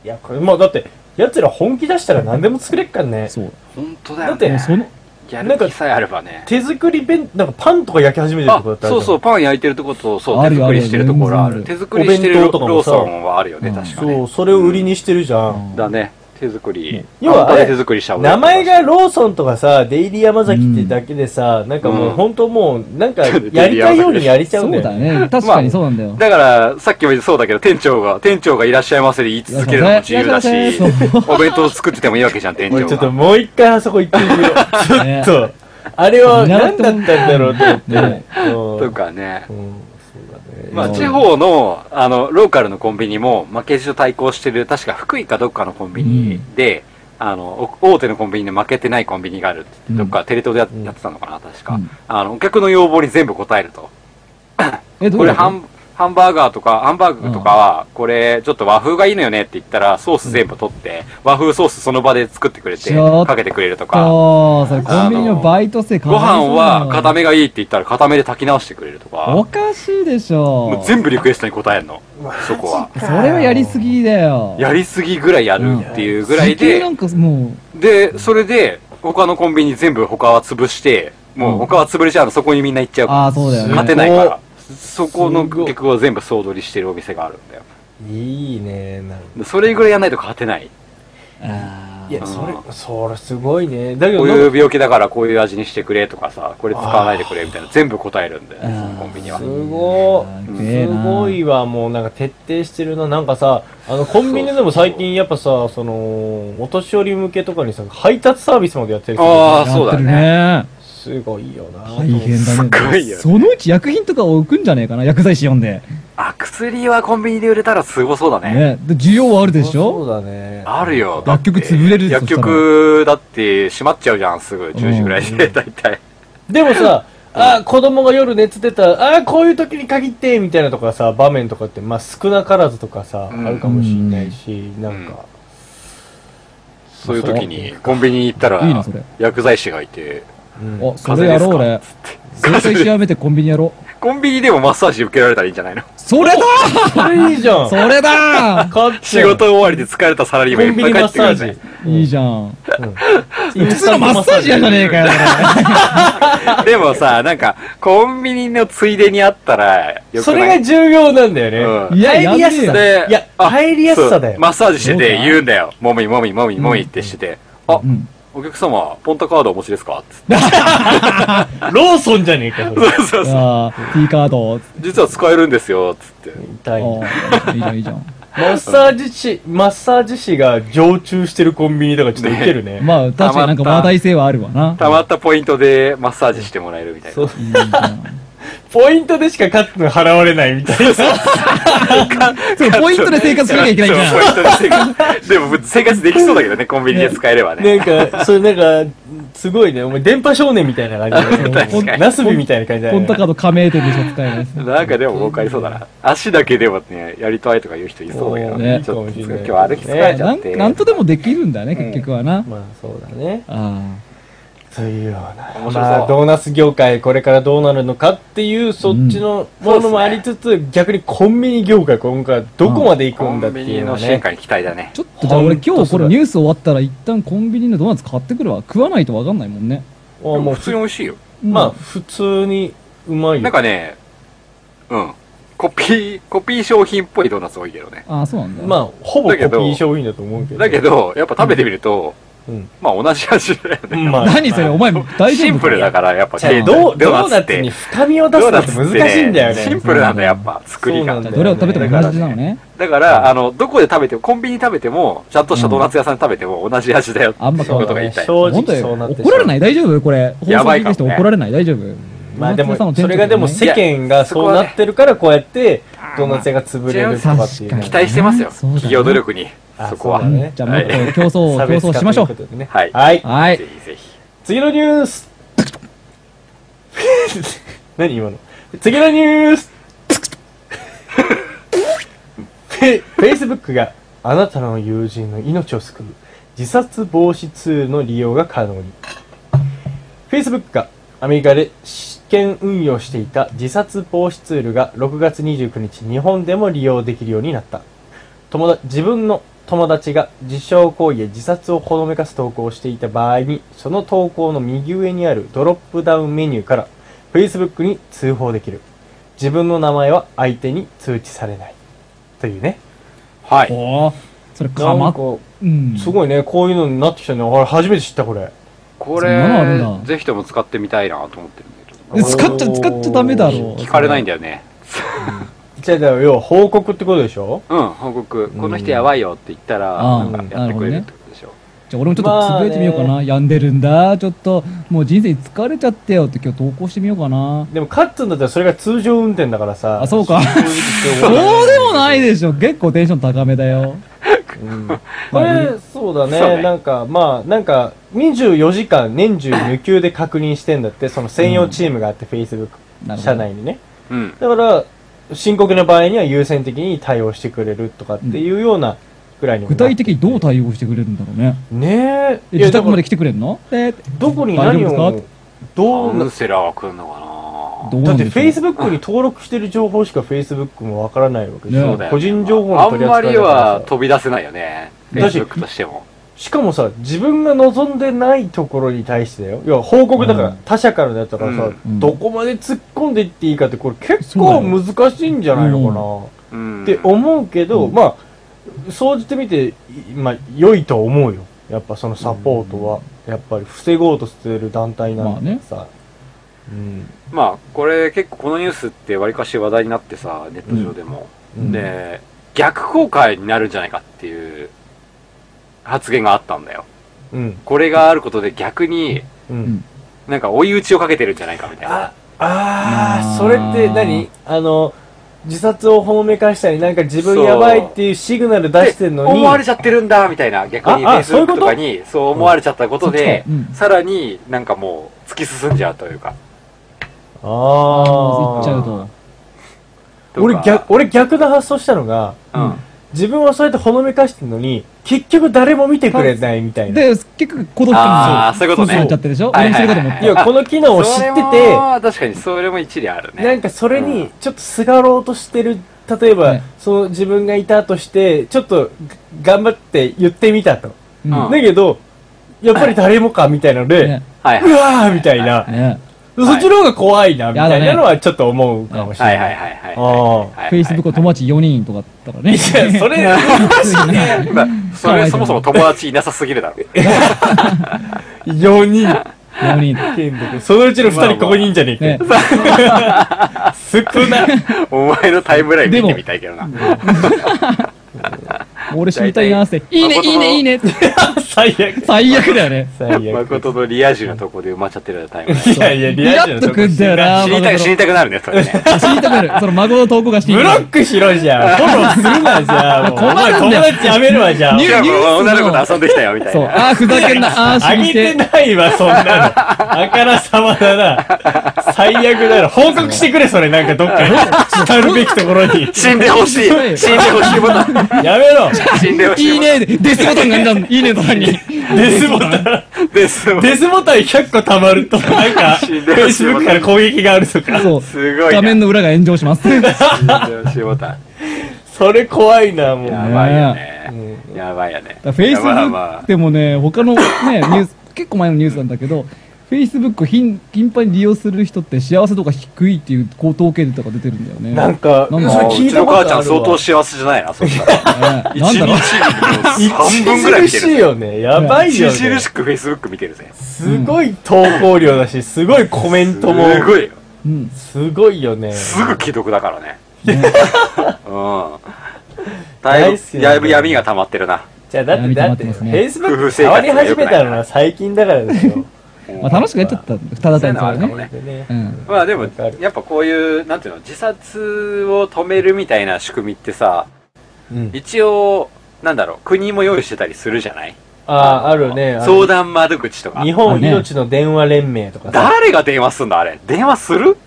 Speaker 5: いや、これ、まあだって、奴ら本気出したら何でも作れっから
Speaker 4: あ
Speaker 5: ね。
Speaker 4: そう。
Speaker 3: ほんとだよ
Speaker 5: だ
Speaker 4: もう
Speaker 3: ね。
Speaker 4: その、
Speaker 3: やる気さえあればね。
Speaker 5: 手作り弁、なんかパンとか焼き始めてる
Speaker 3: あ
Speaker 5: とこだっ、た
Speaker 3: そうそう、
Speaker 5: う。
Speaker 3: パン焼いてるとこと、そう、
Speaker 4: あ
Speaker 3: 手
Speaker 4: るよ
Speaker 3: 作りしてるところあ
Speaker 4: あ
Speaker 3: る。
Speaker 4: る
Speaker 3: 手作りしてる
Speaker 5: お
Speaker 3: ロ
Speaker 5: 弁当とかも
Speaker 3: ー
Speaker 5: さ
Speaker 3: ソンはあるよね、
Speaker 4: うん
Speaker 3: 確か
Speaker 5: そう、
Speaker 3: ね。
Speaker 5: それを売りにしてるじゃん。
Speaker 3: だね。手作り。
Speaker 5: 要は
Speaker 3: あんた
Speaker 5: あ
Speaker 3: で
Speaker 5: れ
Speaker 3: 手作りしたおでん
Speaker 5: 名前がローソンとかさ、デイリー山崎ってだけでさ、なんかもう
Speaker 3: うん
Speaker 5: 本当もう、なんかやりたいようにやりちゃう
Speaker 4: そ
Speaker 5: んだ
Speaker 4: う
Speaker 5: よ
Speaker 4: だ
Speaker 5: ね。
Speaker 4: ね。確かにそうなんだよ。
Speaker 3: だから、さっきも言ったそうだけど、店長が、店長がいらっしゃいませで言い続けるのも自由だし
Speaker 4: いらっしゃいませ、
Speaker 3: お弁当作っててもいいわけじゃん、店
Speaker 5: もう
Speaker 3: 長
Speaker 5: ちょっと
Speaker 3: が。
Speaker 5: もう一回あそこ行ってみよう。
Speaker 4: ね
Speaker 5: ちょっと、あれは何だったんだろうと思って。
Speaker 4: ね
Speaker 5: う
Speaker 3: と
Speaker 5: ん
Speaker 3: かね。
Speaker 5: うんそうだね。
Speaker 3: まあ、
Speaker 4: うん
Speaker 3: 地方の、あの、ローカルのコンビニも、負けじと対抗してる、確か福井かどっかのコンビニで、あの、お大手のコンビニで負けてないコンビニがあるって言って、どっかテレ東でや
Speaker 5: うん
Speaker 3: やってたのかな、確か
Speaker 4: うん。
Speaker 3: あの、お客の要望に全部応えると。
Speaker 4: え、ど
Speaker 3: こ
Speaker 4: う
Speaker 3: れ
Speaker 4: だ
Speaker 3: ハ
Speaker 4: ろう
Speaker 3: ンハンバーガーとか、ハンバーグとかは、これちょっと和風がいいのよねって言ったら、ソース全部取って、和風ソースその場で作ってくれて、
Speaker 4: ちょっと
Speaker 3: かけてくれるとか、
Speaker 4: ああ、それコンビニのバイト生
Speaker 3: ご飯は固めがいいって言ったら固めで炊き直してくれると
Speaker 4: お
Speaker 3: か、
Speaker 4: かしいでしょ。
Speaker 3: もう全部リクエストに応えるの、そこは。
Speaker 4: それはやりすぎだよ。
Speaker 3: やりすぎぐらいやるっていうぐらい
Speaker 4: 時給な
Speaker 3: で、
Speaker 4: んかもう、
Speaker 3: で、それで、他のコンビニ全部他は潰して、もう他は潰れちゃうの、そこにみんな行っちゃうから
Speaker 4: ああ、そうだよ
Speaker 3: 勝
Speaker 4: ね。
Speaker 3: てないか
Speaker 5: すご
Speaker 3: ら。そこの客は全部総取りしてるお店があるんだよ。
Speaker 5: いいねなんか
Speaker 3: それぐらいやらないと勝てない。
Speaker 4: あ
Speaker 5: いや
Speaker 3: うん
Speaker 5: それそれすごいねだけ
Speaker 3: こ
Speaker 5: ど
Speaker 3: う
Speaker 5: ないん
Speaker 3: う
Speaker 5: か
Speaker 3: 病気だからこういう味にしてくれとかさ、これ使わないでくれみたいな、全部答えるんだよね、そのコンビニは
Speaker 5: す。ご
Speaker 4: あ
Speaker 5: い
Speaker 4: ー
Speaker 5: すごいわもうなんか徹底してるななんかさあのコンビニでも最近やっぱさそのお年寄り向けとかにさ配達サービスまでやってる人
Speaker 3: あ
Speaker 4: あ
Speaker 3: あ、そうだね。
Speaker 4: ね。
Speaker 5: すごいよな
Speaker 4: 大変だね。
Speaker 3: ごいよね
Speaker 4: そのうち薬品とか置くんじゃねえかな、薬剤師読んで。
Speaker 3: あ、薬はコンビニで売れたらすごそうだね。
Speaker 4: ね。で需要はあるでし
Speaker 5: そう
Speaker 4: ょ
Speaker 5: だね
Speaker 3: あるよ。
Speaker 4: 薬局潰れる
Speaker 3: 薬
Speaker 4: そ
Speaker 3: 局、だって閉まっちゃうじゃん、すぐ。10時ぐらいで、大体。
Speaker 5: でもさ、あー子供が夜熱出たら、あーこういう時に限って、みたいなとかさ、場面とかって、まあ少なからずとかさ、
Speaker 3: うん
Speaker 5: あるかもしんないし、なんか、
Speaker 3: そういう時に、コンビニ行った
Speaker 4: いいな
Speaker 3: ら
Speaker 4: それ、
Speaker 3: 薬剤師がいて、
Speaker 5: うん
Speaker 4: お、それやろう
Speaker 3: 風邪
Speaker 4: 俺。絶対やめてコンビニやろう。
Speaker 3: コンビニでもマッサージ受けられたらいいんじゃないの
Speaker 4: それだ
Speaker 5: それいいじゃん
Speaker 4: それだ
Speaker 5: 勝って
Speaker 3: 仕事終わりで疲れたサラリー
Speaker 5: コ
Speaker 3: マンい
Speaker 5: ンビ
Speaker 3: っ
Speaker 5: ニ
Speaker 3: ぱい
Speaker 5: マ
Speaker 3: 帰
Speaker 5: ッ
Speaker 3: ってく
Speaker 5: サー
Speaker 3: る
Speaker 5: ジ
Speaker 3: ぜ。
Speaker 4: いいじゃん。
Speaker 5: イン
Speaker 4: 普
Speaker 5: ス
Speaker 4: 通
Speaker 5: タ
Speaker 4: の
Speaker 5: ント
Speaker 4: マッサージ屋じゃねえかよ。
Speaker 3: でもさ、なんか、コンビニのついでにあったら、よく
Speaker 5: それ
Speaker 3: な
Speaker 5: が
Speaker 3: い
Speaker 5: 重要なんだよ
Speaker 3: う
Speaker 5: ね
Speaker 3: ん
Speaker 4: いや
Speaker 5: 入りやすさ
Speaker 4: やべ
Speaker 5: いや
Speaker 3: あ
Speaker 5: 入りやすさだ
Speaker 3: そ
Speaker 5: よ
Speaker 3: うマッサージして
Speaker 4: そう
Speaker 3: て
Speaker 4: だ
Speaker 3: 言うんだよ。もみもみもみもみってしてて、あ
Speaker 4: う、ん。
Speaker 3: お客様、ポンタカードお持ちですかつって。
Speaker 5: ローソンじゃねえかそれ
Speaker 3: そうそうそう
Speaker 4: ああ、T カード。
Speaker 3: 実は使えるんですよ、つって。
Speaker 5: 痛いな
Speaker 4: ああいいじゃん、いいじゃん。
Speaker 5: マッサージ師マッサージ師が常駐してるコンビニとかちょっとウケるね
Speaker 4: まあ、確かになんか話題性はあるわな。
Speaker 3: 溜まったポイントでマッサージしてもらえるみたい
Speaker 5: そう
Speaker 3: な。
Speaker 4: いいじゃん
Speaker 5: ポイントでしか勝つの払われないみたいな
Speaker 4: そう、ポイントで生活しなきゃいけないじゃん。
Speaker 3: <laughs> そうポイントで生活でも、生活できそうだけどね、コンビニで使えればね。
Speaker 5: なんか、それなんか、すごいね。お前、電波少年みたいな感じだ
Speaker 3: <laughs> 確か
Speaker 5: ね。
Speaker 3: に
Speaker 5: ナスビみたいな感じだ
Speaker 4: ポンタ
Speaker 5: ね。
Speaker 4: カード加盟店でしか使えないです。
Speaker 3: なんかでも儲かりそうだな。足だけでもね、やりたいとか言う人いそうだけど
Speaker 4: ね
Speaker 3: ね。ちょっと
Speaker 5: いいかもしれ
Speaker 3: 今
Speaker 5: ない
Speaker 3: 日歩き疲れちゃ
Speaker 4: な
Speaker 3: っ
Speaker 4: ん
Speaker 3: て。
Speaker 4: なんとでもできるんだよね、結局はな。
Speaker 5: まあ、そうだね。
Speaker 4: あ
Speaker 5: というような。
Speaker 3: 面白そう
Speaker 5: まあ、ドーナツ業界、これからどうなるのかっていう、そっちのものもありつつ、逆にコンビニ業界、今回どこまで行く
Speaker 3: コ
Speaker 5: ん
Speaker 3: ン
Speaker 5: だって
Speaker 3: ビ
Speaker 5: い
Speaker 3: ニ
Speaker 5: うの
Speaker 3: の
Speaker 5: は
Speaker 3: 進
Speaker 5: ね。
Speaker 3: 化に期待だね
Speaker 4: あ。。ちょっとじゃあ俺
Speaker 5: ほんと
Speaker 4: 今日
Speaker 5: そ
Speaker 4: こ
Speaker 5: れ
Speaker 4: れニュース終わったら一旦コンビニのドーナツ買ってくるわ。食わないとわかんないもんね。
Speaker 5: あもう
Speaker 3: 普通に美味しいよ。
Speaker 5: まあ、普通にうまい
Speaker 3: なん
Speaker 5: よ。
Speaker 3: かね、うん。コピー、コピー商品っぽいドーナツ多いけどね。
Speaker 4: ああ、そうなんだ。
Speaker 5: まあ、ほぼコ
Speaker 3: だ
Speaker 5: ピ
Speaker 3: けど
Speaker 5: ー商品だと思うけど。
Speaker 3: だけど、やっぱ食べてみると、
Speaker 5: うん、
Speaker 3: まあ同じ味だよ
Speaker 5: う
Speaker 3: ね。
Speaker 5: ん。まあ
Speaker 4: 何それ、お前大丈夫
Speaker 3: シンプルだから、やっぱ
Speaker 5: じゃあ
Speaker 3: ね
Speaker 5: ドードーナツに深みを出すのって難しいんだよね。
Speaker 3: シンプルなんだよ、やっぱ、作り
Speaker 5: そ
Speaker 3: が
Speaker 5: うな。んだ
Speaker 4: ど
Speaker 5: よ
Speaker 4: れを食べても同じなのね。
Speaker 3: だから、あの、どこで食べても、コンビニ食べても、ちゃんとしたドーナツ屋さんで食べても同じ味だよって
Speaker 4: あんま
Speaker 3: いうことが言いたい。
Speaker 5: そうだね正
Speaker 4: 本当
Speaker 5: 直
Speaker 4: に
Speaker 5: そうなってしまう
Speaker 4: 怒られない大丈夫これ。放
Speaker 3: や
Speaker 4: 送
Speaker 3: ば
Speaker 4: で
Speaker 3: い
Speaker 4: き
Speaker 3: かも
Speaker 4: る
Speaker 3: ね
Speaker 4: 人怒られない大丈夫
Speaker 5: まあでも
Speaker 4: 松田さんの、店
Speaker 5: そ
Speaker 4: 長
Speaker 5: れがでも世間がそうなってるから、こうやって、ドーナツ屋が潰れるとかっていうのは。
Speaker 4: い
Speaker 3: 期待してますよ、
Speaker 4: そうだね
Speaker 3: 企業努力に
Speaker 5: あ、
Speaker 3: そこは。
Speaker 5: そうだね
Speaker 4: うんじゃあもっと競争を、
Speaker 5: 差
Speaker 4: 競
Speaker 5: 別化
Speaker 4: 争しましょ
Speaker 5: という
Speaker 4: う。
Speaker 5: ことでね
Speaker 3: はい
Speaker 5: はい。
Speaker 4: はい
Speaker 3: ぜ。ひぜひ。
Speaker 5: 次のニュース <laughs> 何今の次のニュース Facebook があなたの友人の命を救う自殺防止ツールの利用が可能に Facebook がアメリカで試験運用していた自殺防止ツールが6月29日日本でも利用できるようになった友達自分の友達が自傷行為や自殺をほのめかす投稿をしていた場合にその投稿の右上にあるドロップダウンメニューから Facebook に通報できる自分の名前は相手に通知されないというね
Speaker 3: はい。
Speaker 4: おーそれかま
Speaker 5: なん
Speaker 4: っ
Speaker 5: か、
Speaker 4: うん。
Speaker 5: すごいねこういうのになってきたね俺初めて知ったこれ
Speaker 3: こ
Speaker 4: そんなのあるん
Speaker 3: れ
Speaker 4: だ、
Speaker 3: ぜひとも使ってみたいなと思ってるんだけど。
Speaker 4: え使っちゃ、使っちゃダメだろう。
Speaker 3: 聞かれないんだよね。
Speaker 5: じゃあ要は報告ってことでしょ
Speaker 3: うん、報告。この人やばいよって言ったら、
Speaker 4: うん
Speaker 3: なんかやってくれるってことでしょ。
Speaker 4: じゃあ俺もちょっとつぶやいてみようかな、
Speaker 5: まあ
Speaker 4: 病んでるんだちょっともう人生疲れちゃったよって今日投稿してみようかな
Speaker 5: でもカッツンだったらそれが通常運転だからさ
Speaker 4: あそうかそうでもないでしょ結構テンション高めだよ
Speaker 5: これ、そうだ
Speaker 3: そう
Speaker 5: ね。
Speaker 3: ね
Speaker 5: なんか、まあ、なんか、24時間年中無休で確認してんだって、その専用チームがあって、Facebook
Speaker 4: なるほど
Speaker 5: 社内にね。
Speaker 3: うん。
Speaker 5: だから、深刻な場合には優先的に対応してくれるとかっていうようなぐらいにもな
Speaker 4: 具
Speaker 5: って
Speaker 4: 体的にどう対応してくれるんだろうね
Speaker 5: ねえ。
Speaker 4: え
Speaker 5: いや
Speaker 4: 自宅まで
Speaker 5: だ
Speaker 4: 来てくれんのえー
Speaker 5: からどこに何
Speaker 4: 大丈夫で
Speaker 5: を
Speaker 4: す、
Speaker 5: ど
Speaker 3: カ
Speaker 5: う
Speaker 3: ウ
Speaker 5: な
Speaker 3: ン、セラーが来るのかな
Speaker 4: どう
Speaker 5: だ
Speaker 4: な
Speaker 5: っ
Speaker 4: ん
Speaker 5: て
Speaker 4: でしょう
Speaker 5: Facebook に登録してる情報しか Facebook もわからないわけでし
Speaker 4: ね
Speaker 5: ょ。
Speaker 3: そうだよね
Speaker 5: 個人情報の
Speaker 3: あん
Speaker 5: 取り
Speaker 3: ま
Speaker 5: 扱い
Speaker 3: り
Speaker 5: だからさ
Speaker 3: は飛び出せないよね。
Speaker 5: だし
Speaker 3: Facebook としても。
Speaker 5: しかもさ、自分が望んでないところに対してだよ。要は報告だから、
Speaker 4: うん
Speaker 5: 他者からだったらさ、
Speaker 4: うん
Speaker 5: どこまで突っ込んでいっていいかって、これ結
Speaker 4: そうだ
Speaker 5: 構
Speaker 4: よ
Speaker 5: 難しいんじゃないのかな。
Speaker 3: うん
Speaker 5: って思うけど、まあ、総じてみて、いまあ、良いと思うよ。やっぱそのサポートは、やっぱり防ごうとしてる団体なんでさ。うん
Speaker 3: まあ、これ結構このニュースってわりかし話題になってさ、ネット上でも。
Speaker 5: うん
Speaker 3: で、逆公開になるんじゃないかっていう発言があったんだよ。
Speaker 5: うん。
Speaker 3: これがあることで逆に、
Speaker 5: うん。
Speaker 3: なんか追い打ちをかけてるんじゃないかみたいな。
Speaker 5: あ、あー、
Speaker 4: あー
Speaker 5: それって何あの、自殺をほのめかしたり、なんか自分やばいっていうシグナル出してんの
Speaker 3: で
Speaker 5: に、
Speaker 3: 思われちゃってるんだみたいな、逆に
Speaker 5: ああ
Speaker 3: Facebook とかにそう思われちゃったことで、
Speaker 4: うん
Speaker 3: さらになんかもう突き進んじゃうというか。
Speaker 4: 行
Speaker 5: あ
Speaker 4: っちゃう
Speaker 5: ー。
Speaker 4: と。
Speaker 3: とか
Speaker 5: 俺逆、俺逆な発想したのが、
Speaker 3: うん。
Speaker 5: 自分はそうやってほのめかしてんのに、結局誰も見てくれないみたいな。
Speaker 4: で、結局、孤独
Speaker 3: あ
Speaker 4: 感
Speaker 3: あ、そういうことね。
Speaker 4: そうそうなっちゃってるでしょ
Speaker 3: はいはいはい
Speaker 4: 俺もそういうこと思った
Speaker 5: いや、この機能を知って
Speaker 3: それ
Speaker 5: て、
Speaker 3: も確かにそれも一理あるね。
Speaker 5: なんかそれ
Speaker 3: う
Speaker 5: に
Speaker 3: ん
Speaker 5: ちょっとすがろうとしてる、例えば、
Speaker 4: ね
Speaker 5: その自分がいたとして、ちょっとが頑張って言ってみたと。
Speaker 4: うん
Speaker 3: うん
Speaker 5: だけど、やっぱり誰もかみたいなので、
Speaker 4: ね
Speaker 3: はいは
Speaker 5: う
Speaker 3: い
Speaker 5: わーみたいな、
Speaker 4: ね。
Speaker 5: そっちの方が怖いなみたいなのはちょっと思うかもしれ
Speaker 3: は
Speaker 5: ないい。
Speaker 3: はいはいはい。
Speaker 5: あ
Speaker 3: はいはいはい
Speaker 4: Facebook は友達4人とかだったからね。
Speaker 5: あ。 <laughs> いや、それ、
Speaker 3: まあそれそもそも友達いなさすぎるだろ。
Speaker 5: <laughs> 4人。
Speaker 4: 4人。
Speaker 5: 剣道君そのうちの2人ここにいんじゃねえ
Speaker 4: ね
Speaker 5: か。。少な。
Speaker 3: お前のタイムライン見てみたいけどな。
Speaker 4: 俺死にたいなーって。いいね、
Speaker 3: 誠の
Speaker 4: いいね、いいねって。
Speaker 5: <laughs> 最悪。
Speaker 4: 最悪だよね。
Speaker 5: 最悪。
Speaker 3: 誠のリア充なとこで埋まっちゃってるタイムライン。
Speaker 5: いやいや、
Speaker 4: イ
Speaker 5: リア
Speaker 4: ラ
Speaker 5: 充
Speaker 4: ッ
Speaker 5: な
Speaker 4: と
Speaker 5: とこ
Speaker 4: くんだよな
Speaker 3: 死にたい、死にたくなるね、それね。
Speaker 4: 死にたくなる。その孫の投稿が死に
Speaker 5: ブ
Speaker 4: た
Speaker 5: ロ
Speaker 4: くなる
Speaker 5: ッ。クしろじゃん。フォローするなじ <laughs> ゃあ。もうお前友達やめるわじゃあ
Speaker 4: <laughs> ニ。
Speaker 3: い
Speaker 4: ュ
Speaker 3: や、
Speaker 4: ニュー
Speaker 3: も
Speaker 4: ス
Speaker 3: う
Speaker 4: の
Speaker 3: 女の子と遊んできたよ、みたい
Speaker 4: そう。
Speaker 3: な。
Speaker 4: ああ、ふざけんな。ああー、死
Speaker 5: あげ
Speaker 4: にて
Speaker 5: て。ないわ、そんなの。あからさまだな。最悪だな。報告してくれ、それ。なんかどっ <laughs> かに。叱るべきところに。
Speaker 3: 死んでほしい。死んでほしいもの。
Speaker 5: やめろ。
Speaker 3: 死んでほしいもの。
Speaker 4: いいねデスボタンがい
Speaker 3: <laughs>
Speaker 4: たんいいねの中に。
Speaker 5: デスボタン。
Speaker 3: です。
Speaker 5: デスボタン100個溜まると、なんか、
Speaker 3: 死んでほしい
Speaker 5: Facebook から攻撃があるとか。
Speaker 4: そう。
Speaker 3: すごいな。
Speaker 4: 画面の裏が炎上
Speaker 3: <laughs>
Speaker 4: します。
Speaker 3: 死んでほしいボタン。
Speaker 5: それ怖いな、もう。
Speaker 3: や
Speaker 5: う
Speaker 3: ばいよね。
Speaker 5: ん
Speaker 3: やばいよね。
Speaker 4: フェイスブ
Speaker 3: まあま
Speaker 4: ッ
Speaker 3: あ
Speaker 4: クでもね、他
Speaker 3: <laughs>
Speaker 4: のね、ニュース、結構前のニュースなんだけど、フェイスブックを頻頻繁に利用する人って幸せ度が低いっていうこう統計とか出てるんだよね。
Speaker 5: なんか、それ
Speaker 4: なんだろう
Speaker 3: もう
Speaker 5: 聞
Speaker 3: う
Speaker 5: い
Speaker 3: ち
Speaker 5: た
Speaker 3: の
Speaker 5: ことあ
Speaker 3: 母
Speaker 5: る
Speaker 3: ちゃん相当幸せじゃないな、そしたら。
Speaker 4: ね
Speaker 3: 一
Speaker 4: なん
Speaker 3: 日
Speaker 4: だろう。
Speaker 3: にもう3分ぐらい見て
Speaker 5: 著しい
Speaker 3: る。
Speaker 5: よね。やばいよね
Speaker 3: 著。しくフェイスブック見てるぜ。す
Speaker 5: すごい投稿量だし、すごいコメントも。
Speaker 3: ごいよ。
Speaker 4: うん。
Speaker 5: すごいよね。
Speaker 3: すぐ既読だからね。
Speaker 5: 大好きなん
Speaker 3: うん。だいぶ、
Speaker 5: だ
Speaker 3: だいぶ闇が溜まってるな。
Speaker 5: じゃあ、だって、だって、
Speaker 4: やりたまってますね
Speaker 5: Facebook
Speaker 3: 夫婦
Speaker 5: 変
Speaker 3: 生
Speaker 5: わり
Speaker 3: 活が
Speaker 5: 始
Speaker 3: 良く
Speaker 5: め
Speaker 3: ない
Speaker 5: たのは最近だからですよ。
Speaker 4: まあ楽しくやっちゃったんだ。ただ単にそ
Speaker 3: そうい
Speaker 4: れ
Speaker 3: うのはあるかも
Speaker 5: で
Speaker 3: ね
Speaker 4: ね。
Speaker 5: ね
Speaker 4: うん。
Speaker 3: まあでも
Speaker 5: わかる、
Speaker 3: やっぱこういう、なんていうの、自殺を止めるみたいな仕組みってさ、
Speaker 5: うん
Speaker 3: 一応、なんだろう、国も用意してたりするじゃない
Speaker 5: ああ、あるね。あの
Speaker 3: 相談窓口とか
Speaker 5: 日。本命の電話連盟とかさ。
Speaker 3: 誰が電話すんのあれ。電話する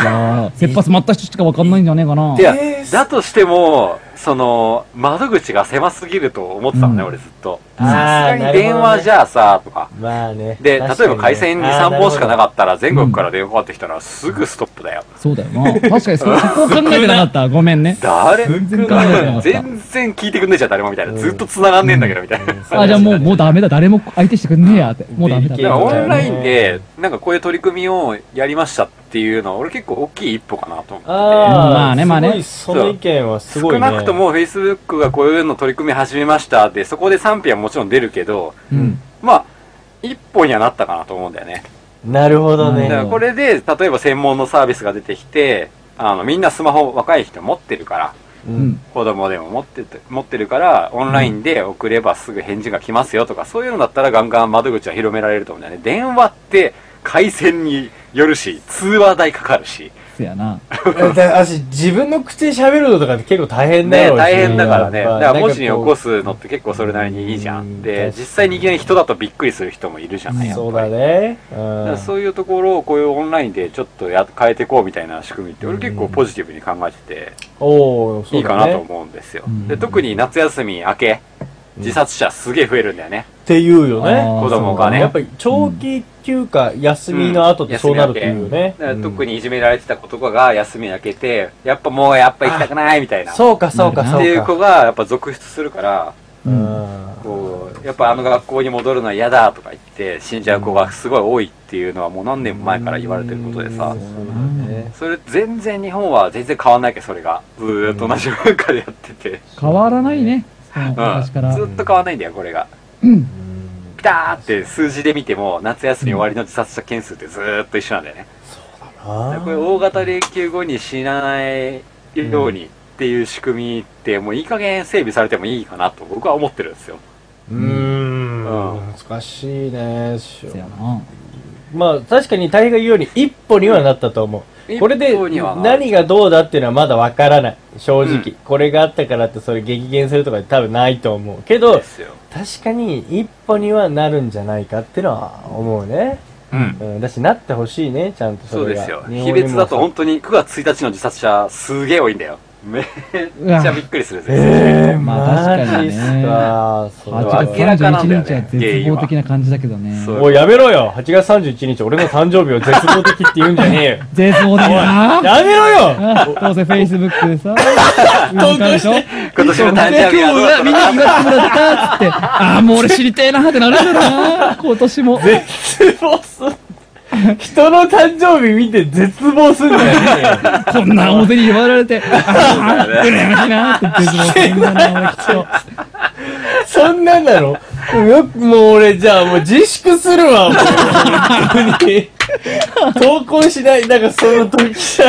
Speaker 4: いやー、切羽詰まった人しかわかんないんじゃねえかな。
Speaker 3: いや
Speaker 5: え、ー
Speaker 3: だとしても、その、窓口が狭すぎると思ってたのね、
Speaker 4: うん
Speaker 3: 俺ずっと。
Speaker 5: あー
Speaker 3: さす
Speaker 5: な
Speaker 3: が
Speaker 5: るほどね
Speaker 3: に電話じゃあさ、とか。
Speaker 5: まあね。
Speaker 3: で、
Speaker 5: 確か
Speaker 3: 例え
Speaker 5: にね
Speaker 3: ば回線2、3本しかなか
Speaker 5: あ
Speaker 3: ったら、全国から電話かかってきたら、すぐストップだよ。
Speaker 4: そうだよな。確
Speaker 3: <laughs>
Speaker 4: かにそ、そこを考えてなかった。ごめんね。
Speaker 3: 誰
Speaker 5: 全
Speaker 4: 然考えてなかった
Speaker 3: 全然聞いてくんねえじゃん、誰もみたいな。ずっと繋がんねえんだけど、みた <laughs> いな。だ
Speaker 4: あ、じゃあもう、もうダメだ。誰も相手してくんねえやって。もうダメだ。
Speaker 5: で
Speaker 3: から
Speaker 5: い
Speaker 3: オ
Speaker 5: け
Speaker 3: ンラインで、なんかこういう取り組みをやりましたっていうのは、俺結構大きい一歩かなと思ってて。
Speaker 5: あー、
Speaker 4: まあねまあね
Speaker 5: すごいその意見はすごい
Speaker 3: 少
Speaker 5: ね。
Speaker 3: なくとも Facebook がこういうの取り組み始めましたで、そこで賛否はもちろん出るけど、
Speaker 4: うん。
Speaker 3: まあ、一歩にはなったかなと思うんだよね。
Speaker 5: なるほど
Speaker 3: だ
Speaker 4: うん
Speaker 5: ね
Speaker 3: か。らこれで、例えば専門のサービスが出てきて、あの、みんなスマホ若い人持ってるから、
Speaker 5: う
Speaker 4: うんん。
Speaker 3: 子供でも持ってて持ってるから、オンラインで送ればすぐ返事が来ますよとか、そういうのだったらガンガン窓口は広められると思うんだよね。電話って回線によるし、通話代かかるし、
Speaker 4: せやな。
Speaker 5: だって私、自分の口で喋るのとかって結構大変だ
Speaker 3: ね、
Speaker 5: よ
Speaker 3: 大変だからね。だから文字に起こ。
Speaker 5: やっ
Speaker 3: すのって結構それなりにいいじゃ。
Speaker 5: うんん
Speaker 3: で
Speaker 5: 確、かに
Speaker 3: 実際にいきなり人だとびっくりする人もいるじゃな
Speaker 5: ぱ
Speaker 3: い、
Speaker 5: ね
Speaker 3: やっぱ
Speaker 5: そ
Speaker 3: り
Speaker 5: うだね。う
Speaker 3: だから
Speaker 5: ん。
Speaker 3: そういうところをこういうオンラインでちょっとや変えていこうみたいな仕組みって俺結構ポジティブに考えて
Speaker 5: おー
Speaker 3: て
Speaker 5: そ
Speaker 3: いういか
Speaker 5: だ
Speaker 3: な
Speaker 5: ね
Speaker 3: と思うんですよ
Speaker 4: う。ん
Speaker 3: で特に夏休み明け自殺者すげえ増えるんだよね。
Speaker 5: っていうよ
Speaker 4: あー
Speaker 5: ね。
Speaker 3: 子供がね
Speaker 5: やっぱり長期休暇、休みの後ってそうなるっていうね。
Speaker 3: だから
Speaker 5: うん
Speaker 3: 特にいじめられてた子とかが休み明けて、やっぱもうやっぱ行きたくないみたいな。
Speaker 5: そうか、そうか、
Speaker 4: な
Speaker 5: そ
Speaker 3: って
Speaker 5: う
Speaker 3: いう
Speaker 5: か
Speaker 3: 子。がやっぱ続出するから、
Speaker 4: うん。
Speaker 5: うん
Speaker 3: こう、やっぱあの学校に戻るのは嫌だとか言って死んじゃう子がすごい多いっていうのはもう何年も前から言われてることでさそれ全然日本は全然変わんないけどそれがずーっと同じ文化でやってて、
Speaker 4: 変わらないね。その
Speaker 3: うん、
Speaker 4: 昔から。
Speaker 3: ずっと変わんないんだよこれがピターって数字で見ても夏休み終わりの自殺者件数ってずーっと一緒なんだよねだからこれ大型連休後に死なないようにっていう仕組みってもういい加減整備されてもいいかなと僕は思ってるんですよ
Speaker 6: うーん
Speaker 3: うん
Speaker 5: 難しいね
Speaker 4: せやな。
Speaker 5: まあ確かに大河言うように一歩にはなったと思う、
Speaker 3: うん
Speaker 5: これで
Speaker 3: 一歩にはな
Speaker 5: 何がどうだっていうのはまだわからない正直、
Speaker 3: うん
Speaker 5: これがあったからってそれ激減するとか多分ないと思うけど
Speaker 3: ですよ
Speaker 5: 確かに一歩にはなるんじゃないかってのは思うね、
Speaker 3: うん
Speaker 5: うん、だしなってほしいねちゃんと
Speaker 3: そ
Speaker 5: そうれ
Speaker 3: で
Speaker 5: が
Speaker 3: すよ。
Speaker 5: 日本
Speaker 3: 秘
Speaker 5: にも
Speaker 3: 別だと本当に9月1日の自殺者すげえ多いんだよ。めっちゃびっくりするぜ。
Speaker 5: えー、
Speaker 4: ま
Speaker 5: ま
Speaker 4: あ
Speaker 5: あ
Speaker 4: 確かにね
Speaker 5: それ
Speaker 4: 8
Speaker 5: は
Speaker 4: 月
Speaker 3: 明らかなんだよね
Speaker 4: 31日は絶望的な感じだけどね。
Speaker 3: そう
Speaker 5: おいやめろよ8月31日俺の誕生日を絶望的って言うんじゃねえよ
Speaker 4: 絶望的だな。
Speaker 5: やめろよ
Speaker 4: <laughs> あどうせ Facebook でさ、投稿し
Speaker 3: 今年の誕生日はどうだ
Speaker 4: みんなに祝ってもらったっつって、ああ、もう俺知りてえなーってなるんだろうな、今年も。
Speaker 5: 絶望すん人の誕生日見て絶望すんじゃね
Speaker 4: こんな大勢に祝われて、ああ、羨ましいなーって絶望するんだな、俺きっと。
Speaker 5: えよそんなんなのよくもう俺じゃあもう自粛する
Speaker 3: <laughs>
Speaker 5: わもう本当に投稿しないなんかその時じゃ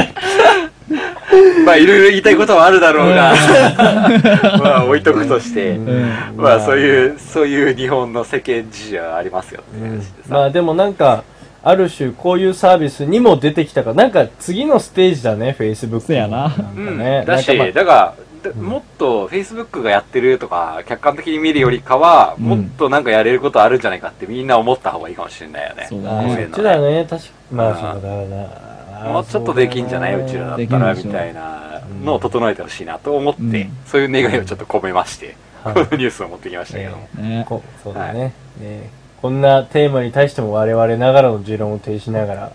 Speaker 3: まあいろいろ言いたいことはあるだろうが、 <laughs> まあ置いとくとして、
Speaker 4: うん
Speaker 3: まあそういう、そういう日本の世間事情はありますよね。
Speaker 5: まあでもなんかある種こういうサービスにも出てきたからなんか次のステージだね Facebook
Speaker 4: そうやな
Speaker 3: うん
Speaker 5: ね
Speaker 3: だし、
Speaker 5: なんか
Speaker 3: だから、もっと Facebook がやってるとか、客観的に見るよりかは、もっとなんかやれることあるんじゃないかってみんな思った方がいいかもしれないよね。
Speaker 4: そう
Speaker 5: まあ
Speaker 4: うん
Speaker 5: そっちだね確かまあそうだな
Speaker 3: もうちょっとできんじゃないうちらだったら
Speaker 4: でき
Speaker 3: み
Speaker 4: んでしょ
Speaker 3: たいなのを整えてほしいなと思って、
Speaker 4: うん
Speaker 3: そういう願いをちょっと込めまして、
Speaker 5: はい
Speaker 3: このニュースを持ってきましたけど、
Speaker 4: ね
Speaker 5: こそうだね,、ねこんなテーマに対しても我々ながらの持論を呈しながら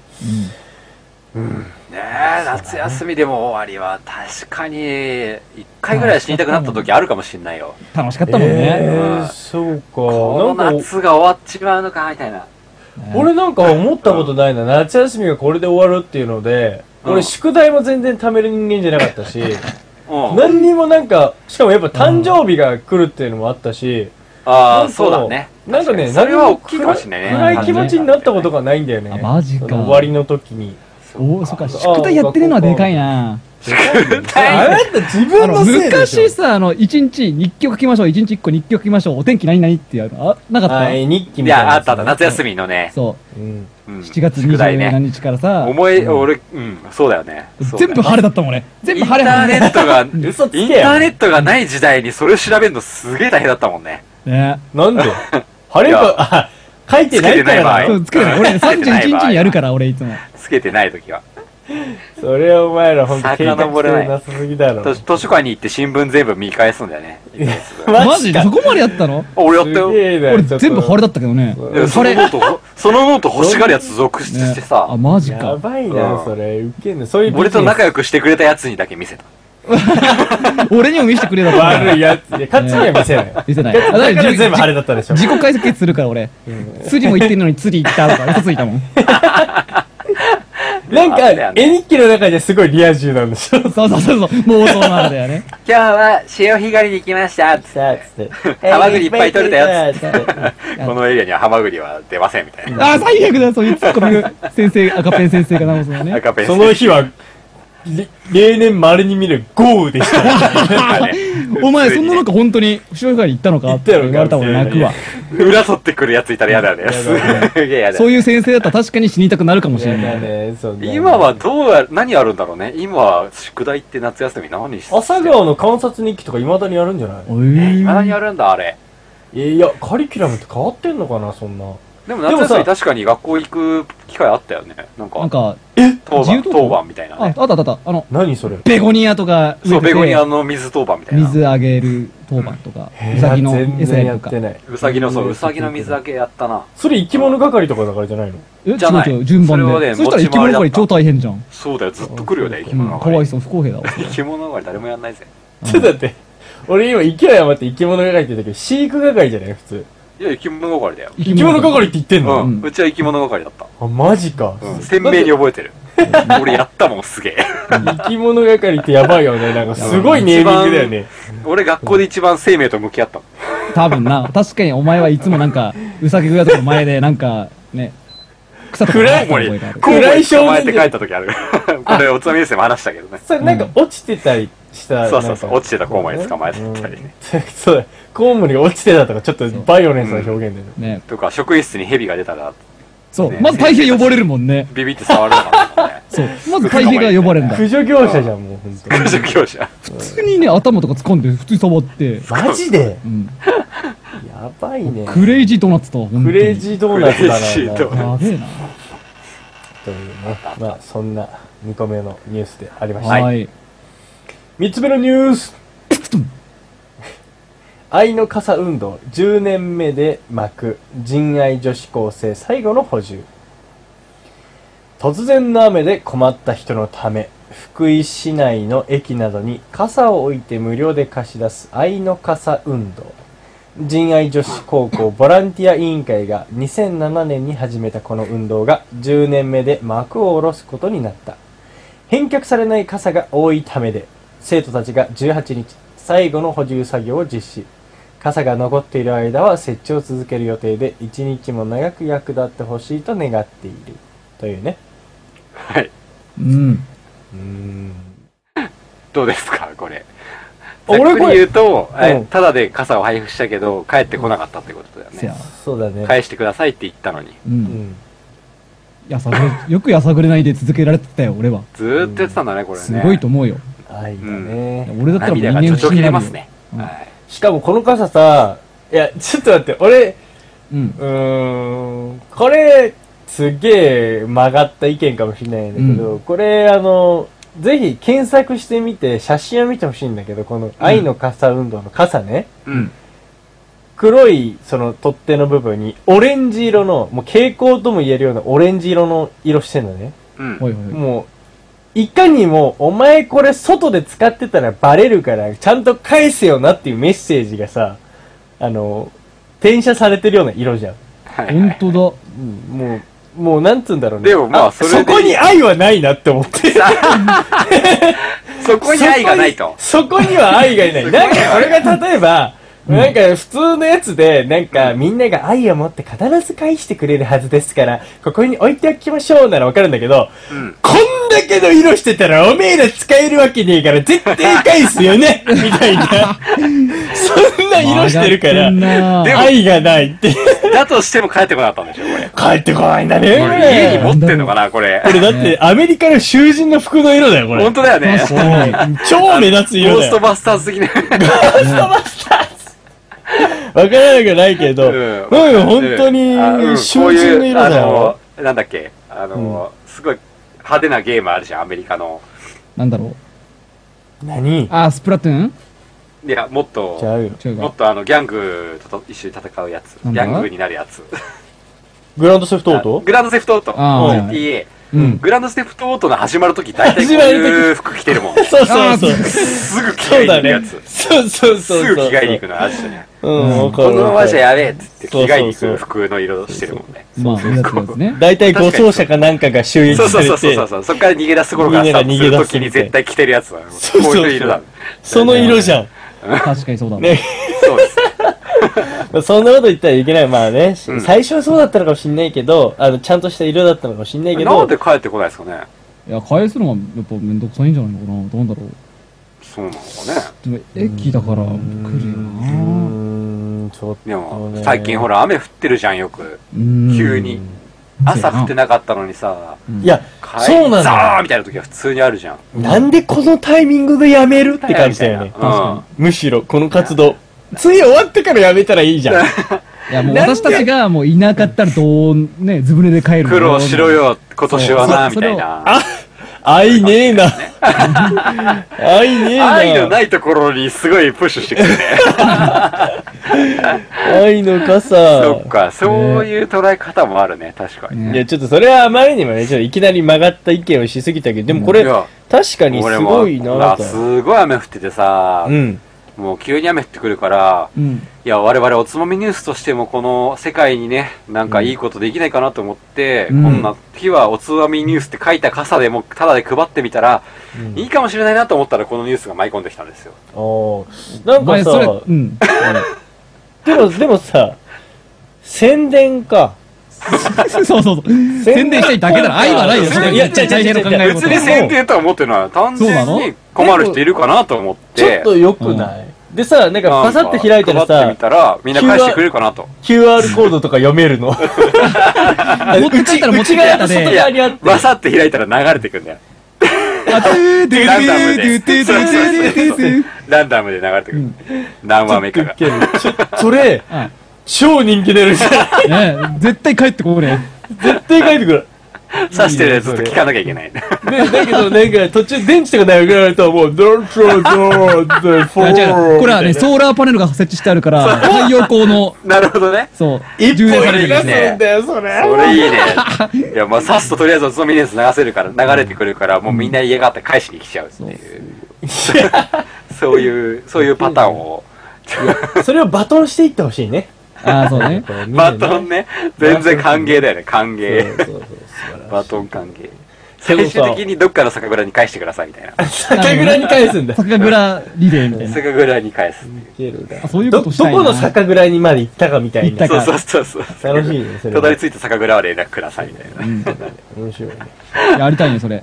Speaker 4: うん
Speaker 3: ねえ夏休みでも終わりは確かに1回ぐらい死にたくなった時あるかもしんないよ
Speaker 4: 楽しかったもん
Speaker 5: え
Speaker 4: ね。
Speaker 5: ー、そう
Speaker 3: こ
Speaker 5: かな
Speaker 3: の
Speaker 5: んか
Speaker 3: 夏が終わっちまうのかみたいな
Speaker 5: 俺なんか思ったことないな夏休みがこれで終わるっていうので
Speaker 3: うん
Speaker 5: 俺宿題も全然貯める人間じゃなかったし
Speaker 3: うん
Speaker 5: 何にもなんかしかもやっぱ誕生日が来るっていうのもあったし
Speaker 3: あ
Speaker 5: なん
Speaker 3: あ
Speaker 5: か
Speaker 3: そうだね
Speaker 5: なんかね
Speaker 3: それは
Speaker 5: 何
Speaker 3: 大きいかもしんないね
Speaker 5: 暗い気持ちになったことがないんだよね
Speaker 4: あマジか
Speaker 5: その終わりの時に
Speaker 3: <laughs>
Speaker 4: おお、そっか、宿題やってるのはでかいな。
Speaker 5: あなた自
Speaker 4: あ
Speaker 5: 分
Speaker 4: の
Speaker 5: のせいでしょ
Speaker 4: 昔さ、あの、一日日記を書きましょう、一日一個日記を書きましょう、お天気何々ってやるのあ、なか
Speaker 5: は
Speaker 4: っ
Speaker 5: い、日記
Speaker 3: い
Speaker 5: みたい
Speaker 3: や
Speaker 5: な
Speaker 3: あ
Speaker 5: や
Speaker 3: っ
Speaker 5: つ
Speaker 3: た
Speaker 5: ね、
Speaker 3: あった夏休みのね
Speaker 4: た、そ
Speaker 5: うん。
Speaker 3: うん
Speaker 4: う、7月
Speaker 3: 宿題
Speaker 4: 27
Speaker 3: ね
Speaker 4: 日からさ、
Speaker 3: 思い俺うんそうだよねそうだよ
Speaker 4: 全部晴れだったもんね。全
Speaker 3: イン
Speaker 4: 部
Speaker 3: タ
Speaker 4: 晴れ
Speaker 3: ー
Speaker 4: 晴
Speaker 3: ネ
Speaker 4: れ
Speaker 3: ットが、インタ
Speaker 5: 嘘つけよ
Speaker 3: ーネットがない時代にそれを調べるのすげえ大変だったもんね。
Speaker 4: ね。
Speaker 5: なん
Speaker 3: <laughs>
Speaker 5: で晴れ
Speaker 3: い
Speaker 5: か
Speaker 3: や、
Speaker 5: あ、 <laughs> 書いてないからな
Speaker 3: つけてない場合
Speaker 4: そう、つけない。俺ね、31日にやるから、俺いつも。
Speaker 3: つけてない時は。
Speaker 5: それはお前らほんと計画
Speaker 3: 遡れない
Speaker 5: 性なさすぎだろ。
Speaker 3: 図図書館に行って新聞全部見返すんだよね。
Speaker 4: マジで
Speaker 5: か
Speaker 4: そこまでやったの
Speaker 3: あ俺やった
Speaker 5: す
Speaker 3: よ。
Speaker 5: げえな
Speaker 4: 俺全部晴れ
Speaker 5: だ
Speaker 4: だったけどね。
Speaker 3: でもそのノートほ、そのノート欲しがるやつ続出
Speaker 4: ね
Speaker 3: してさ
Speaker 4: あ、、マジ
Speaker 5: や
Speaker 4: か。
Speaker 5: ばいうな、
Speaker 3: ん
Speaker 5: それ。ウケんね。そういうビジネ
Speaker 3: 俺
Speaker 5: ス
Speaker 3: と仲良くしてくれたやつにだけ見せた。
Speaker 4: 俺にも見せてくれだったから
Speaker 5: 悪いやつ。いや、勝ちには見せない。
Speaker 4: 見せない。
Speaker 5: だから全部晴れ
Speaker 4: だ
Speaker 5: だったでしょ。
Speaker 4: 自己解析するから俺。釣りも行ってるのに釣り行ったとか嘘ついたもん。
Speaker 5: なん
Speaker 3: あれだよ
Speaker 5: か、
Speaker 3: ね
Speaker 5: 絵日記の中じゃすごいリア充なんでし
Speaker 3: <laughs>
Speaker 5: ょ。
Speaker 4: そうそうそうそう。妄想の中だよね。
Speaker 3: 今日は潮干狩りに行きました。 <laughs> こ
Speaker 5: さあ、つって。
Speaker 3: ハマグリいっぱい取れたや <laughs>
Speaker 5: つって。
Speaker 3: のエリアにはハマグリは出ませんみたいな。
Speaker 4: ああ、最悪だよ、そういうツッコミが先生、赤ペン先生が直すのね。
Speaker 3: <laughs> 赤ペン
Speaker 5: その日は、り例年稀に見る豪雨で
Speaker 3: <laughs>
Speaker 5: した。
Speaker 4: お前、そんな中本当に、後ろから行ったのかって言われたもん
Speaker 5: 行った
Speaker 4: 泣
Speaker 5: よ
Speaker 4: くわ。
Speaker 3: 裏取ってくるやついたら嫌だよね。すげえ嫌だ
Speaker 4: そういう先生だったら確かに死にたくなるかもしれない。
Speaker 5: ね、そんな
Speaker 3: 今はどうや、何やるんだろうね。今は宿題って夏休み何して
Speaker 5: 朝顔の観察日記とか未だにやるんじゃない
Speaker 4: おい
Speaker 3: 何やるんだあれ。
Speaker 5: いや、カリキュラムって変わってんのかな、そんな。
Speaker 3: でも
Speaker 5: でも
Speaker 3: 夏
Speaker 5: さ
Speaker 3: 休み確かに学校行く機会あったよね。なん
Speaker 4: な
Speaker 3: か、
Speaker 4: んか、
Speaker 3: 当
Speaker 4: 自
Speaker 3: 番、
Speaker 4: 由登校
Speaker 3: 当番みたいな
Speaker 4: あ、あっ
Speaker 3: ね。
Speaker 4: たあったあった。あの、
Speaker 5: 何それ。
Speaker 4: ベゴニアとか植
Speaker 3: そ
Speaker 4: え
Speaker 3: う、
Speaker 4: てて
Speaker 3: ベゴニアの水当番みたいな。
Speaker 4: 水あげる当番とか、
Speaker 5: えー
Speaker 4: ウサギの
Speaker 5: 全
Speaker 4: 餌
Speaker 5: 然
Speaker 4: や
Speaker 5: や
Speaker 4: り
Speaker 5: っ
Speaker 4: とか
Speaker 5: て。ない。
Speaker 3: うさぎの、そう、うさぎの水あ
Speaker 5: け。
Speaker 3: げやったな。
Speaker 5: それ生き物係とかだからじゃないの
Speaker 4: え、違う
Speaker 3: じゃない
Speaker 4: 違う、順番
Speaker 3: それ
Speaker 4: で。
Speaker 3: をね
Speaker 4: そしたら生
Speaker 3: 持
Speaker 4: き物係
Speaker 3: ち回りだった
Speaker 4: 超大変じゃん。
Speaker 3: そうだよ、ずっと来るよね、生き
Speaker 4: う
Speaker 3: 物
Speaker 4: ん、かわい
Speaker 3: 係。
Speaker 4: そう、不公平だわ。
Speaker 3: 生き物係誰もやんないぜ。
Speaker 5: ちょっと待って。俺今、生きろやまって生き物係って言ったけど、飼育係じゃない普通。
Speaker 3: いや、生き物係だよ。
Speaker 4: 生
Speaker 5: 生き物係って言ってん
Speaker 3: う
Speaker 5: の、
Speaker 3: ん。うちは生き物係だった。
Speaker 5: あ、マジか。
Speaker 3: うん。鮮明に覚えてる。俺やったもん、すげえ。
Speaker 5: 生き物係ってやばいよね。なんかすごいネーミングだよね。
Speaker 3: 俺学校で一番生命と向き合ったもん。
Speaker 4: 多分な、確かにお前はいつもなんか、うさぎ小屋とかの前で、なんか、ね、草とか
Speaker 5: 暗い
Speaker 4: 生えてる覚えがある
Speaker 5: 暗い少
Speaker 3: 捕まえ
Speaker 5: 年
Speaker 3: て帰った時ある。 <laughs> これ、おつまみですも話したけどね。
Speaker 5: それなんか落ちてたりした。
Speaker 3: そうそうそう。落ちてたコウモリ
Speaker 5: で
Speaker 3: 捕まえてたりね。
Speaker 5: <laughs> そうだ。コウモリが落ちてたとか、ちょっとバイオレンスな表現でね。
Speaker 4: ね、
Speaker 3: とか、職員室に蛇が出たら、
Speaker 4: そう
Speaker 3: ね。
Speaker 4: まず体勢汚れるもんね。
Speaker 3: ビビって触るのかね。
Speaker 4: そう。まず体勢が汚れるん
Speaker 5: <laughs>
Speaker 4: だ。
Speaker 5: 駆
Speaker 4: 普
Speaker 5: 除業者じゃん、もう、ほんと
Speaker 3: 駆除業者。
Speaker 4: 通にね、頭とか掴んで、普通に触って。
Speaker 5: <laughs> マジで
Speaker 4: うん。
Speaker 5: やばいね。
Speaker 4: クレイジードーナツだわ、ほん
Speaker 5: クレイジードーナツだな。
Speaker 3: クレイジードーナツ
Speaker 4: やべえな。
Speaker 5: というね。まあ、そんな2個目のニュースでありました。
Speaker 4: は。
Speaker 5: はい3つ目のニュース <laughs> 愛の傘運動10年目で巻く人愛女子高生最後の補充突然の雨で困った人のため福井市内の駅などに傘を置いて無料で貸し出す愛の傘運動人愛女子高校ボランティア委員会が2007年に始めたこの運動が10年目で幕を下ろすことになった返却されない傘が多いためで生徒たちが18日最後の補充作業を実施傘が残っている間は設置を続ける予定で一日も長く役立ってほしいと願っているというね
Speaker 3: はい。
Speaker 4: うん。
Speaker 5: うん
Speaker 3: どうですか、これ。ざっ
Speaker 5: 俺
Speaker 3: く
Speaker 5: こ
Speaker 3: り言
Speaker 5: れ
Speaker 3: うと、
Speaker 5: う
Speaker 3: え
Speaker 5: ん
Speaker 3: ただで傘を配布したけど、帰ってこなかったってことだよ
Speaker 4: せや
Speaker 3: ね。。
Speaker 5: そうだね
Speaker 3: 返してくださいって言ったのに。
Speaker 4: う。
Speaker 5: うんん
Speaker 4: やさぐれ、よくやさぐれないで続けられてたよ、俺は。
Speaker 3: ずーっとやってたんだね、これね。
Speaker 4: すごいと思うよ。
Speaker 5: 愛だね、
Speaker 4: 俺だったらもう
Speaker 3: 涙
Speaker 4: 人
Speaker 3: が
Speaker 4: 間
Speaker 3: ちょ
Speaker 4: 不
Speaker 3: ちょ
Speaker 4: 信
Speaker 3: 切
Speaker 4: に
Speaker 3: れ
Speaker 4: な
Speaker 3: ま
Speaker 4: る
Speaker 3: す
Speaker 4: よ。
Speaker 3: ね。
Speaker 4: うん
Speaker 3: はい。
Speaker 5: しかもこの傘さいやちょっと待って俺
Speaker 4: うん。
Speaker 5: うーんこれすっげえ曲がった意見かもしれないんだけど、
Speaker 4: う
Speaker 5: これあのぜひ検索してみて写真を見てほしいんだけどこの「愛の傘運動」の傘ね、
Speaker 3: うん。
Speaker 5: 黒いその取っ手の部分にオレンジ色のもう蛍光とも言えるようなオレンジ色の色してんだね、
Speaker 3: うん。
Speaker 4: ほいほい。
Speaker 5: もういかにもお前これ外で使ってたらバレるからちゃんと返せよなっていうメッセージがさあの転写されてるような色じゃん
Speaker 3: はいはい
Speaker 4: 本当だ。
Speaker 5: うんもう、もうなんつうんだろうね。
Speaker 3: でもまあそ
Speaker 5: そ
Speaker 3: れでいい
Speaker 5: こに愛はないなって思
Speaker 3: <laughs>
Speaker 5: って。そ
Speaker 3: そこに愛がないと。
Speaker 5: そこには愛がいない。なんか俺が例えば、なんか普通のやつで、なんかみんなが愛を持って必ず返してくれるはずですから、ここに置いておきましょうならわかるんだけど、
Speaker 3: うん。
Speaker 5: こんだけの色してたらおめえら使えるわけねえから絶対返すよ
Speaker 3: <laughs>
Speaker 5: ねみたいな。そんな色してるか
Speaker 4: 曲がってん
Speaker 5: ら、
Speaker 4: な
Speaker 3: でも
Speaker 5: 愛がないって。
Speaker 3: だとしても帰ってこなかったんでしょ、これ。
Speaker 5: 帰ってこないんだね。
Speaker 3: これ家に持ってんのかな、これ
Speaker 5: こ。れだって、アメリカの囚人の服の色だよ、これ
Speaker 3: 本。当だよね。
Speaker 4: 確
Speaker 3: <laughs>
Speaker 4: かに。
Speaker 5: 超目立つ色
Speaker 3: ゴ
Speaker 5: だ
Speaker 3: ース
Speaker 5: よ。
Speaker 3: ト
Speaker 5: わ
Speaker 3: バスターズ的な。
Speaker 5: からなくはないけど、なんか本当
Speaker 3: あうん
Speaker 5: に、囚
Speaker 3: こういう
Speaker 5: 人の色だよ。
Speaker 3: あのなんだっけ、あの、すごい派手なゲームあるじゃん、アメリカの。
Speaker 4: なんだろう。
Speaker 5: 何
Speaker 4: あー、スプラトゥーン
Speaker 3: いや、もっ
Speaker 5: ちゃ
Speaker 3: と、
Speaker 5: うよ。
Speaker 4: 違う
Speaker 3: も
Speaker 4: か
Speaker 3: っ。とあの、ギャングとと一緒に戦うやつ。ギ
Speaker 4: なんだ
Speaker 3: ャングになるやつ。
Speaker 5: グランドセフトオート
Speaker 3: グランドセフトオート。
Speaker 4: あー
Speaker 3: GTA。
Speaker 4: うん。
Speaker 3: グランドセフトオートの始まるとき大体こういう服着て
Speaker 5: <laughs>
Speaker 3: るもん。
Speaker 5: そうそうそう。
Speaker 3: すぐ着替
Speaker 5: そう
Speaker 3: えに行
Speaker 5: だ
Speaker 3: くや
Speaker 5: ね
Speaker 3: つ。。
Speaker 5: そうそうそう。
Speaker 3: すぐ着替えに行くの、ある種ね。
Speaker 5: く。うん、わか
Speaker 3: こ
Speaker 5: る。
Speaker 3: のままじゃ
Speaker 5: や。
Speaker 3: やべえっつって着替えに行
Speaker 5: そうそうそ
Speaker 3: く
Speaker 5: う
Speaker 3: 服の色してるもんね。
Speaker 4: まあ、目立つやつね。
Speaker 5: だいたい護送車かなんかが襲撃
Speaker 3: そう
Speaker 5: さ
Speaker 3: そう
Speaker 5: れ
Speaker 3: そうそうそう
Speaker 5: て、
Speaker 3: そう。そっから逃げ出す頃からスタートするときに絶対着てるやつだ。こ
Speaker 5: そうそう
Speaker 3: ういう色だ。
Speaker 5: その色じゃん。
Speaker 4: 確かにそうだわ。
Speaker 5: ね
Speaker 3: そうです。
Speaker 5: まあそんなこと言ったらいけない。まあね、
Speaker 3: うん
Speaker 5: 最初はそうだったのかもしんないけど、あの、ちゃんとした色だったのかもしんないけ
Speaker 3: なん
Speaker 5: ど、
Speaker 3: で帰ってこないですかね。
Speaker 4: いや、返すのはやっぱめんどくさいんじゃないのかな。どうなんだろう。
Speaker 3: そうなのかね。
Speaker 4: でも、駅だから来る
Speaker 5: う
Speaker 4: よな
Speaker 5: ーん、ちょっ
Speaker 3: で
Speaker 5: と
Speaker 3: も
Speaker 5: ね。、
Speaker 3: 最近ほら雨降ってるじゃんよく。
Speaker 4: うん
Speaker 3: 急に。朝降ってなかったのにさ、
Speaker 5: いや、
Speaker 3: 帰り
Speaker 5: そうな
Speaker 3: ザー
Speaker 5: の
Speaker 3: みたいな時は普通にあるじゃん。
Speaker 5: よ。なんでこのタイミングでやめるって感じだよね。
Speaker 3: 確か
Speaker 5: むしろ、この活動。次終わってからやめたらいいじゃん。 <laughs>
Speaker 4: いや、もう私たちがもういなかったらどう、ね、ずぶ濡れで帰る
Speaker 3: に。
Speaker 4: の
Speaker 3: 苦労しろ。よ、今年はな、
Speaker 4: そう
Speaker 3: み
Speaker 4: そ
Speaker 3: た
Speaker 4: れを
Speaker 3: いな。
Speaker 5: 愛ねえな。愛ねえな。
Speaker 3: 愛のないところにすごいプッシュしてくるね。
Speaker 5: 愛の傘。
Speaker 3: そっか、そういう捉え方もあるね、確かにね。
Speaker 5: いや、ちょっとそれはあまりにもね、ちょっといきなり曲がった意見をしすぎたけど、でもこれ
Speaker 3: い、や
Speaker 5: 確かに
Speaker 3: 俺
Speaker 5: す
Speaker 3: も
Speaker 5: ごいなと。
Speaker 3: すごい雨降っててさ、
Speaker 5: うん。
Speaker 3: もう急に雨降ってくるから、
Speaker 4: うん。
Speaker 3: いや、我々おつまみニュースとしてもこの世界にね、なんかいいことできないかなと思って、
Speaker 4: うん
Speaker 3: こんな日はおつまみニュースって書いた傘でもただで配ってみたら、
Speaker 5: うん
Speaker 3: いいかもしれないなと思ったらこのニュースが舞い込んできたんですよ。
Speaker 5: おーなんか
Speaker 4: 前それ、
Speaker 5: さ
Speaker 4: う、ん。 <laughs>
Speaker 5: でも、でもさ、宣伝か。
Speaker 4: そうそうそう。宣伝したいだけだろ。愛はないよ。
Speaker 5: 宣伝
Speaker 4: いや、ちゃいちゃいちゃいの考え
Speaker 3: 別
Speaker 4: 事
Speaker 3: に宣伝とは思ってない。単純
Speaker 4: そうな
Speaker 3: に困る人いるかなと思っ
Speaker 5: ちょ
Speaker 3: て
Speaker 5: っ、と良くない、でさ、なんか
Speaker 3: な
Speaker 5: パ
Speaker 3: んか
Speaker 5: サって開いたら
Speaker 3: 配って
Speaker 5: さ
Speaker 3: み、たら、みんな返してくれるかなと。
Speaker 5: QR コードとか読めるの。
Speaker 4: 持って帰ったら持って帰った
Speaker 5: うち
Speaker 4: で
Speaker 5: が。
Speaker 3: い
Speaker 5: 外
Speaker 3: や
Speaker 5: 側にあって
Speaker 3: バサって開いたら流れてくんだよ。
Speaker 4: あトゥードゥ
Speaker 3: ランダム
Speaker 4: ドゥ
Speaker 3: で。
Speaker 4: ドゥドゥドゥドゥドゥドゥ
Speaker 3: ランダムで流れてくる。何話目かが。
Speaker 5: ちょそれ、
Speaker 4: あ
Speaker 5: 超人気出るじゃん。
Speaker 4: ねえ絶対帰ってこれ。
Speaker 5: 絶対書いてくる。
Speaker 3: 刺してるやつと聞かなきゃいけない。
Speaker 5: ね、だけどなんか途中電池とかなくなるともう、ドントロドンドンフォ
Speaker 4: いや違
Speaker 5: ー
Speaker 4: う。これはね、ソーラーパネルが設置してあるから、太陽光の、
Speaker 3: なるほどね。
Speaker 4: そう、
Speaker 5: 一歩
Speaker 4: 充電され
Speaker 5: 逃
Speaker 4: て
Speaker 5: が
Speaker 4: る
Speaker 5: すんだよ、それ。
Speaker 3: それいいね。いや、まあ、刺すととりあえずおつまみニュース流せるから、流れてくるから、もうみんな家があって返しに来ちゃうっていう。そういう、そういうパターンを。
Speaker 5: それをバトンしていってほしいね。
Speaker 4: ああ、そ
Speaker 5: <laughs>
Speaker 4: うね。
Speaker 3: バトン
Speaker 5: ね。
Speaker 3: ね。全然歓迎だよね、歓
Speaker 5: そう
Speaker 3: 迎。
Speaker 5: そうそう素晴らしい
Speaker 3: バトン歓迎。
Speaker 5: けど
Speaker 3: 最
Speaker 5: さ
Speaker 3: 終的にどっかの酒蔵に返してくださいみたいな。
Speaker 5: 酒蔵に返すんだ。
Speaker 4: 酒蔵リレーみたいな。
Speaker 3: 酒蔵に返すっていう。
Speaker 4: あそういう
Speaker 5: ど、
Speaker 4: こ
Speaker 5: ど
Speaker 4: としたいな。
Speaker 5: この酒蔵にまで行ったかみたい
Speaker 4: 行
Speaker 5: な
Speaker 4: っ。
Speaker 3: そう
Speaker 4: だか
Speaker 3: そう
Speaker 4: ら
Speaker 3: そうそう。
Speaker 5: 楽しいね、それ
Speaker 3: た
Speaker 5: は。
Speaker 3: どり着いた酒蔵は連絡くださいみたいな。
Speaker 5: 面白いね。
Speaker 4: やりたいね、それ。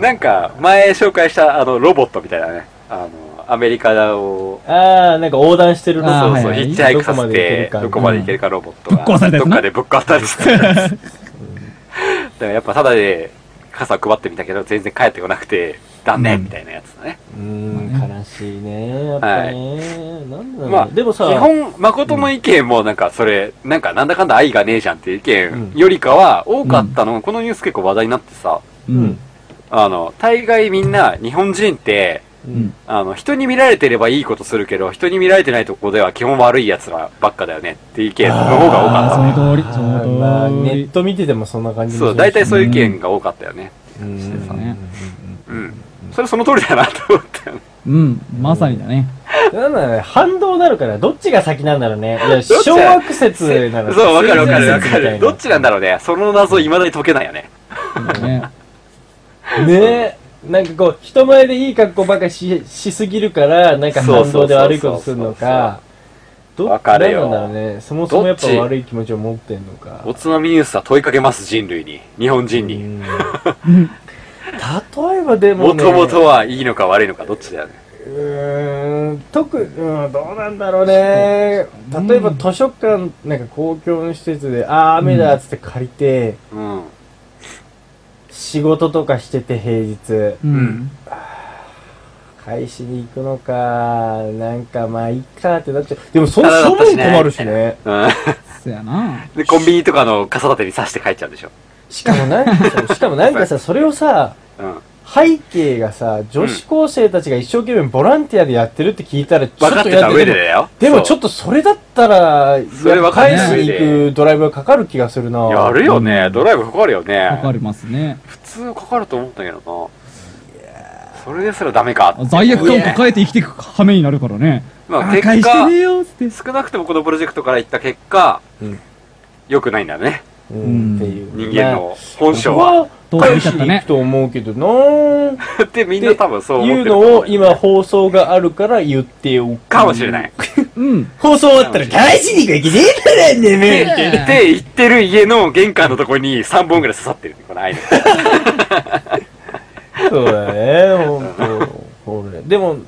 Speaker 3: なんか、前紹介した、あの、ロボットみたいなね。あの、アメリカを、
Speaker 5: あー、なんか横断してるの
Speaker 4: あー
Speaker 3: そう
Speaker 4: はい
Speaker 3: そう、
Speaker 4: はい
Speaker 3: ヒッチハイクさせて、どこまで行けるかロボットが、
Speaker 4: ぶっ壊されたや
Speaker 3: ど
Speaker 4: つ
Speaker 3: っ
Speaker 4: な
Speaker 3: かでぶっ壊されてたやつ。だ <laughs> からやっぱ、ただで傘を配ってみたけど、全然帰ってこなくて、断念みたいなやつだね。
Speaker 5: うーん、悲しいね。やっぱね。なんだ
Speaker 3: ま
Speaker 5: ろ
Speaker 3: あ、
Speaker 5: う。でもさ、
Speaker 3: 基本、誠の意見も、なんか、それ、なんか、なんだかんだ愛がねえじゃんっていう意見
Speaker 5: うん
Speaker 3: よりかは、多かったの、このニュース結構話題になってさ、
Speaker 4: う
Speaker 5: うんん。。
Speaker 3: あの、大概みんな、日本人って、
Speaker 5: うん
Speaker 3: あの、人に見られてればいいことするけど、人に見られてないとこでは基本悪い奴らばっかだよねっていう意見の方が多か
Speaker 4: あ
Speaker 3: った。
Speaker 4: あ、その通り、そ
Speaker 5: あーまあ、
Speaker 4: の
Speaker 5: ネ
Speaker 4: 通
Speaker 5: ッ
Speaker 4: り。
Speaker 5: ト見ててもそんな感じ
Speaker 3: そう、大体そういう意見が多かったよね。
Speaker 5: う
Speaker 4: して
Speaker 5: ん
Speaker 4: たね
Speaker 3: うん。それその通りだなと思ったよね。
Speaker 4: うん、まさにだね。
Speaker 5: なんだろうね、反動なるから、どっちが先なんだろうね。いや、
Speaker 3: っち
Speaker 5: 小悪説な
Speaker 3: そ
Speaker 5: の
Speaker 3: う、わかるわかるわ
Speaker 5: み
Speaker 3: か
Speaker 5: たいな
Speaker 3: る。どっちなんだろうね。その謎未だに解けないよね。
Speaker 4: ね
Speaker 5: ねえ、なんかこう、人前でいい格好ばっかししすぎるから、なんか反動で悪いことするのか、ど
Speaker 3: わかるよ
Speaker 5: なんなんだろうね、そもそもやっぱ
Speaker 3: どっち
Speaker 5: 悪い気持ちを持ってんのか。
Speaker 3: おつまみニュースは問いかけます、人類に。日本人
Speaker 5: う
Speaker 3: に。
Speaker 5: ん例えばでも、
Speaker 3: も
Speaker 5: ね、
Speaker 3: ともとはいいのか悪いのかどっちだよね。
Speaker 5: うーん、特、うん、どうなんだろうね。例えば図書館、なんか公共の施設で、あー雨だっつって借りて、
Speaker 3: うん。 <laughs>
Speaker 5: 仕事とかしてて平日、
Speaker 4: うんん。
Speaker 5: 返しに行くのか、なんかまあいいかってなっちゃう。でもその
Speaker 3: ただだ
Speaker 5: 処
Speaker 3: ったし
Speaker 5: 分
Speaker 3: ね
Speaker 5: 困るしね。
Speaker 3: うん。
Speaker 4: そやな。
Speaker 3: で、コンビニとかの傘立てに刺して帰っちゃうんでしょ。
Speaker 5: しかも
Speaker 3: <laughs>
Speaker 5: なんか、しかもなんかさ、それをさ、
Speaker 3: うん。
Speaker 5: 背景がさ、女子高生たちが一生懸命ボランティアでやってるって聞いたら、ちょ
Speaker 3: 分か
Speaker 5: っ
Speaker 3: っ
Speaker 5: と
Speaker 3: て
Speaker 5: や
Speaker 3: た
Speaker 5: って
Speaker 3: 上
Speaker 5: で
Speaker 3: で
Speaker 5: も
Speaker 3: だよ。
Speaker 5: でも
Speaker 3: そう
Speaker 5: ちょっとそれだったら、
Speaker 3: それ
Speaker 5: やっぱ
Speaker 3: 分か
Speaker 4: ん
Speaker 5: 返
Speaker 4: な
Speaker 5: し
Speaker 4: い
Speaker 5: に行くドライブがかかる気がするな
Speaker 3: やるよね。ドライブかかるよね。
Speaker 4: わかりますね。
Speaker 3: 普通かかると思ったけどな。それですらダメか。
Speaker 4: 罪悪感を抱えて生きていく羽目になるからね。
Speaker 3: まあ
Speaker 4: あ、
Speaker 3: 結
Speaker 4: 返して
Speaker 3: 果
Speaker 4: ね、えよっつって。
Speaker 3: 少なくともこのプロジェクトから言った結果、
Speaker 5: うん
Speaker 3: 良くないんだね。
Speaker 5: うん、っていう。
Speaker 3: 人間の本性
Speaker 5: 人
Speaker 3: は。
Speaker 5: は
Speaker 4: どうか
Speaker 5: 返
Speaker 4: 見ち
Speaker 5: し
Speaker 4: ゃった
Speaker 5: に行く
Speaker 4: ね。
Speaker 5: と思うけどなぁ。
Speaker 3: <laughs> ってみんな多分そう思って
Speaker 5: 言う
Speaker 3: ると
Speaker 5: の
Speaker 3: 思
Speaker 5: を今放送があるから言っておく。
Speaker 3: かもしれない。っ
Speaker 4: うん。
Speaker 5: 放送終わったら返しに行くわけねえだろね
Speaker 3: て
Speaker 5: め
Speaker 4: ね
Speaker 3: 言って言ってる家の玄関のとこに3本ぐらい刺さってる。この
Speaker 5: <laughs>
Speaker 3: アイデア
Speaker 5: そうだね、ほんと。これでも、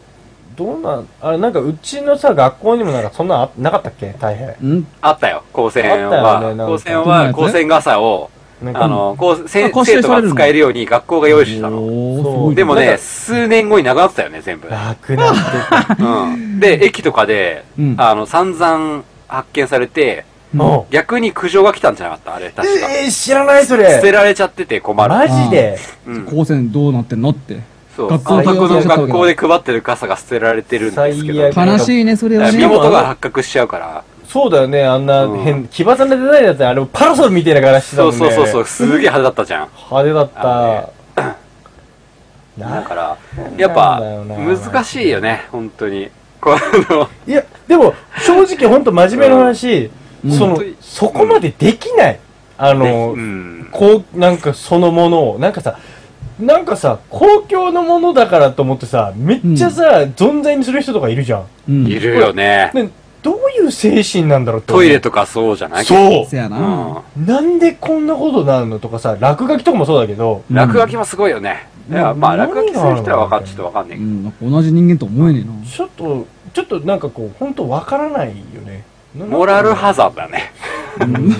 Speaker 5: どうなん、あれなんかうちのさ、学校にもなんかそんなあなかったっけ大変。
Speaker 4: うん。
Speaker 3: あったよ、光線
Speaker 5: あったよ
Speaker 3: は。
Speaker 5: ねなんか
Speaker 3: 光線は、光線傘を、
Speaker 5: なんか
Speaker 3: あの、こうせ
Speaker 4: あ貸し
Speaker 3: 生
Speaker 4: 出
Speaker 3: 徒
Speaker 4: さ
Speaker 3: が
Speaker 4: れるの
Speaker 3: 使えるように学校が用意してたの。
Speaker 4: おー、す
Speaker 5: そ
Speaker 4: ご
Speaker 5: う
Speaker 4: い。
Speaker 3: でも
Speaker 5: な
Speaker 3: ね、
Speaker 5: んか
Speaker 3: 数年後になくなってたよね、全部。
Speaker 5: 楽なってた。
Speaker 3: うんで、駅とかで、
Speaker 4: うん
Speaker 3: あの、散々発見されて、
Speaker 4: うん
Speaker 5: も
Speaker 3: 逆に苦情が来たんじゃなかったあれ、
Speaker 5: う
Speaker 3: 確か。
Speaker 5: えー、知らないそ
Speaker 3: 捨て
Speaker 5: れ。
Speaker 3: られちゃってて困る。
Speaker 5: マジで。
Speaker 3: うん。
Speaker 4: 高専どうなってんのって。
Speaker 3: そう。
Speaker 4: 学校
Speaker 3: あ
Speaker 5: の
Speaker 3: の
Speaker 5: 学校
Speaker 3: 学校で配ってる傘が捨てられてるんですけ
Speaker 5: 最
Speaker 3: ど。だ
Speaker 5: 悪
Speaker 3: か
Speaker 4: 悲しいね、それは
Speaker 3: ら身
Speaker 4: ね。
Speaker 3: 元が発覚しちゃうから。
Speaker 5: そうだよね、あんな
Speaker 3: うん
Speaker 5: 変、奇抜なデザインだったらあれパラソルみたいな柄してた
Speaker 3: そ
Speaker 5: もん
Speaker 3: う
Speaker 5: ね。
Speaker 3: そうそうそう、すげえ派手だったじゃん。
Speaker 5: 派手だった。
Speaker 3: だ
Speaker 5: な
Speaker 3: から、やっぱ
Speaker 5: なんだよ、な
Speaker 3: 難しいよね、本当に。この、
Speaker 5: いや、でも、正直本当真面目な話、その、そこまでできない。あの、
Speaker 3: うん。
Speaker 5: こう、なんかそのものを、なんかさ、なんかさ、公共のものだからと思ってさ、めっちゃさ、存在にする人とかいるじゃん。
Speaker 4: うん。
Speaker 3: いるよね。
Speaker 5: ね、どういう精神なんだろうって思う
Speaker 3: トイレとかそうじゃない
Speaker 5: そう
Speaker 4: せや
Speaker 3: う
Speaker 4: な。
Speaker 3: ん。
Speaker 5: なんでこんなことになるのとかさ、落書きとかもそうだけど、
Speaker 4: うん
Speaker 3: 落書きもすごいよね。いや、まあ
Speaker 5: 何
Speaker 3: 落
Speaker 5: が
Speaker 3: 書きする人は分かっちょっと分かんな
Speaker 4: う
Speaker 3: いけど。
Speaker 4: ん、なんか同じ人間と思えねえな。
Speaker 5: ちょっと、ちょっとなんかこう、本当わからないよね。
Speaker 3: モラルハ
Speaker 5: はず
Speaker 3: ザードだね。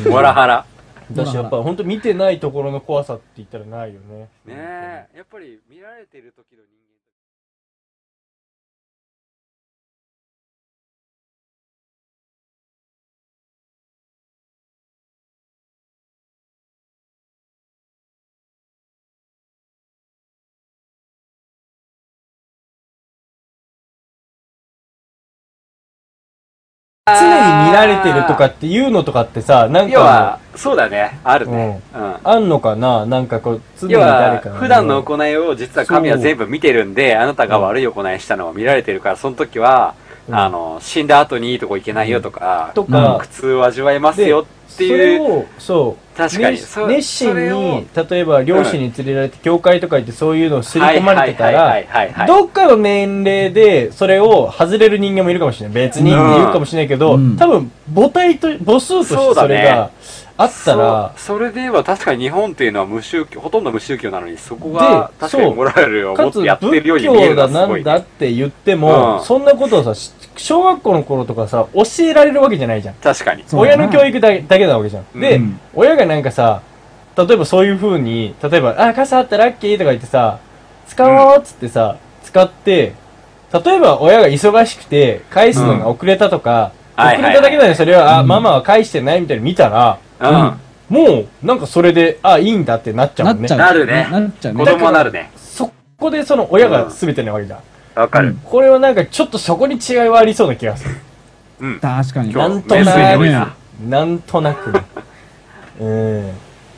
Speaker 3: モラハラ。
Speaker 5: だし、やっぱ本当見てないところの怖さって言ったらないよね。
Speaker 3: ねえ。やっぱり見られてる時の人間。
Speaker 5: 常に見られてるとかっていうのとかってさ、なん
Speaker 3: 要
Speaker 5: か
Speaker 3: は、そうだね。あるね。うん。
Speaker 5: あんのかななんかこう、常に
Speaker 3: 要
Speaker 5: 誰
Speaker 3: は
Speaker 5: かが
Speaker 3: 普段の行いを実は神は全部見てるんであなたが悪い行いしたのを見られてるからその時は、
Speaker 5: うん
Speaker 3: あの死んだ後にいいとこ行けないよとか、
Speaker 5: とか
Speaker 3: 苦痛を味わえますよって
Speaker 5: それ
Speaker 3: いう
Speaker 5: をそう
Speaker 3: 確かに
Speaker 5: 熱
Speaker 3: そう
Speaker 5: 熱心
Speaker 3: それを
Speaker 5: に例えば両親に連れられて、教会とか行ってそういうのを刷り込まれてた
Speaker 3: はい
Speaker 5: ら
Speaker 3: はいはいはいはい
Speaker 5: どっかの年齢でそれを外れる人間もいるかもしれない別に
Speaker 3: うん
Speaker 5: 言うかもしれないけど、
Speaker 4: うん
Speaker 5: 多分母体と母数としてそれがあったら
Speaker 3: そそれでは確かに日本っていうのは無宗教ほとんど無宗教なのにそこが
Speaker 5: で
Speaker 3: 確かにモラルを持
Speaker 5: か
Speaker 3: っ
Speaker 5: つ
Speaker 3: てやって
Speaker 5: 仏
Speaker 3: るように見え
Speaker 5: 教
Speaker 3: るの
Speaker 5: だ
Speaker 3: はす
Speaker 5: な
Speaker 3: ご
Speaker 5: ん
Speaker 3: い、
Speaker 5: だ
Speaker 3: ね、
Speaker 5: って言っても、
Speaker 3: うん
Speaker 5: そんなことをさし小学校の頃とかさ教えられるわけじゃないじゃん
Speaker 3: 確かに
Speaker 4: そうだ
Speaker 5: 親
Speaker 4: な
Speaker 5: の教育だけだけなわけじゃん。で、
Speaker 4: うん
Speaker 5: 親がなんかさ、例えばそういう風に、例えば、あ、傘あったらラッキーとか言ってさ、使おうっつってさ、使って、例えば親が忙しくて、返すのが遅れたとか、
Speaker 3: うんはい
Speaker 5: 遅れただけなのにそれは、あ、
Speaker 4: うん
Speaker 5: ママは返してないみたいに見たら、
Speaker 3: うん、
Speaker 5: もう、なんかそれで、あ、いいんだってなっちゃう
Speaker 4: な
Speaker 5: も
Speaker 4: っ
Speaker 5: んね
Speaker 4: ちゃう。。
Speaker 3: なるね
Speaker 4: なっちゃうね
Speaker 3: 子。供になるね
Speaker 5: そこでその親が全てなわけじゃん。
Speaker 3: わかる
Speaker 5: これはなんかちょっとそこに違いはありそうな気がする。
Speaker 3: うん
Speaker 4: 確かに。
Speaker 3: 今
Speaker 5: な
Speaker 3: 日
Speaker 5: んとな
Speaker 4: 名推理多い
Speaker 5: く
Speaker 4: な、
Speaker 5: なんとな <laughs> くね。うん。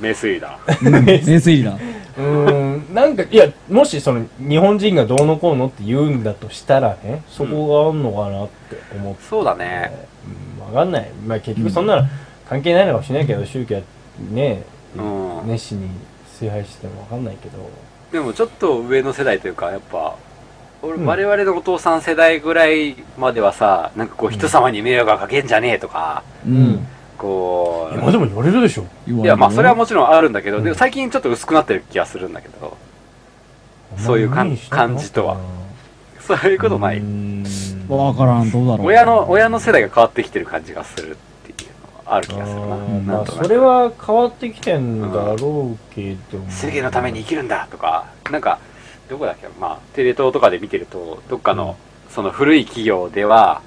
Speaker 3: 名推理だ
Speaker 4: 名推理だ。
Speaker 5: うーん、なんか、いや、もしその、日本人がどうのこうのって言うんだとしたらね、そこがあんのかなって思って、
Speaker 3: そうだね
Speaker 5: うんわかんない。まあ結局そんなの関係ないのかもしれないけど、宗教はね、
Speaker 3: うん
Speaker 5: 熱心に崇拝しててもわかんないけど、
Speaker 3: でもちょっと上の世代というかやっぱ俺、
Speaker 5: うん
Speaker 3: 我々のお父さん世代ぐらいまではさなんかこう人様に迷惑はかけんじゃねえとか、
Speaker 4: う。
Speaker 5: うん
Speaker 3: こ
Speaker 5: まあでも言われるでしょ。
Speaker 4: 言
Speaker 3: う
Speaker 4: わ
Speaker 3: いや
Speaker 4: れるよ
Speaker 3: まあそれはもちろんあるんだけど、
Speaker 5: うん
Speaker 3: でも最近ちょっと薄くなってる気がするんだけどそういうかん感じとはそういうことない、
Speaker 5: うーん
Speaker 4: わからん、どうだろう。
Speaker 3: 親の親の世代が変わってきてる感じがするっていうのはある気がするな
Speaker 5: あー
Speaker 3: な
Speaker 5: ま
Speaker 3: ん
Speaker 5: あ
Speaker 3: と
Speaker 5: そ
Speaker 3: な
Speaker 5: れ
Speaker 3: く
Speaker 5: は変わってきてんだろうけども。
Speaker 3: 正義のために生きるんだとかなんかどこだっけまあテレ東とかで見てるとどっかの、その古い企業では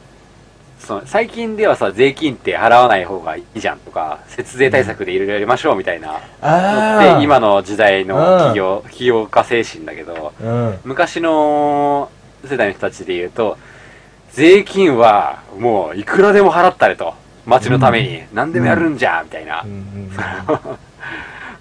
Speaker 3: その最近ではさ税金って払わない方がいいじゃんとか節税対策でいろいろやりましょうみたいな
Speaker 5: あ
Speaker 3: のっ
Speaker 5: あ
Speaker 3: て今の時代の
Speaker 5: うん
Speaker 3: 企業企業家精神だけど
Speaker 5: うん
Speaker 3: 昔の世代の人たちで言うと税金はもういくらでも払ったれと町のために何でもやるんじゃみたいな
Speaker 5: うんうんうん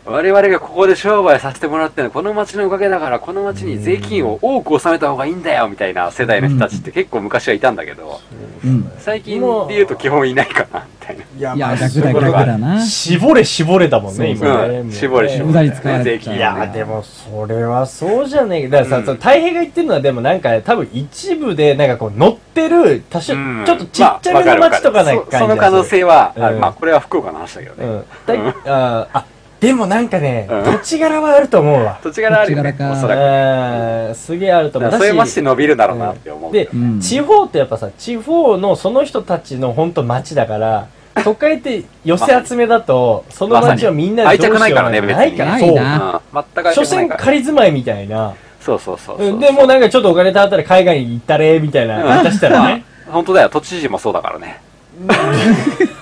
Speaker 3: 我々がここで商売させてもらってるのはこの町のおかげだからこの町に税金を多く納めた方がいいんだよみたいな世代の人たちって結構昔はいたんだけど
Speaker 4: うん。
Speaker 3: 最近で言うと基本いないかなみたいない
Speaker 4: や、逆だ、逆だな。
Speaker 5: 絞れ絞れだもんね、
Speaker 4: そうそう
Speaker 5: 今ね。
Speaker 3: うん
Speaker 5: もう
Speaker 3: 絞り絞
Speaker 4: 無
Speaker 3: り
Speaker 4: 駄に使われて
Speaker 3: 税
Speaker 4: た
Speaker 3: 金
Speaker 5: い
Speaker 4: い
Speaker 5: や、
Speaker 4: や
Speaker 5: でも、それはそうじゃねえだから
Speaker 3: う
Speaker 5: さ
Speaker 3: ん
Speaker 5: その、大平が言ってるのは、でもなんか、多分一部で、なんかこう、乗ってる、多少、
Speaker 3: うん
Speaker 5: ちょっとちっちゃめ
Speaker 3: まあ
Speaker 5: の
Speaker 3: わか
Speaker 5: 街
Speaker 3: る
Speaker 5: とかな
Speaker 3: わ
Speaker 5: い
Speaker 3: る
Speaker 5: 感じ
Speaker 3: そその可能性
Speaker 5: は。
Speaker 3: は
Speaker 5: うん
Speaker 3: あまあこれは福岡の話だけど
Speaker 5: う
Speaker 3: ね
Speaker 5: ん。だいあーあ、でもなんかね、
Speaker 3: うん
Speaker 5: 土地柄はあると思うわ。
Speaker 3: 土地柄あるよね
Speaker 4: 土地柄か
Speaker 3: おそらく
Speaker 5: うん、すげえあると
Speaker 3: だ
Speaker 5: 思
Speaker 3: か
Speaker 5: う。だ
Speaker 3: らそういう
Speaker 5: し
Speaker 3: 街で伸びるだろうなって思う
Speaker 5: で、
Speaker 4: うん
Speaker 5: 地方ってやっぱさ地方のその人たちの本当町だ
Speaker 3: <laughs>
Speaker 5: から都会って寄せ集めだとその町をみんなでどうしようも
Speaker 3: ま
Speaker 5: な
Speaker 3: さ
Speaker 5: い
Speaker 3: に愛着な
Speaker 5: か
Speaker 3: いか
Speaker 5: ら
Speaker 3: ら
Speaker 4: ね
Speaker 5: そ
Speaker 4: 別に
Speaker 5: う
Speaker 4: ないな
Speaker 3: うん全く
Speaker 5: 所
Speaker 3: 愛着ない
Speaker 5: 詮
Speaker 3: から
Speaker 5: 仮住まいみたいな
Speaker 3: そうそうそう
Speaker 5: う
Speaker 3: そ
Speaker 5: ん
Speaker 3: う
Speaker 5: でもうなんかちょっとお金たったら海外に行ったれみたいな
Speaker 3: うん
Speaker 5: 渡したらね
Speaker 3: 本当だよ都知事もそうだからね
Speaker 5: <laughs>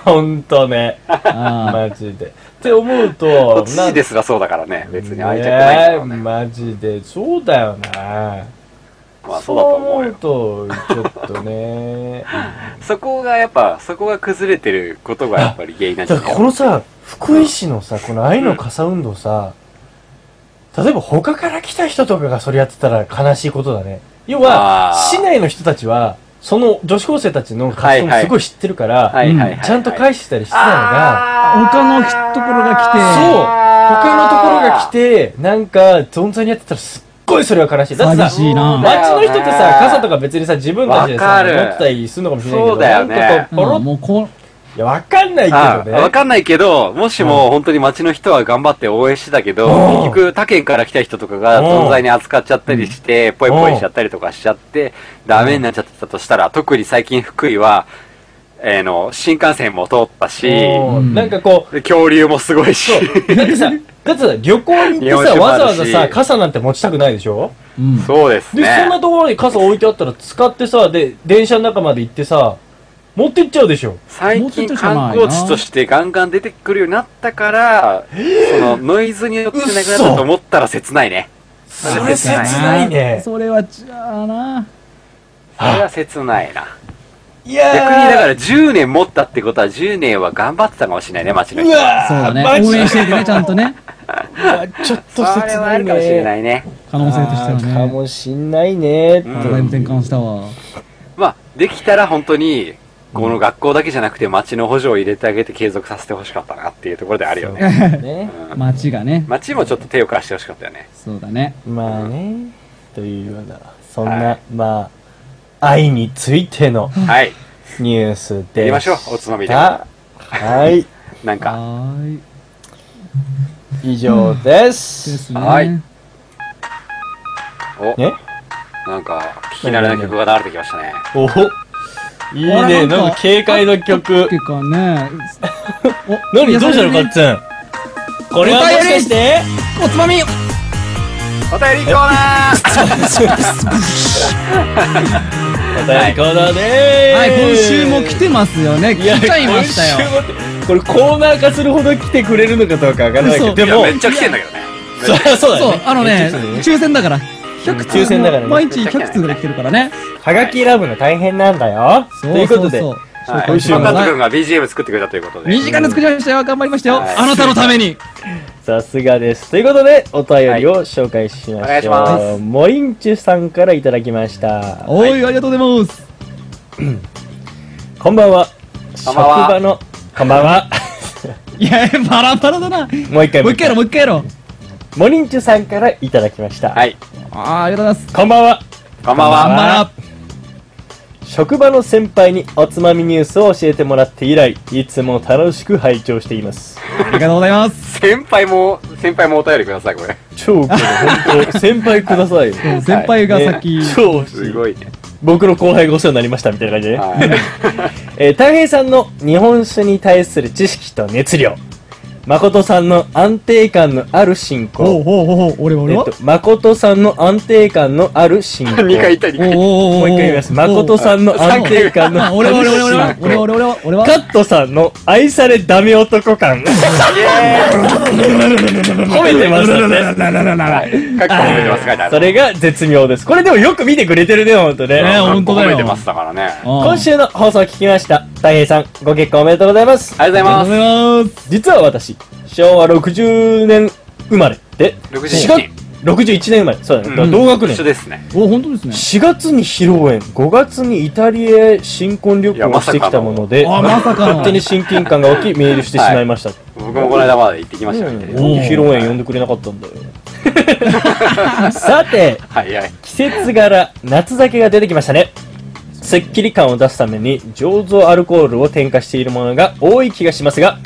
Speaker 5: 本当ね
Speaker 4: あ
Speaker 5: マジでって思うと
Speaker 3: 都知事ですらそうだからね別に愛着ないだろう
Speaker 5: ね
Speaker 3: ね
Speaker 5: えマジでそうだよね
Speaker 3: まあそうだと思うよ
Speaker 5: そう思うとちょっとね
Speaker 3: そこがやっぱ、そこが崩れてることがやっぱり原因なんじゃ
Speaker 5: だ
Speaker 3: な
Speaker 5: から
Speaker 3: い
Speaker 5: このさ、福井市のさ、この愛の傘運動さ、例えば他から来た人とかがそれやってたら悲しいことだね。要は
Speaker 3: あ、ー
Speaker 5: 市内の人たちは、その女子高生たちの活動もすごい知ってるから、
Speaker 3: はいはいはい、
Speaker 5: ちゃんと返してたりしてたのが、
Speaker 4: 他のひところが
Speaker 5: そ
Speaker 4: 来て、
Speaker 5: う他のところが来て、なんか、存在にやってたらすっごいそれは悲しい。だって
Speaker 4: 寂
Speaker 5: さ、
Speaker 4: しいな。
Speaker 3: だよね
Speaker 5: 街の人ってさ、傘とか別にさ、自分たちで
Speaker 3: わか
Speaker 5: さ、
Speaker 3: る
Speaker 5: 持ってたりするのかもしれないけ
Speaker 3: そ
Speaker 5: ど、
Speaker 3: うだよね
Speaker 5: なんかこう、ポロ
Speaker 4: う
Speaker 5: ッ
Speaker 4: ん、もうこう、
Speaker 5: いや、わかんない
Speaker 3: あ
Speaker 5: けどね。
Speaker 3: わかんないけど、もしも本当に街の人は頑張って応援してたけど、
Speaker 5: うん
Speaker 3: 結局他県から来た人とかが
Speaker 5: うん
Speaker 3: 存在に扱っちゃったりして、ぽいぽいしちゃったりとかしちゃって、ダメになっちゃってたとしたら、特に最近福井は、えーの、新幹線も通ったし、
Speaker 5: う
Speaker 4: うんん
Speaker 5: なんかこう、
Speaker 3: で恐竜もすごいし
Speaker 5: そ、う、だってさ、だってさ、旅行に行っ
Speaker 3: 日本
Speaker 5: てさ、
Speaker 3: 酒も
Speaker 5: わ
Speaker 3: あ
Speaker 5: ざ
Speaker 3: るし
Speaker 5: わざさ、傘なんて持ちたくないでしょ
Speaker 4: うん。
Speaker 3: <laughs> そうです
Speaker 5: で、そんな
Speaker 3: ね。
Speaker 5: ところに傘置いてあったら使ってさ、で、電車の中まで行ってさ、持ってっちゃうでしょ。
Speaker 3: 最近観光地としてガンガン出てくるようになったから、そのノイズによってなくなったと思ったら切ないね。
Speaker 5: それ切ないね。
Speaker 4: それは、じゃあな。
Speaker 3: それは切ないな。
Speaker 5: いやー
Speaker 3: 逆にだから10年持ったってことは10年は頑張ってたかもしれないね、街の人
Speaker 5: う
Speaker 3: は。
Speaker 5: わ
Speaker 4: そうだね
Speaker 5: マ。ジ
Speaker 4: 応援し
Speaker 5: <laughs>
Speaker 4: ててね、ちゃんとね。
Speaker 5: ーちょっと
Speaker 3: それ
Speaker 5: 切
Speaker 3: は
Speaker 5: な
Speaker 3: あ
Speaker 5: い
Speaker 3: るかもしれ
Speaker 5: ね。
Speaker 3: ないね。
Speaker 4: 可能性としてはね。
Speaker 5: かもしんないね。
Speaker 3: う
Speaker 4: ただいぶ
Speaker 3: ん、
Speaker 4: 転換したわ。
Speaker 3: まあ、できたら本当に、この学校だけじゃなくて街の補助を入れてあげて継続させてほしかったなっていうところであるよね。
Speaker 5: ね。
Speaker 3: うん
Speaker 4: 街がね。
Speaker 3: 街もちょっと手を貸してほしかったよね。
Speaker 4: そうだね。
Speaker 5: まあね。というような、そん
Speaker 3: は、
Speaker 5: ないまあ、愛についての
Speaker 3: はい。
Speaker 5: ニュースでした。
Speaker 3: やりましょうおつまみでも
Speaker 5: はい。
Speaker 3: なんか、
Speaker 4: はーい。
Speaker 5: 以上で。
Speaker 4: ですすね。
Speaker 3: はいお、
Speaker 5: ね
Speaker 3: なんか、聞き慣れない曲が流れてきましたね。
Speaker 5: おいい
Speaker 4: あ
Speaker 5: ね。
Speaker 4: ら
Speaker 5: なんか軽快な曲
Speaker 4: っ。ていうかね。お
Speaker 5: <laughs> 何どうしたのか
Speaker 4: 優
Speaker 5: っ
Speaker 4: し
Speaker 5: つん。これはもしかして
Speaker 4: いおつまみ
Speaker 3: お便りコーナー
Speaker 5: お便りコーナーでーす。
Speaker 4: はい、今週も来てますよね。来
Speaker 5: いや
Speaker 4: ちゃいましたよ。
Speaker 5: 今週もってこれコーナー化するほど来てくれるのかどうかわからないけど、
Speaker 4: 嘘
Speaker 5: で
Speaker 3: いや
Speaker 5: も、
Speaker 3: めっちゃ来てんだけどね。
Speaker 5: そうそうだ
Speaker 4: そ
Speaker 5: よ
Speaker 4: う
Speaker 5: ね。、
Speaker 4: あのね、抽選だから。100
Speaker 5: 抽選だからね
Speaker 4: 毎日100通ぐらい来てるからね。
Speaker 5: はがき選ぶの大変なんだよ。と
Speaker 4: そ
Speaker 5: いううこ
Speaker 4: そ
Speaker 5: と
Speaker 4: う
Speaker 5: で、
Speaker 4: そう。
Speaker 3: はい。
Speaker 5: 今週も
Speaker 3: マカト君が BGM 作ってくれたということで。
Speaker 4: 2時間で作りましたよ。頑張りましたよ。
Speaker 3: はい
Speaker 4: あなたのために。
Speaker 5: さすがです。ということで、お便りを紹介しましょう。
Speaker 3: はいお願いしま
Speaker 5: モリンチュさんからいただきました。
Speaker 4: おい、ありがとうございます。
Speaker 5: こんばんは。
Speaker 3: こんばんは
Speaker 5: 職場の、こんばんは。 <laughs>
Speaker 4: いや、バラバラだな。
Speaker 5: もう一回
Speaker 4: もう一回やろう、もう一回やろう。
Speaker 5: モリンチュさんからいただきました。
Speaker 3: はい。
Speaker 4: あーありがとうございます。
Speaker 5: こんばんは。
Speaker 3: こんばん
Speaker 4: 頑
Speaker 3: は。
Speaker 4: 張
Speaker 5: 職場の先輩におつまみニュースを教えてもらって以来、いつも楽しく拝聴しています。
Speaker 4: ら。ありがとうございます。
Speaker 3: 先輩も、先輩もお便りください、これ。
Speaker 5: 超ウケる、本当先輩くださ
Speaker 3: <laughs>
Speaker 5: いよ。
Speaker 4: 先輩が先
Speaker 5: ね、超
Speaker 3: すごいね。
Speaker 5: 僕の後輩がお世話になりましたみたいな感じでね。
Speaker 3: はい。
Speaker 5: えー、たい平さんの日本酒に対する知識と熱量。誠さんの安定感のある進
Speaker 4: お
Speaker 5: 行
Speaker 4: う。ほうほうほう、俺は
Speaker 5: え
Speaker 4: 俺
Speaker 5: っ
Speaker 4: は
Speaker 5: と、誠さんの安定感のある進行。
Speaker 3: <laughs> 2回言った、2
Speaker 4: おう
Speaker 3: 回。
Speaker 4: おうおうおう
Speaker 5: もう一回言います。誠さんの安定感のあ
Speaker 4: あ
Speaker 5: る
Speaker 4: 俺は俺は俺
Speaker 5: 進
Speaker 4: は
Speaker 5: 行。
Speaker 4: 俺は俺は俺は
Speaker 5: カットさんの愛されダメ男感。褒めてますよね。
Speaker 3: かっこ褒めてますか
Speaker 5: それが絶妙です。これでもよく見てくれてるね、ほんと
Speaker 4: ね
Speaker 5: ね。
Speaker 4: 本当だよ
Speaker 3: 褒めてますだからね。あ
Speaker 4: 今
Speaker 5: 今週の放送を聞きました。たい平さん、ご結婚おめでとうございます。
Speaker 3: りがとうございます。
Speaker 4: ありがとうございます。
Speaker 5: 実は私、昭和60年生まれで、
Speaker 3: 61
Speaker 5: 4月61年生まれ。そうだね。だから同学年
Speaker 3: 一緒。ですね。
Speaker 4: お、本当ですね。
Speaker 5: 4月に披露宴、5月にイタリアへ新婚旅
Speaker 3: いや
Speaker 5: 行を
Speaker 3: ま
Speaker 5: し
Speaker 3: さ
Speaker 5: て
Speaker 3: かの
Speaker 5: きたもので、
Speaker 4: あ、まさかの。
Speaker 5: 勝手に親近感が起き、メールしてしまいました。
Speaker 3: 僕もこの間まで行ってきました
Speaker 5: うん
Speaker 3: ね。
Speaker 5: 披露宴呼んでくれなかったんだよ。 <laughs> さて、
Speaker 3: はいはい。
Speaker 5: 季節柄、夏酒が出てきましたね。すっきり感を出すために醸造アルコールを添加しているものが多い気がしますが、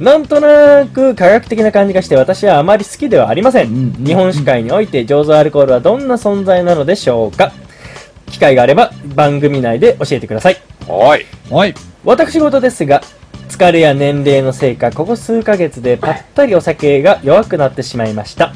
Speaker 5: なんとなく科学的な感じがして私はあまり好きではありません。
Speaker 4: うんうん
Speaker 5: 日本酒界において醸造アルコールはどんな存在なのでしょうか機会があれば番組内で教えてください。
Speaker 3: おい。
Speaker 4: はい。
Speaker 5: 私事ですが、疲れや年齢のせいか、ここ数ヶ月でぱったりお酒が弱くなってしまいました。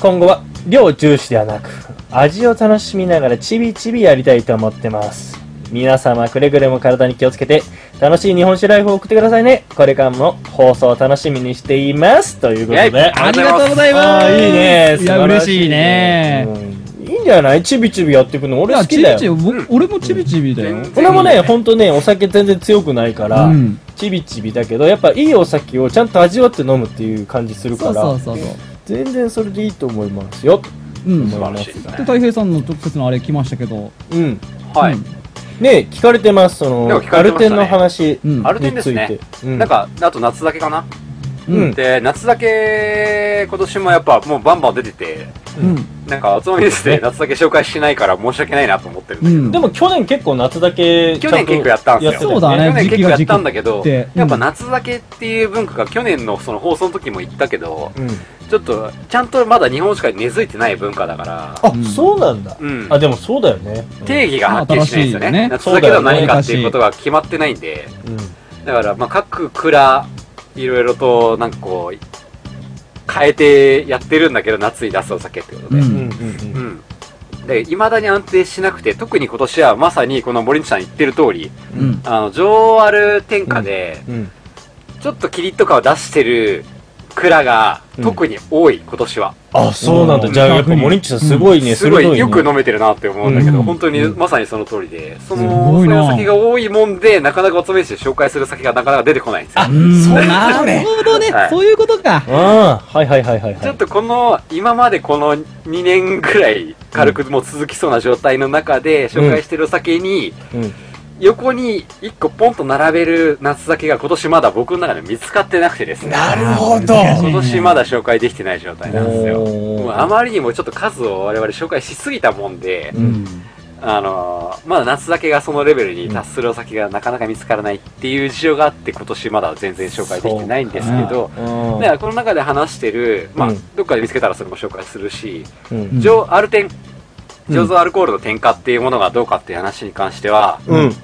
Speaker 5: 今後は、量重視ではなく、味を楽しみながらちびちびやりたいと思ってます。皆様、くれぐれも体に気をつけて、楽しい日本酒ライフを送ってくださいね。これからも放送を楽しみにしています。ということ
Speaker 3: イェ
Speaker 5: で
Speaker 3: イ。
Speaker 4: ありがとうござい
Speaker 5: あ
Speaker 4: ます。
Speaker 5: ーいいね。
Speaker 4: い
Speaker 5: 素
Speaker 4: や、
Speaker 5: 晴ら
Speaker 4: 嬉しいね。。
Speaker 5: うんいいんじゃないちびちびやっていくの。
Speaker 4: い
Speaker 5: 俺
Speaker 4: や
Speaker 5: 好きだよ。
Speaker 4: チビチビ僕俺もチビチビだよ。
Speaker 5: 俺もね、ほんとね、お酒全然強くないから、
Speaker 4: うん
Speaker 5: ちびちびだけど、やっぱいいお酒をちゃんと味わって飲むっていう感じするか
Speaker 4: そ
Speaker 5: ら、
Speaker 4: うそうそうそう。
Speaker 5: 全然それでいいと思いますよ。
Speaker 4: うん。で、
Speaker 5: 思いま
Speaker 3: 素晴らしい
Speaker 5: す。
Speaker 4: たい平さんの直接のあれ来ましたけど、
Speaker 5: うん。
Speaker 3: はい。
Speaker 4: うん
Speaker 5: ね、聞かれてます、そ
Speaker 3: でも
Speaker 5: の
Speaker 3: 聞、か
Speaker 5: ア
Speaker 3: れて
Speaker 5: ルテン
Speaker 3: ましたね
Speaker 5: の話に
Speaker 4: うん
Speaker 3: アルテンで
Speaker 5: つ
Speaker 3: す
Speaker 5: い
Speaker 3: ね
Speaker 5: て。うん
Speaker 3: なん、か、あと夏だけかな。
Speaker 5: うん。
Speaker 3: で、夏だけ、今年もやっぱもうバンバン出てて、
Speaker 4: うん。
Speaker 3: なんか、おつまみですね
Speaker 5: ね、
Speaker 3: 夏だけ紹介してないから申し訳ないなと思ってるん
Speaker 4: う
Speaker 3: だけど。
Speaker 4: ん。
Speaker 5: でも去年結構夏だけ、
Speaker 3: 去年結構やったんですよ。
Speaker 5: そう
Speaker 4: だね
Speaker 3: 去年
Speaker 4: 時
Speaker 3: 結構
Speaker 4: 期が
Speaker 3: やったんだけど、
Speaker 4: 時期ってうん
Speaker 3: やっぱ夏だけっていう文化が去年のその放送の時も言ったけど、
Speaker 5: うん。
Speaker 3: ちょっと、ちゃんとまだ日本しか根付いてない文化だから、
Speaker 5: あ、そうなんだ。
Speaker 3: うん
Speaker 5: あ、でもそうだよね。
Speaker 3: 定義がはっきりしないんですよね。
Speaker 4: まあ新
Speaker 3: 夏だけは何かっていうことが決まってないんで、
Speaker 5: うん。
Speaker 3: だから、まあ、各蔵、いろいろと、なんかこう、変えてやってるんだけど、夏に出すお酒ってことで。
Speaker 5: う
Speaker 4: う
Speaker 5: んん。うん。
Speaker 3: うん。で、未だに安定しなくて、特に今年はまさにこの森内さん言ってる通り、
Speaker 4: うん。
Speaker 3: あの、上アル天下で、
Speaker 5: うん。
Speaker 3: ちょっとキリッと感を出してる蔵が、特に多い、今年は。
Speaker 5: あ、そうなんだ。じゃあ、やっぱモリッチさんすごいね、
Speaker 3: す
Speaker 5: 鋭
Speaker 3: ご
Speaker 5: い
Speaker 3: い
Speaker 5: ね。
Speaker 3: よく飲めてるなって思うんだけど、
Speaker 4: うん
Speaker 3: 本当にまさにその通りで、そ
Speaker 4: す
Speaker 3: の、
Speaker 4: ご
Speaker 3: そ
Speaker 4: いな
Speaker 3: の先が多いもんで、なかなかおつめ飯で紹介する先がなかなか出てこないんですよ。
Speaker 4: そう
Speaker 5: な
Speaker 4: な
Speaker 5: のね
Speaker 4: るほどね
Speaker 3: はい。
Speaker 4: そういうことか。
Speaker 5: ああ、はいはいはいはいはい。
Speaker 3: ちょっとこの、今までこの2年ぐらい軽くもう続きそうな状態の中で紹介してるお酒に、
Speaker 5: うん
Speaker 3: 横に1個ポンと並べる夏酒が今年まだ僕の中で見つかってなくてですね。
Speaker 5: るほど
Speaker 3: 今年まだ紹介できてない状態なんですよ。もうあ
Speaker 5: よ。
Speaker 3: まりにもちょっと数を我々紹介しすぎたもんで、
Speaker 5: うん。
Speaker 3: あのーまだ夏酒がそのレベルに達するお酒がなかなか見つからないっていう事情があって今年まだ全然紹介できてないんですけど、だからこの中で話してる、まあ、
Speaker 5: うん
Speaker 3: どっかで見つけたらそれも紹介するし、
Speaker 5: うん。
Speaker 3: 上アルテン、醸造アルコールの添加っていうものがどうかっていう話に関しては、
Speaker 5: うん。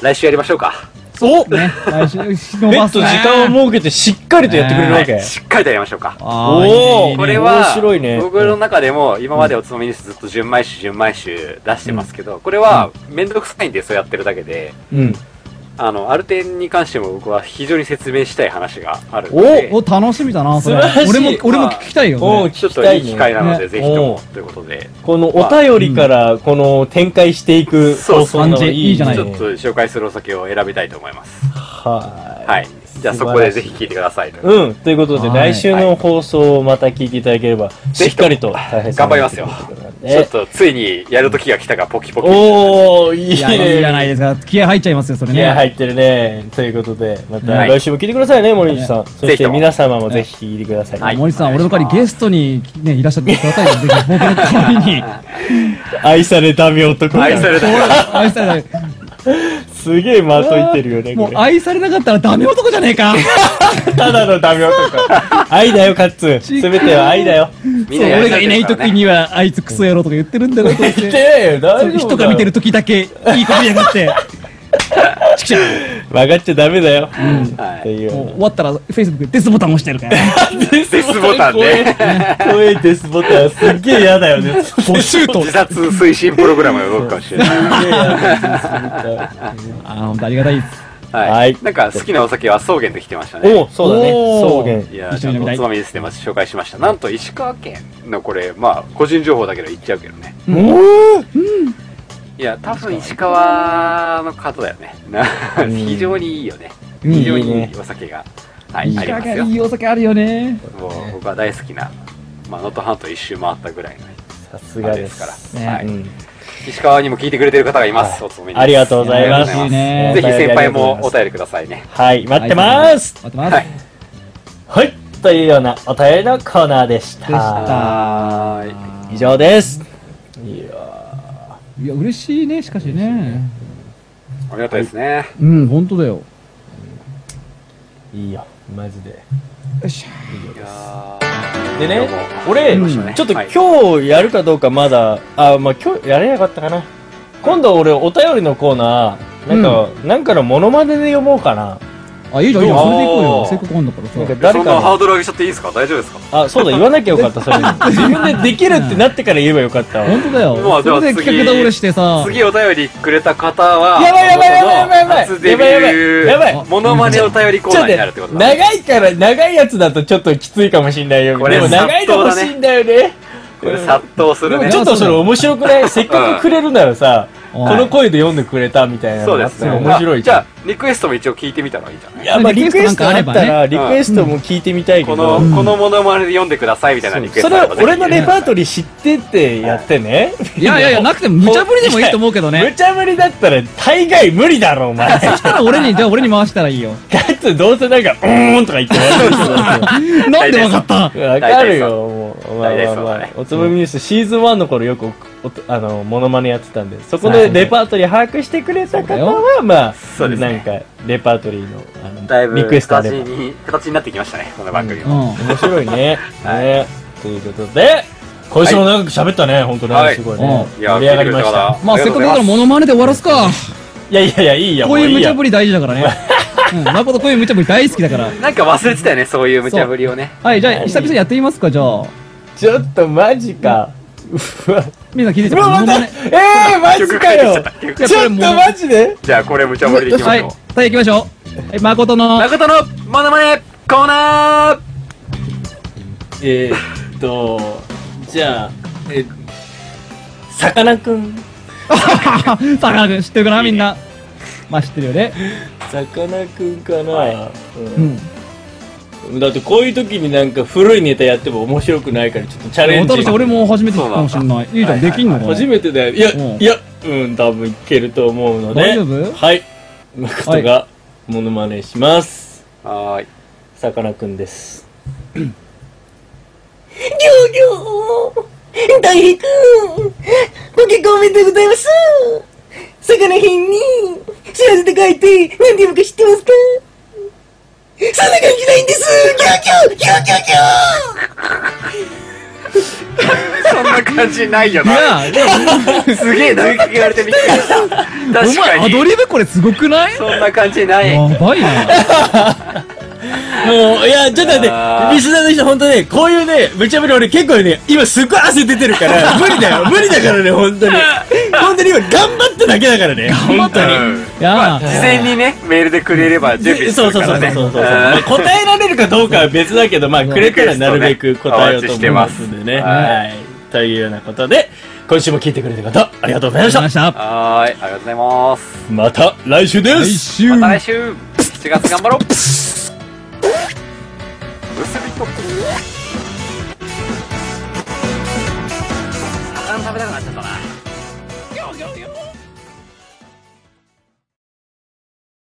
Speaker 3: 来週やりましょうか。
Speaker 5: お
Speaker 4: ね。来週、伸
Speaker 5: ベッ
Speaker 4: ば
Speaker 5: ド
Speaker 4: す
Speaker 5: 時
Speaker 4: ね
Speaker 5: 間を設けてしっかりとやってくれるわけ。
Speaker 3: しっかりとやりましょうか。
Speaker 4: あー
Speaker 5: おお
Speaker 3: これは、
Speaker 5: 面白いね。
Speaker 3: 僕の中でも今までおつまみニュースずっと純米酒、純米酒出してますけど、これはめんどくさいんでそうやってるだけで、
Speaker 5: うん。
Speaker 3: あの、アルテンに関しても僕は非常に説明したい話があるの
Speaker 5: お
Speaker 3: で、
Speaker 4: お、楽しみだな、それ
Speaker 5: 素晴ら。しい
Speaker 4: 俺も、俺も聞きたいよ
Speaker 5: お
Speaker 4: ね。
Speaker 3: ちょ
Speaker 5: 聞
Speaker 3: っ
Speaker 5: き
Speaker 3: と
Speaker 5: た
Speaker 3: い
Speaker 5: い
Speaker 3: い
Speaker 5: ね
Speaker 3: 機会なので、
Speaker 4: ね
Speaker 3: ぜひとも
Speaker 5: お、
Speaker 3: ということで、
Speaker 5: このお便りから、この展開していく
Speaker 3: そう
Speaker 5: 放送なのが
Speaker 4: 感じいいじゃない
Speaker 3: ちょっと紹介するお酒を選びたいと思います。
Speaker 5: はい。
Speaker 3: はい。じゃあそこでぜひ聞いてください。
Speaker 5: うん。ということで、
Speaker 4: はい
Speaker 5: 来週の放送をまた聞いていただければ、しっかりと大変
Speaker 3: 頑張りますよ。ちょっとついにやる時が来たかポキポキ。
Speaker 5: おー、いいね。
Speaker 4: いや、いいじゃないですか。気合入っちゃいますよ、それ
Speaker 5: い
Speaker 4: ね。
Speaker 5: や、入ってるね。ということで、ま
Speaker 3: は
Speaker 5: た
Speaker 3: い
Speaker 5: 来週も聞いてくださいね、森内さん。そ
Speaker 3: ぜ
Speaker 5: し
Speaker 3: ひと
Speaker 5: て
Speaker 3: も
Speaker 5: 皆様もぜひ聞いてください。
Speaker 3: はい
Speaker 4: 森さん、
Speaker 3: お願
Speaker 4: 俺
Speaker 3: いします
Speaker 4: の代わりゲストに、ね、いらっしゃってくださいよ。ぜひ、僕の代わりに。
Speaker 5: <laughs> 愛されたみ男。
Speaker 3: 愛され
Speaker 4: <laughs>
Speaker 3: たから。
Speaker 4: 愛されない。
Speaker 5: すげえまといてるよね、
Speaker 4: も
Speaker 5: こ
Speaker 4: う
Speaker 5: れ。
Speaker 4: 愛されなかったらダメ男じゃねえか。
Speaker 5: ただのダメ男。 <laughs> 愛だよ、カッツ。すべては愛だよ。
Speaker 3: みんな
Speaker 4: そう
Speaker 3: やり
Speaker 4: 俺
Speaker 3: た
Speaker 4: がいない
Speaker 3: ですから
Speaker 4: 時
Speaker 3: ね。
Speaker 4: には、あいつクソ野郎とか言ってるんだろうと思っ。
Speaker 5: 言って <laughs> てよ、
Speaker 4: そ
Speaker 5: 大
Speaker 4: う
Speaker 5: 丈夫
Speaker 4: 人
Speaker 5: だ
Speaker 4: が
Speaker 5: よ
Speaker 4: 見てる時だけ、いいこと言いやがって。ちくしゃん
Speaker 5: 曲がっちゃダメだよ。
Speaker 3: はい
Speaker 5: っていう。
Speaker 4: もう終わったら、Facebook デスボタン押してるからね。
Speaker 5: <laughs> デ
Speaker 3: スボタンね。
Speaker 5: 怖いデスボタン。すっげえ嫌だよね。す
Speaker 4: ボシュート
Speaker 3: 自。殺推進プログラムが動くかもしれない。
Speaker 5: げえ嫌だよ
Speaker 4: あー、ほんとありがたいです。
Speaker 3: は
Speaker 5: はいい。
Speaker 3: なんか好きなお酒は草原できてましたね。
Speaker 5: <laughs> おそうだ
Speaker 4: お
Speaker 5: ね。草
Speaker 3: いやー、
Speaker 4: 一
Speaker 3: ち
Speaker 4: 緒
Speaker 3: ょ
Speaker 4: に
Speaker 3: っとお
Speaker 4: 飲みたい
Speaker 3: つまみですね、まず紹介しました。なんと石川県のこれ、まあ、個人情報だけど言っちゃうけどね。
Speaker 5: 原。おー
Speaker 3: いや、多分石川の方だよね。な非常にいいよね。
Speaker 4: うん
Speaker 3: 非常にいいお酒が、はい、ありますよ。
Speaker 4: いいお酒あるよね。
Speaker 3: もう僕は大好きな、まあ、能登半島一周回ったぐらいの
Speaker 5: さす
Speaker 3: あ
Speaker 5: が
Speaker 3: れ
Speaker 5: で
Speaker 3: です
Speaker 5: す
Speaker 3: か。ら、
Speaker 4: ね
Speaker 3: は
Speaker 5: う
Speaker 3: い、
Speaker 5: ん
Speaker 3: 石川にも聞いてくれてる方がいます、おつまみです
Speaker 5: ありがとうございます
Speaker 3: ありがとうござ
Speaker 4: ね
Speaker 3: ぜひ先輩もお便りくださいね
Speaker 5: はい、待ってます
Speaker 4: 待ってます。
Speaker 3: はい
Speaker 5: はい、というようなお便りのコーナーでした。
Speaker 4: でした。
Speaker 3: はーい
Speaker 5: 以上です。いや
Speaker 4: いや、嬉しいね、しかしね。
Speaker 3: ありがたいですね、
Speaker 4: うん、本当だよ。
Speaker 5: いいよ、マジで。
Speaker 4: よっし
Speaker 3: いや
Speaker 5: で
Speaker 3: どう
Speaker 5: ね
Speaker 3: も、
Speaker 5: 俺、
Speaker 4: うん
Speaker 5: ちょっと
Speaker 3: はい
Speaker 5: 今日やるかどうかまだ、あ、まあ今日やれなかったかな。今度俺お便りのコーナー、なんか、なんかのモノマネで読もうかな。
Speaker 4: ゃ。あ、いいじゃん、いいじゃん。
Speaker 3: どう
Speaker 4: それで行こう
Speaker 3: お
Speaker 4: よ。
Speaker 3: ー
Speaker 4: せっかくあんだからさ
Speaker 5: なん。か
Speaker 3: ーそ
Speaker 5: 誰
Speaker 3: んなハ
Speaker 5: か
Speaker 3: ードル上げちゃっていいですか大丈夫ですか
Speaker 5: の、あ、そうだ、言わなきゃよかった、それ。
Speaker 3: <laughs>
Speaker 5: 自分でできるってなってから言えばよかったわ。
Speaker 4: 本当だ
Speaker 3: もう
Speaker 4: よ。
Speaker 3: じゃあ
Speaker 4: それで企画倒れしてさ。
Speaker 3: 次お便りくれた方は
Speaker 5: やばいやばいやばいやばいやばい
Speaker 3: 初デビ
Speaker 5: やばい
Speaker 3: ュー
Speaker 5: やばいやば
Speaker 4: い
Speaker 3: モノマネお便りコー
Speaker 5: ちょ
Speaker 3: ナ
Speaker 5: っ
Speaker 3: ーになるってこととだね
Speaker 5: 長いから、長いやつだとちょっときついかもしんないよ。
Speaker 3: これ
Speaker 5: でも長いの欲しいんだよね。
Speaker 3: これ殺到す
Speaker 5: で
Speaker 3: る
Speaker 5: も
Speaker 3: ね <laughs>
Speaker 5: ちょっとそれ面白くないせっかくくれるならさ、
Speaker 6: この声で読んでくれたみたいな
Speaker 3: そ
Speaker 6: の
Speaker 3: う
Speaker 6: があ
Speaker 3: で
Speaker 6: っ
Speaker 3: す
Speaker 6: て
Speaker 3: ね。
Speaker 6: 面白
Speaker 3: あ
Speaker 6: い
Speaker 3: じゃあ、リクエストも一応聞いてみたのはいいんじゃない
Speaker 5: いや、まあ、リ
Speaker 4: リ
Speaker 5: ク
Speaker 4: ク
Speaker 5: エ
Speaker 4: エ
Speaker 5: ス
Speaker 4: ス
Speaker 5: ト
Speaker 4: ト
Speaker 5: あ
Speaker 4: な
Speaker 5: っ
Speaker 4: んかあ
Speaker 5: た
Speaker 4: れ
Speaker 5: ら、
Speaker 4: ば
Speaker 5: リクエストも聞いてみたいけ
Speaker 3: こ
Speaker 5: ど、
Speaker 3: の、このモノマネで読んでくださいみたいなリクエス
Speaker 5: そ
Speaker 3: ト
Speaker 5: れ
Speaker 3: あれ
Speaker 5: は
Speaker 3: ばぜひ
Speaker 5: 俺のレパートリー知っててやってね。
Speaker 4: いやいやいや、なくても無茶ぶりでもいいと思うけど
Speaker 5: 無
Speaker 4: ね。
Speaker 5: 茶ぶりだったら大概無理だろ、お前。
Speaker 4: そしたら俺に、じゃあ俺に回したらいいよ。
Speaker 5: だってどうせなんか、うーんとか言ってない
Speaker 4: なんでわかった
Speaker 5: わかるよ、もう。まあ
Speaker 3: 大体
Speaker 5: まあ
Speaker 3: そう
Speaker 5: ま
Speaker 3: だ
Speaker 5: あ
Speaker 3: ね。
Speaker 5: おつまみニュースシーズン1の頃よくおおと、あの、モノマネやってたんで、そこでレパートリー把握してくれた方は、まあ、
Speaker 3: うですね
Speaker 5: なんか、レパートリーの、あの、
Speaker 3: だいぶ
Speaker 5: リクエストあれ
Speaker 3: 形
Speaker 5: ば。
Speaker 3: に形になってきましたね、この番組
Speaker 4: う
Speaker 3: も。
Speaker 4: ん。
Speaker 5: 面白い
Speaker 3: <laughs>
Speaker 5: ね。ね。ということで、今週も長く喋ったね、本当
Speaker 3: は
Speaker 5: ね。
Speaker 3: い
Speaker 5: すごい
Speaker 4: は
Speaker 5: ね
Speaker 4: い。
Speaker 3: いや
Speaker 5: 盛り上がりました。
Speaker 4: まあせっかくだからモノマネで終わらすか。
Speaker 5: いやいやいや、いいや、
Speaker 4: こういう無茶ぶ
Speaker 5: り。
Speaker 4: り大事だからね。うん。誠こういう無茶ぶり大好きだから。
Speaker 3: なんか忘れてたよね、そういう無茶ぶりをね。
Speaker 4: はい、じゃあ久々にやってみますか、じゃあ。
Speaker 5: ちょっとマジか。う
Speaker 3: <laughs>
Speaker 5: わ。
Speaker 4: みんな聞いて
Speaker 5: う
Speaker 4: たモ
Speaker 5: わ、
Speaker 4: ノ
Speaker 5: また、
Speaker 4: マネ。
Speaker 5: えー、マジか
Speaker 3: 曲
Speaker 5: よ
Speaker 3: が出ちゃったっていう
Speaker 4: いや
Speaker 5: ちょっ
Speaker 4: これ
Speaker 5: と
Speaker 4: もう
Speaker 5: マジで
Speaker 3: じゃあ、これ無茶ぶりでいきま
Speaker 4: は
Speaker 3: し
Speaker 4: い
Speaker 3: ょう。。
Speaker 4: はい、行きましょう。はい、誠の。 <laughs>
Speaker 3: 中田のモノマネコーナー
Speaker 5: えーっと、じゃあ、え、さかなクン。
Speaker 4: さか君知ってるかなみんな。まあ知ってるよね。
Speaker 5: さかなクンかな、
Speaker 4: うん。
Speaker 5: うんだってこういう時になんか古いネタやっても面白くないからちょっとチャレンジ。
Speaker 4: 私俺も初めて聞くかもしれない。いいじゃん、できんのかな
Speaker 5: 初めてだよ。いや、
Speaker 4: うん
Speaker 5: いや、うん、多分いけると思うので。
Speaker 4: 大丈夫
Speaker 5: はい。誠がモノマネします。
Speaker 3: はーい。
Speaker 5: さかなクンです。
Speaker 7: 大平くんご結婚おめでとうございます魚編に知らせて書いて何て読むか知ってますかそんな感じないんですギョギョギョギョギ
Speaker 3: そんな感じないよ
Speaker 4: い
Speaker 3: な。
Speaker 4: や、でも
Speaker 3: すげえ投げかけられてびっくりした。確
Speaker 4: お前
Speaker 3: か
Speaker 4: アド
Speaker 3: に。
Speaker 4: リブこれすごくない
Speaker 3: そんな感じない。
Speaker 4: やばいな。
Speaker 5: <laughs> もう、いや、ちょっと待って
Speaker 3: あ、ー
Speaker 5: リスナーの人、本当ね、こういうね、無茶ぶり俺結構ね、今すっごい汗出てる
Speaker 3: <laughs>
Speaker 5: から、無理だよ、無理だからね、本当に。本当に今、頑張っただけだからね、本当に。
Speaker 3: うん
Speaker 4: い
Speaker 5: <laughs>
Speaker 4: や、
Speaker 3: 事前にね、メールでくれれば準備す
Speaker 5: そう
Speaker 3: る
Speaker 5: そう
Speaker 3: か
Speaker 5: そ
Speaker 3: ら
Speaker 5: うそう
Speaker 3: ね。
Speaker 5: そうそう、まあ
Speaker 3: ん
Speaker 5: 答えられるかどうかは別だけど、まあ、くれたらなるべく答えようと思いますんでね。
Speaker 3: お待ちしてます
Speaker 5: はい。というようなことで、今週も聞いてくれた方、ありがとうございました。
Speaker 4: た。
Speaker 3: はーい、ありがとうございます。
Speaker 5: また来週で
Speaker 4: 来
Speaker 5: す
Speaker 4: 週。
Speaker 3: また来週 !7 月頑張ろう結びと魚食べたくなっちゃったな。
Speaker 7: ョギョ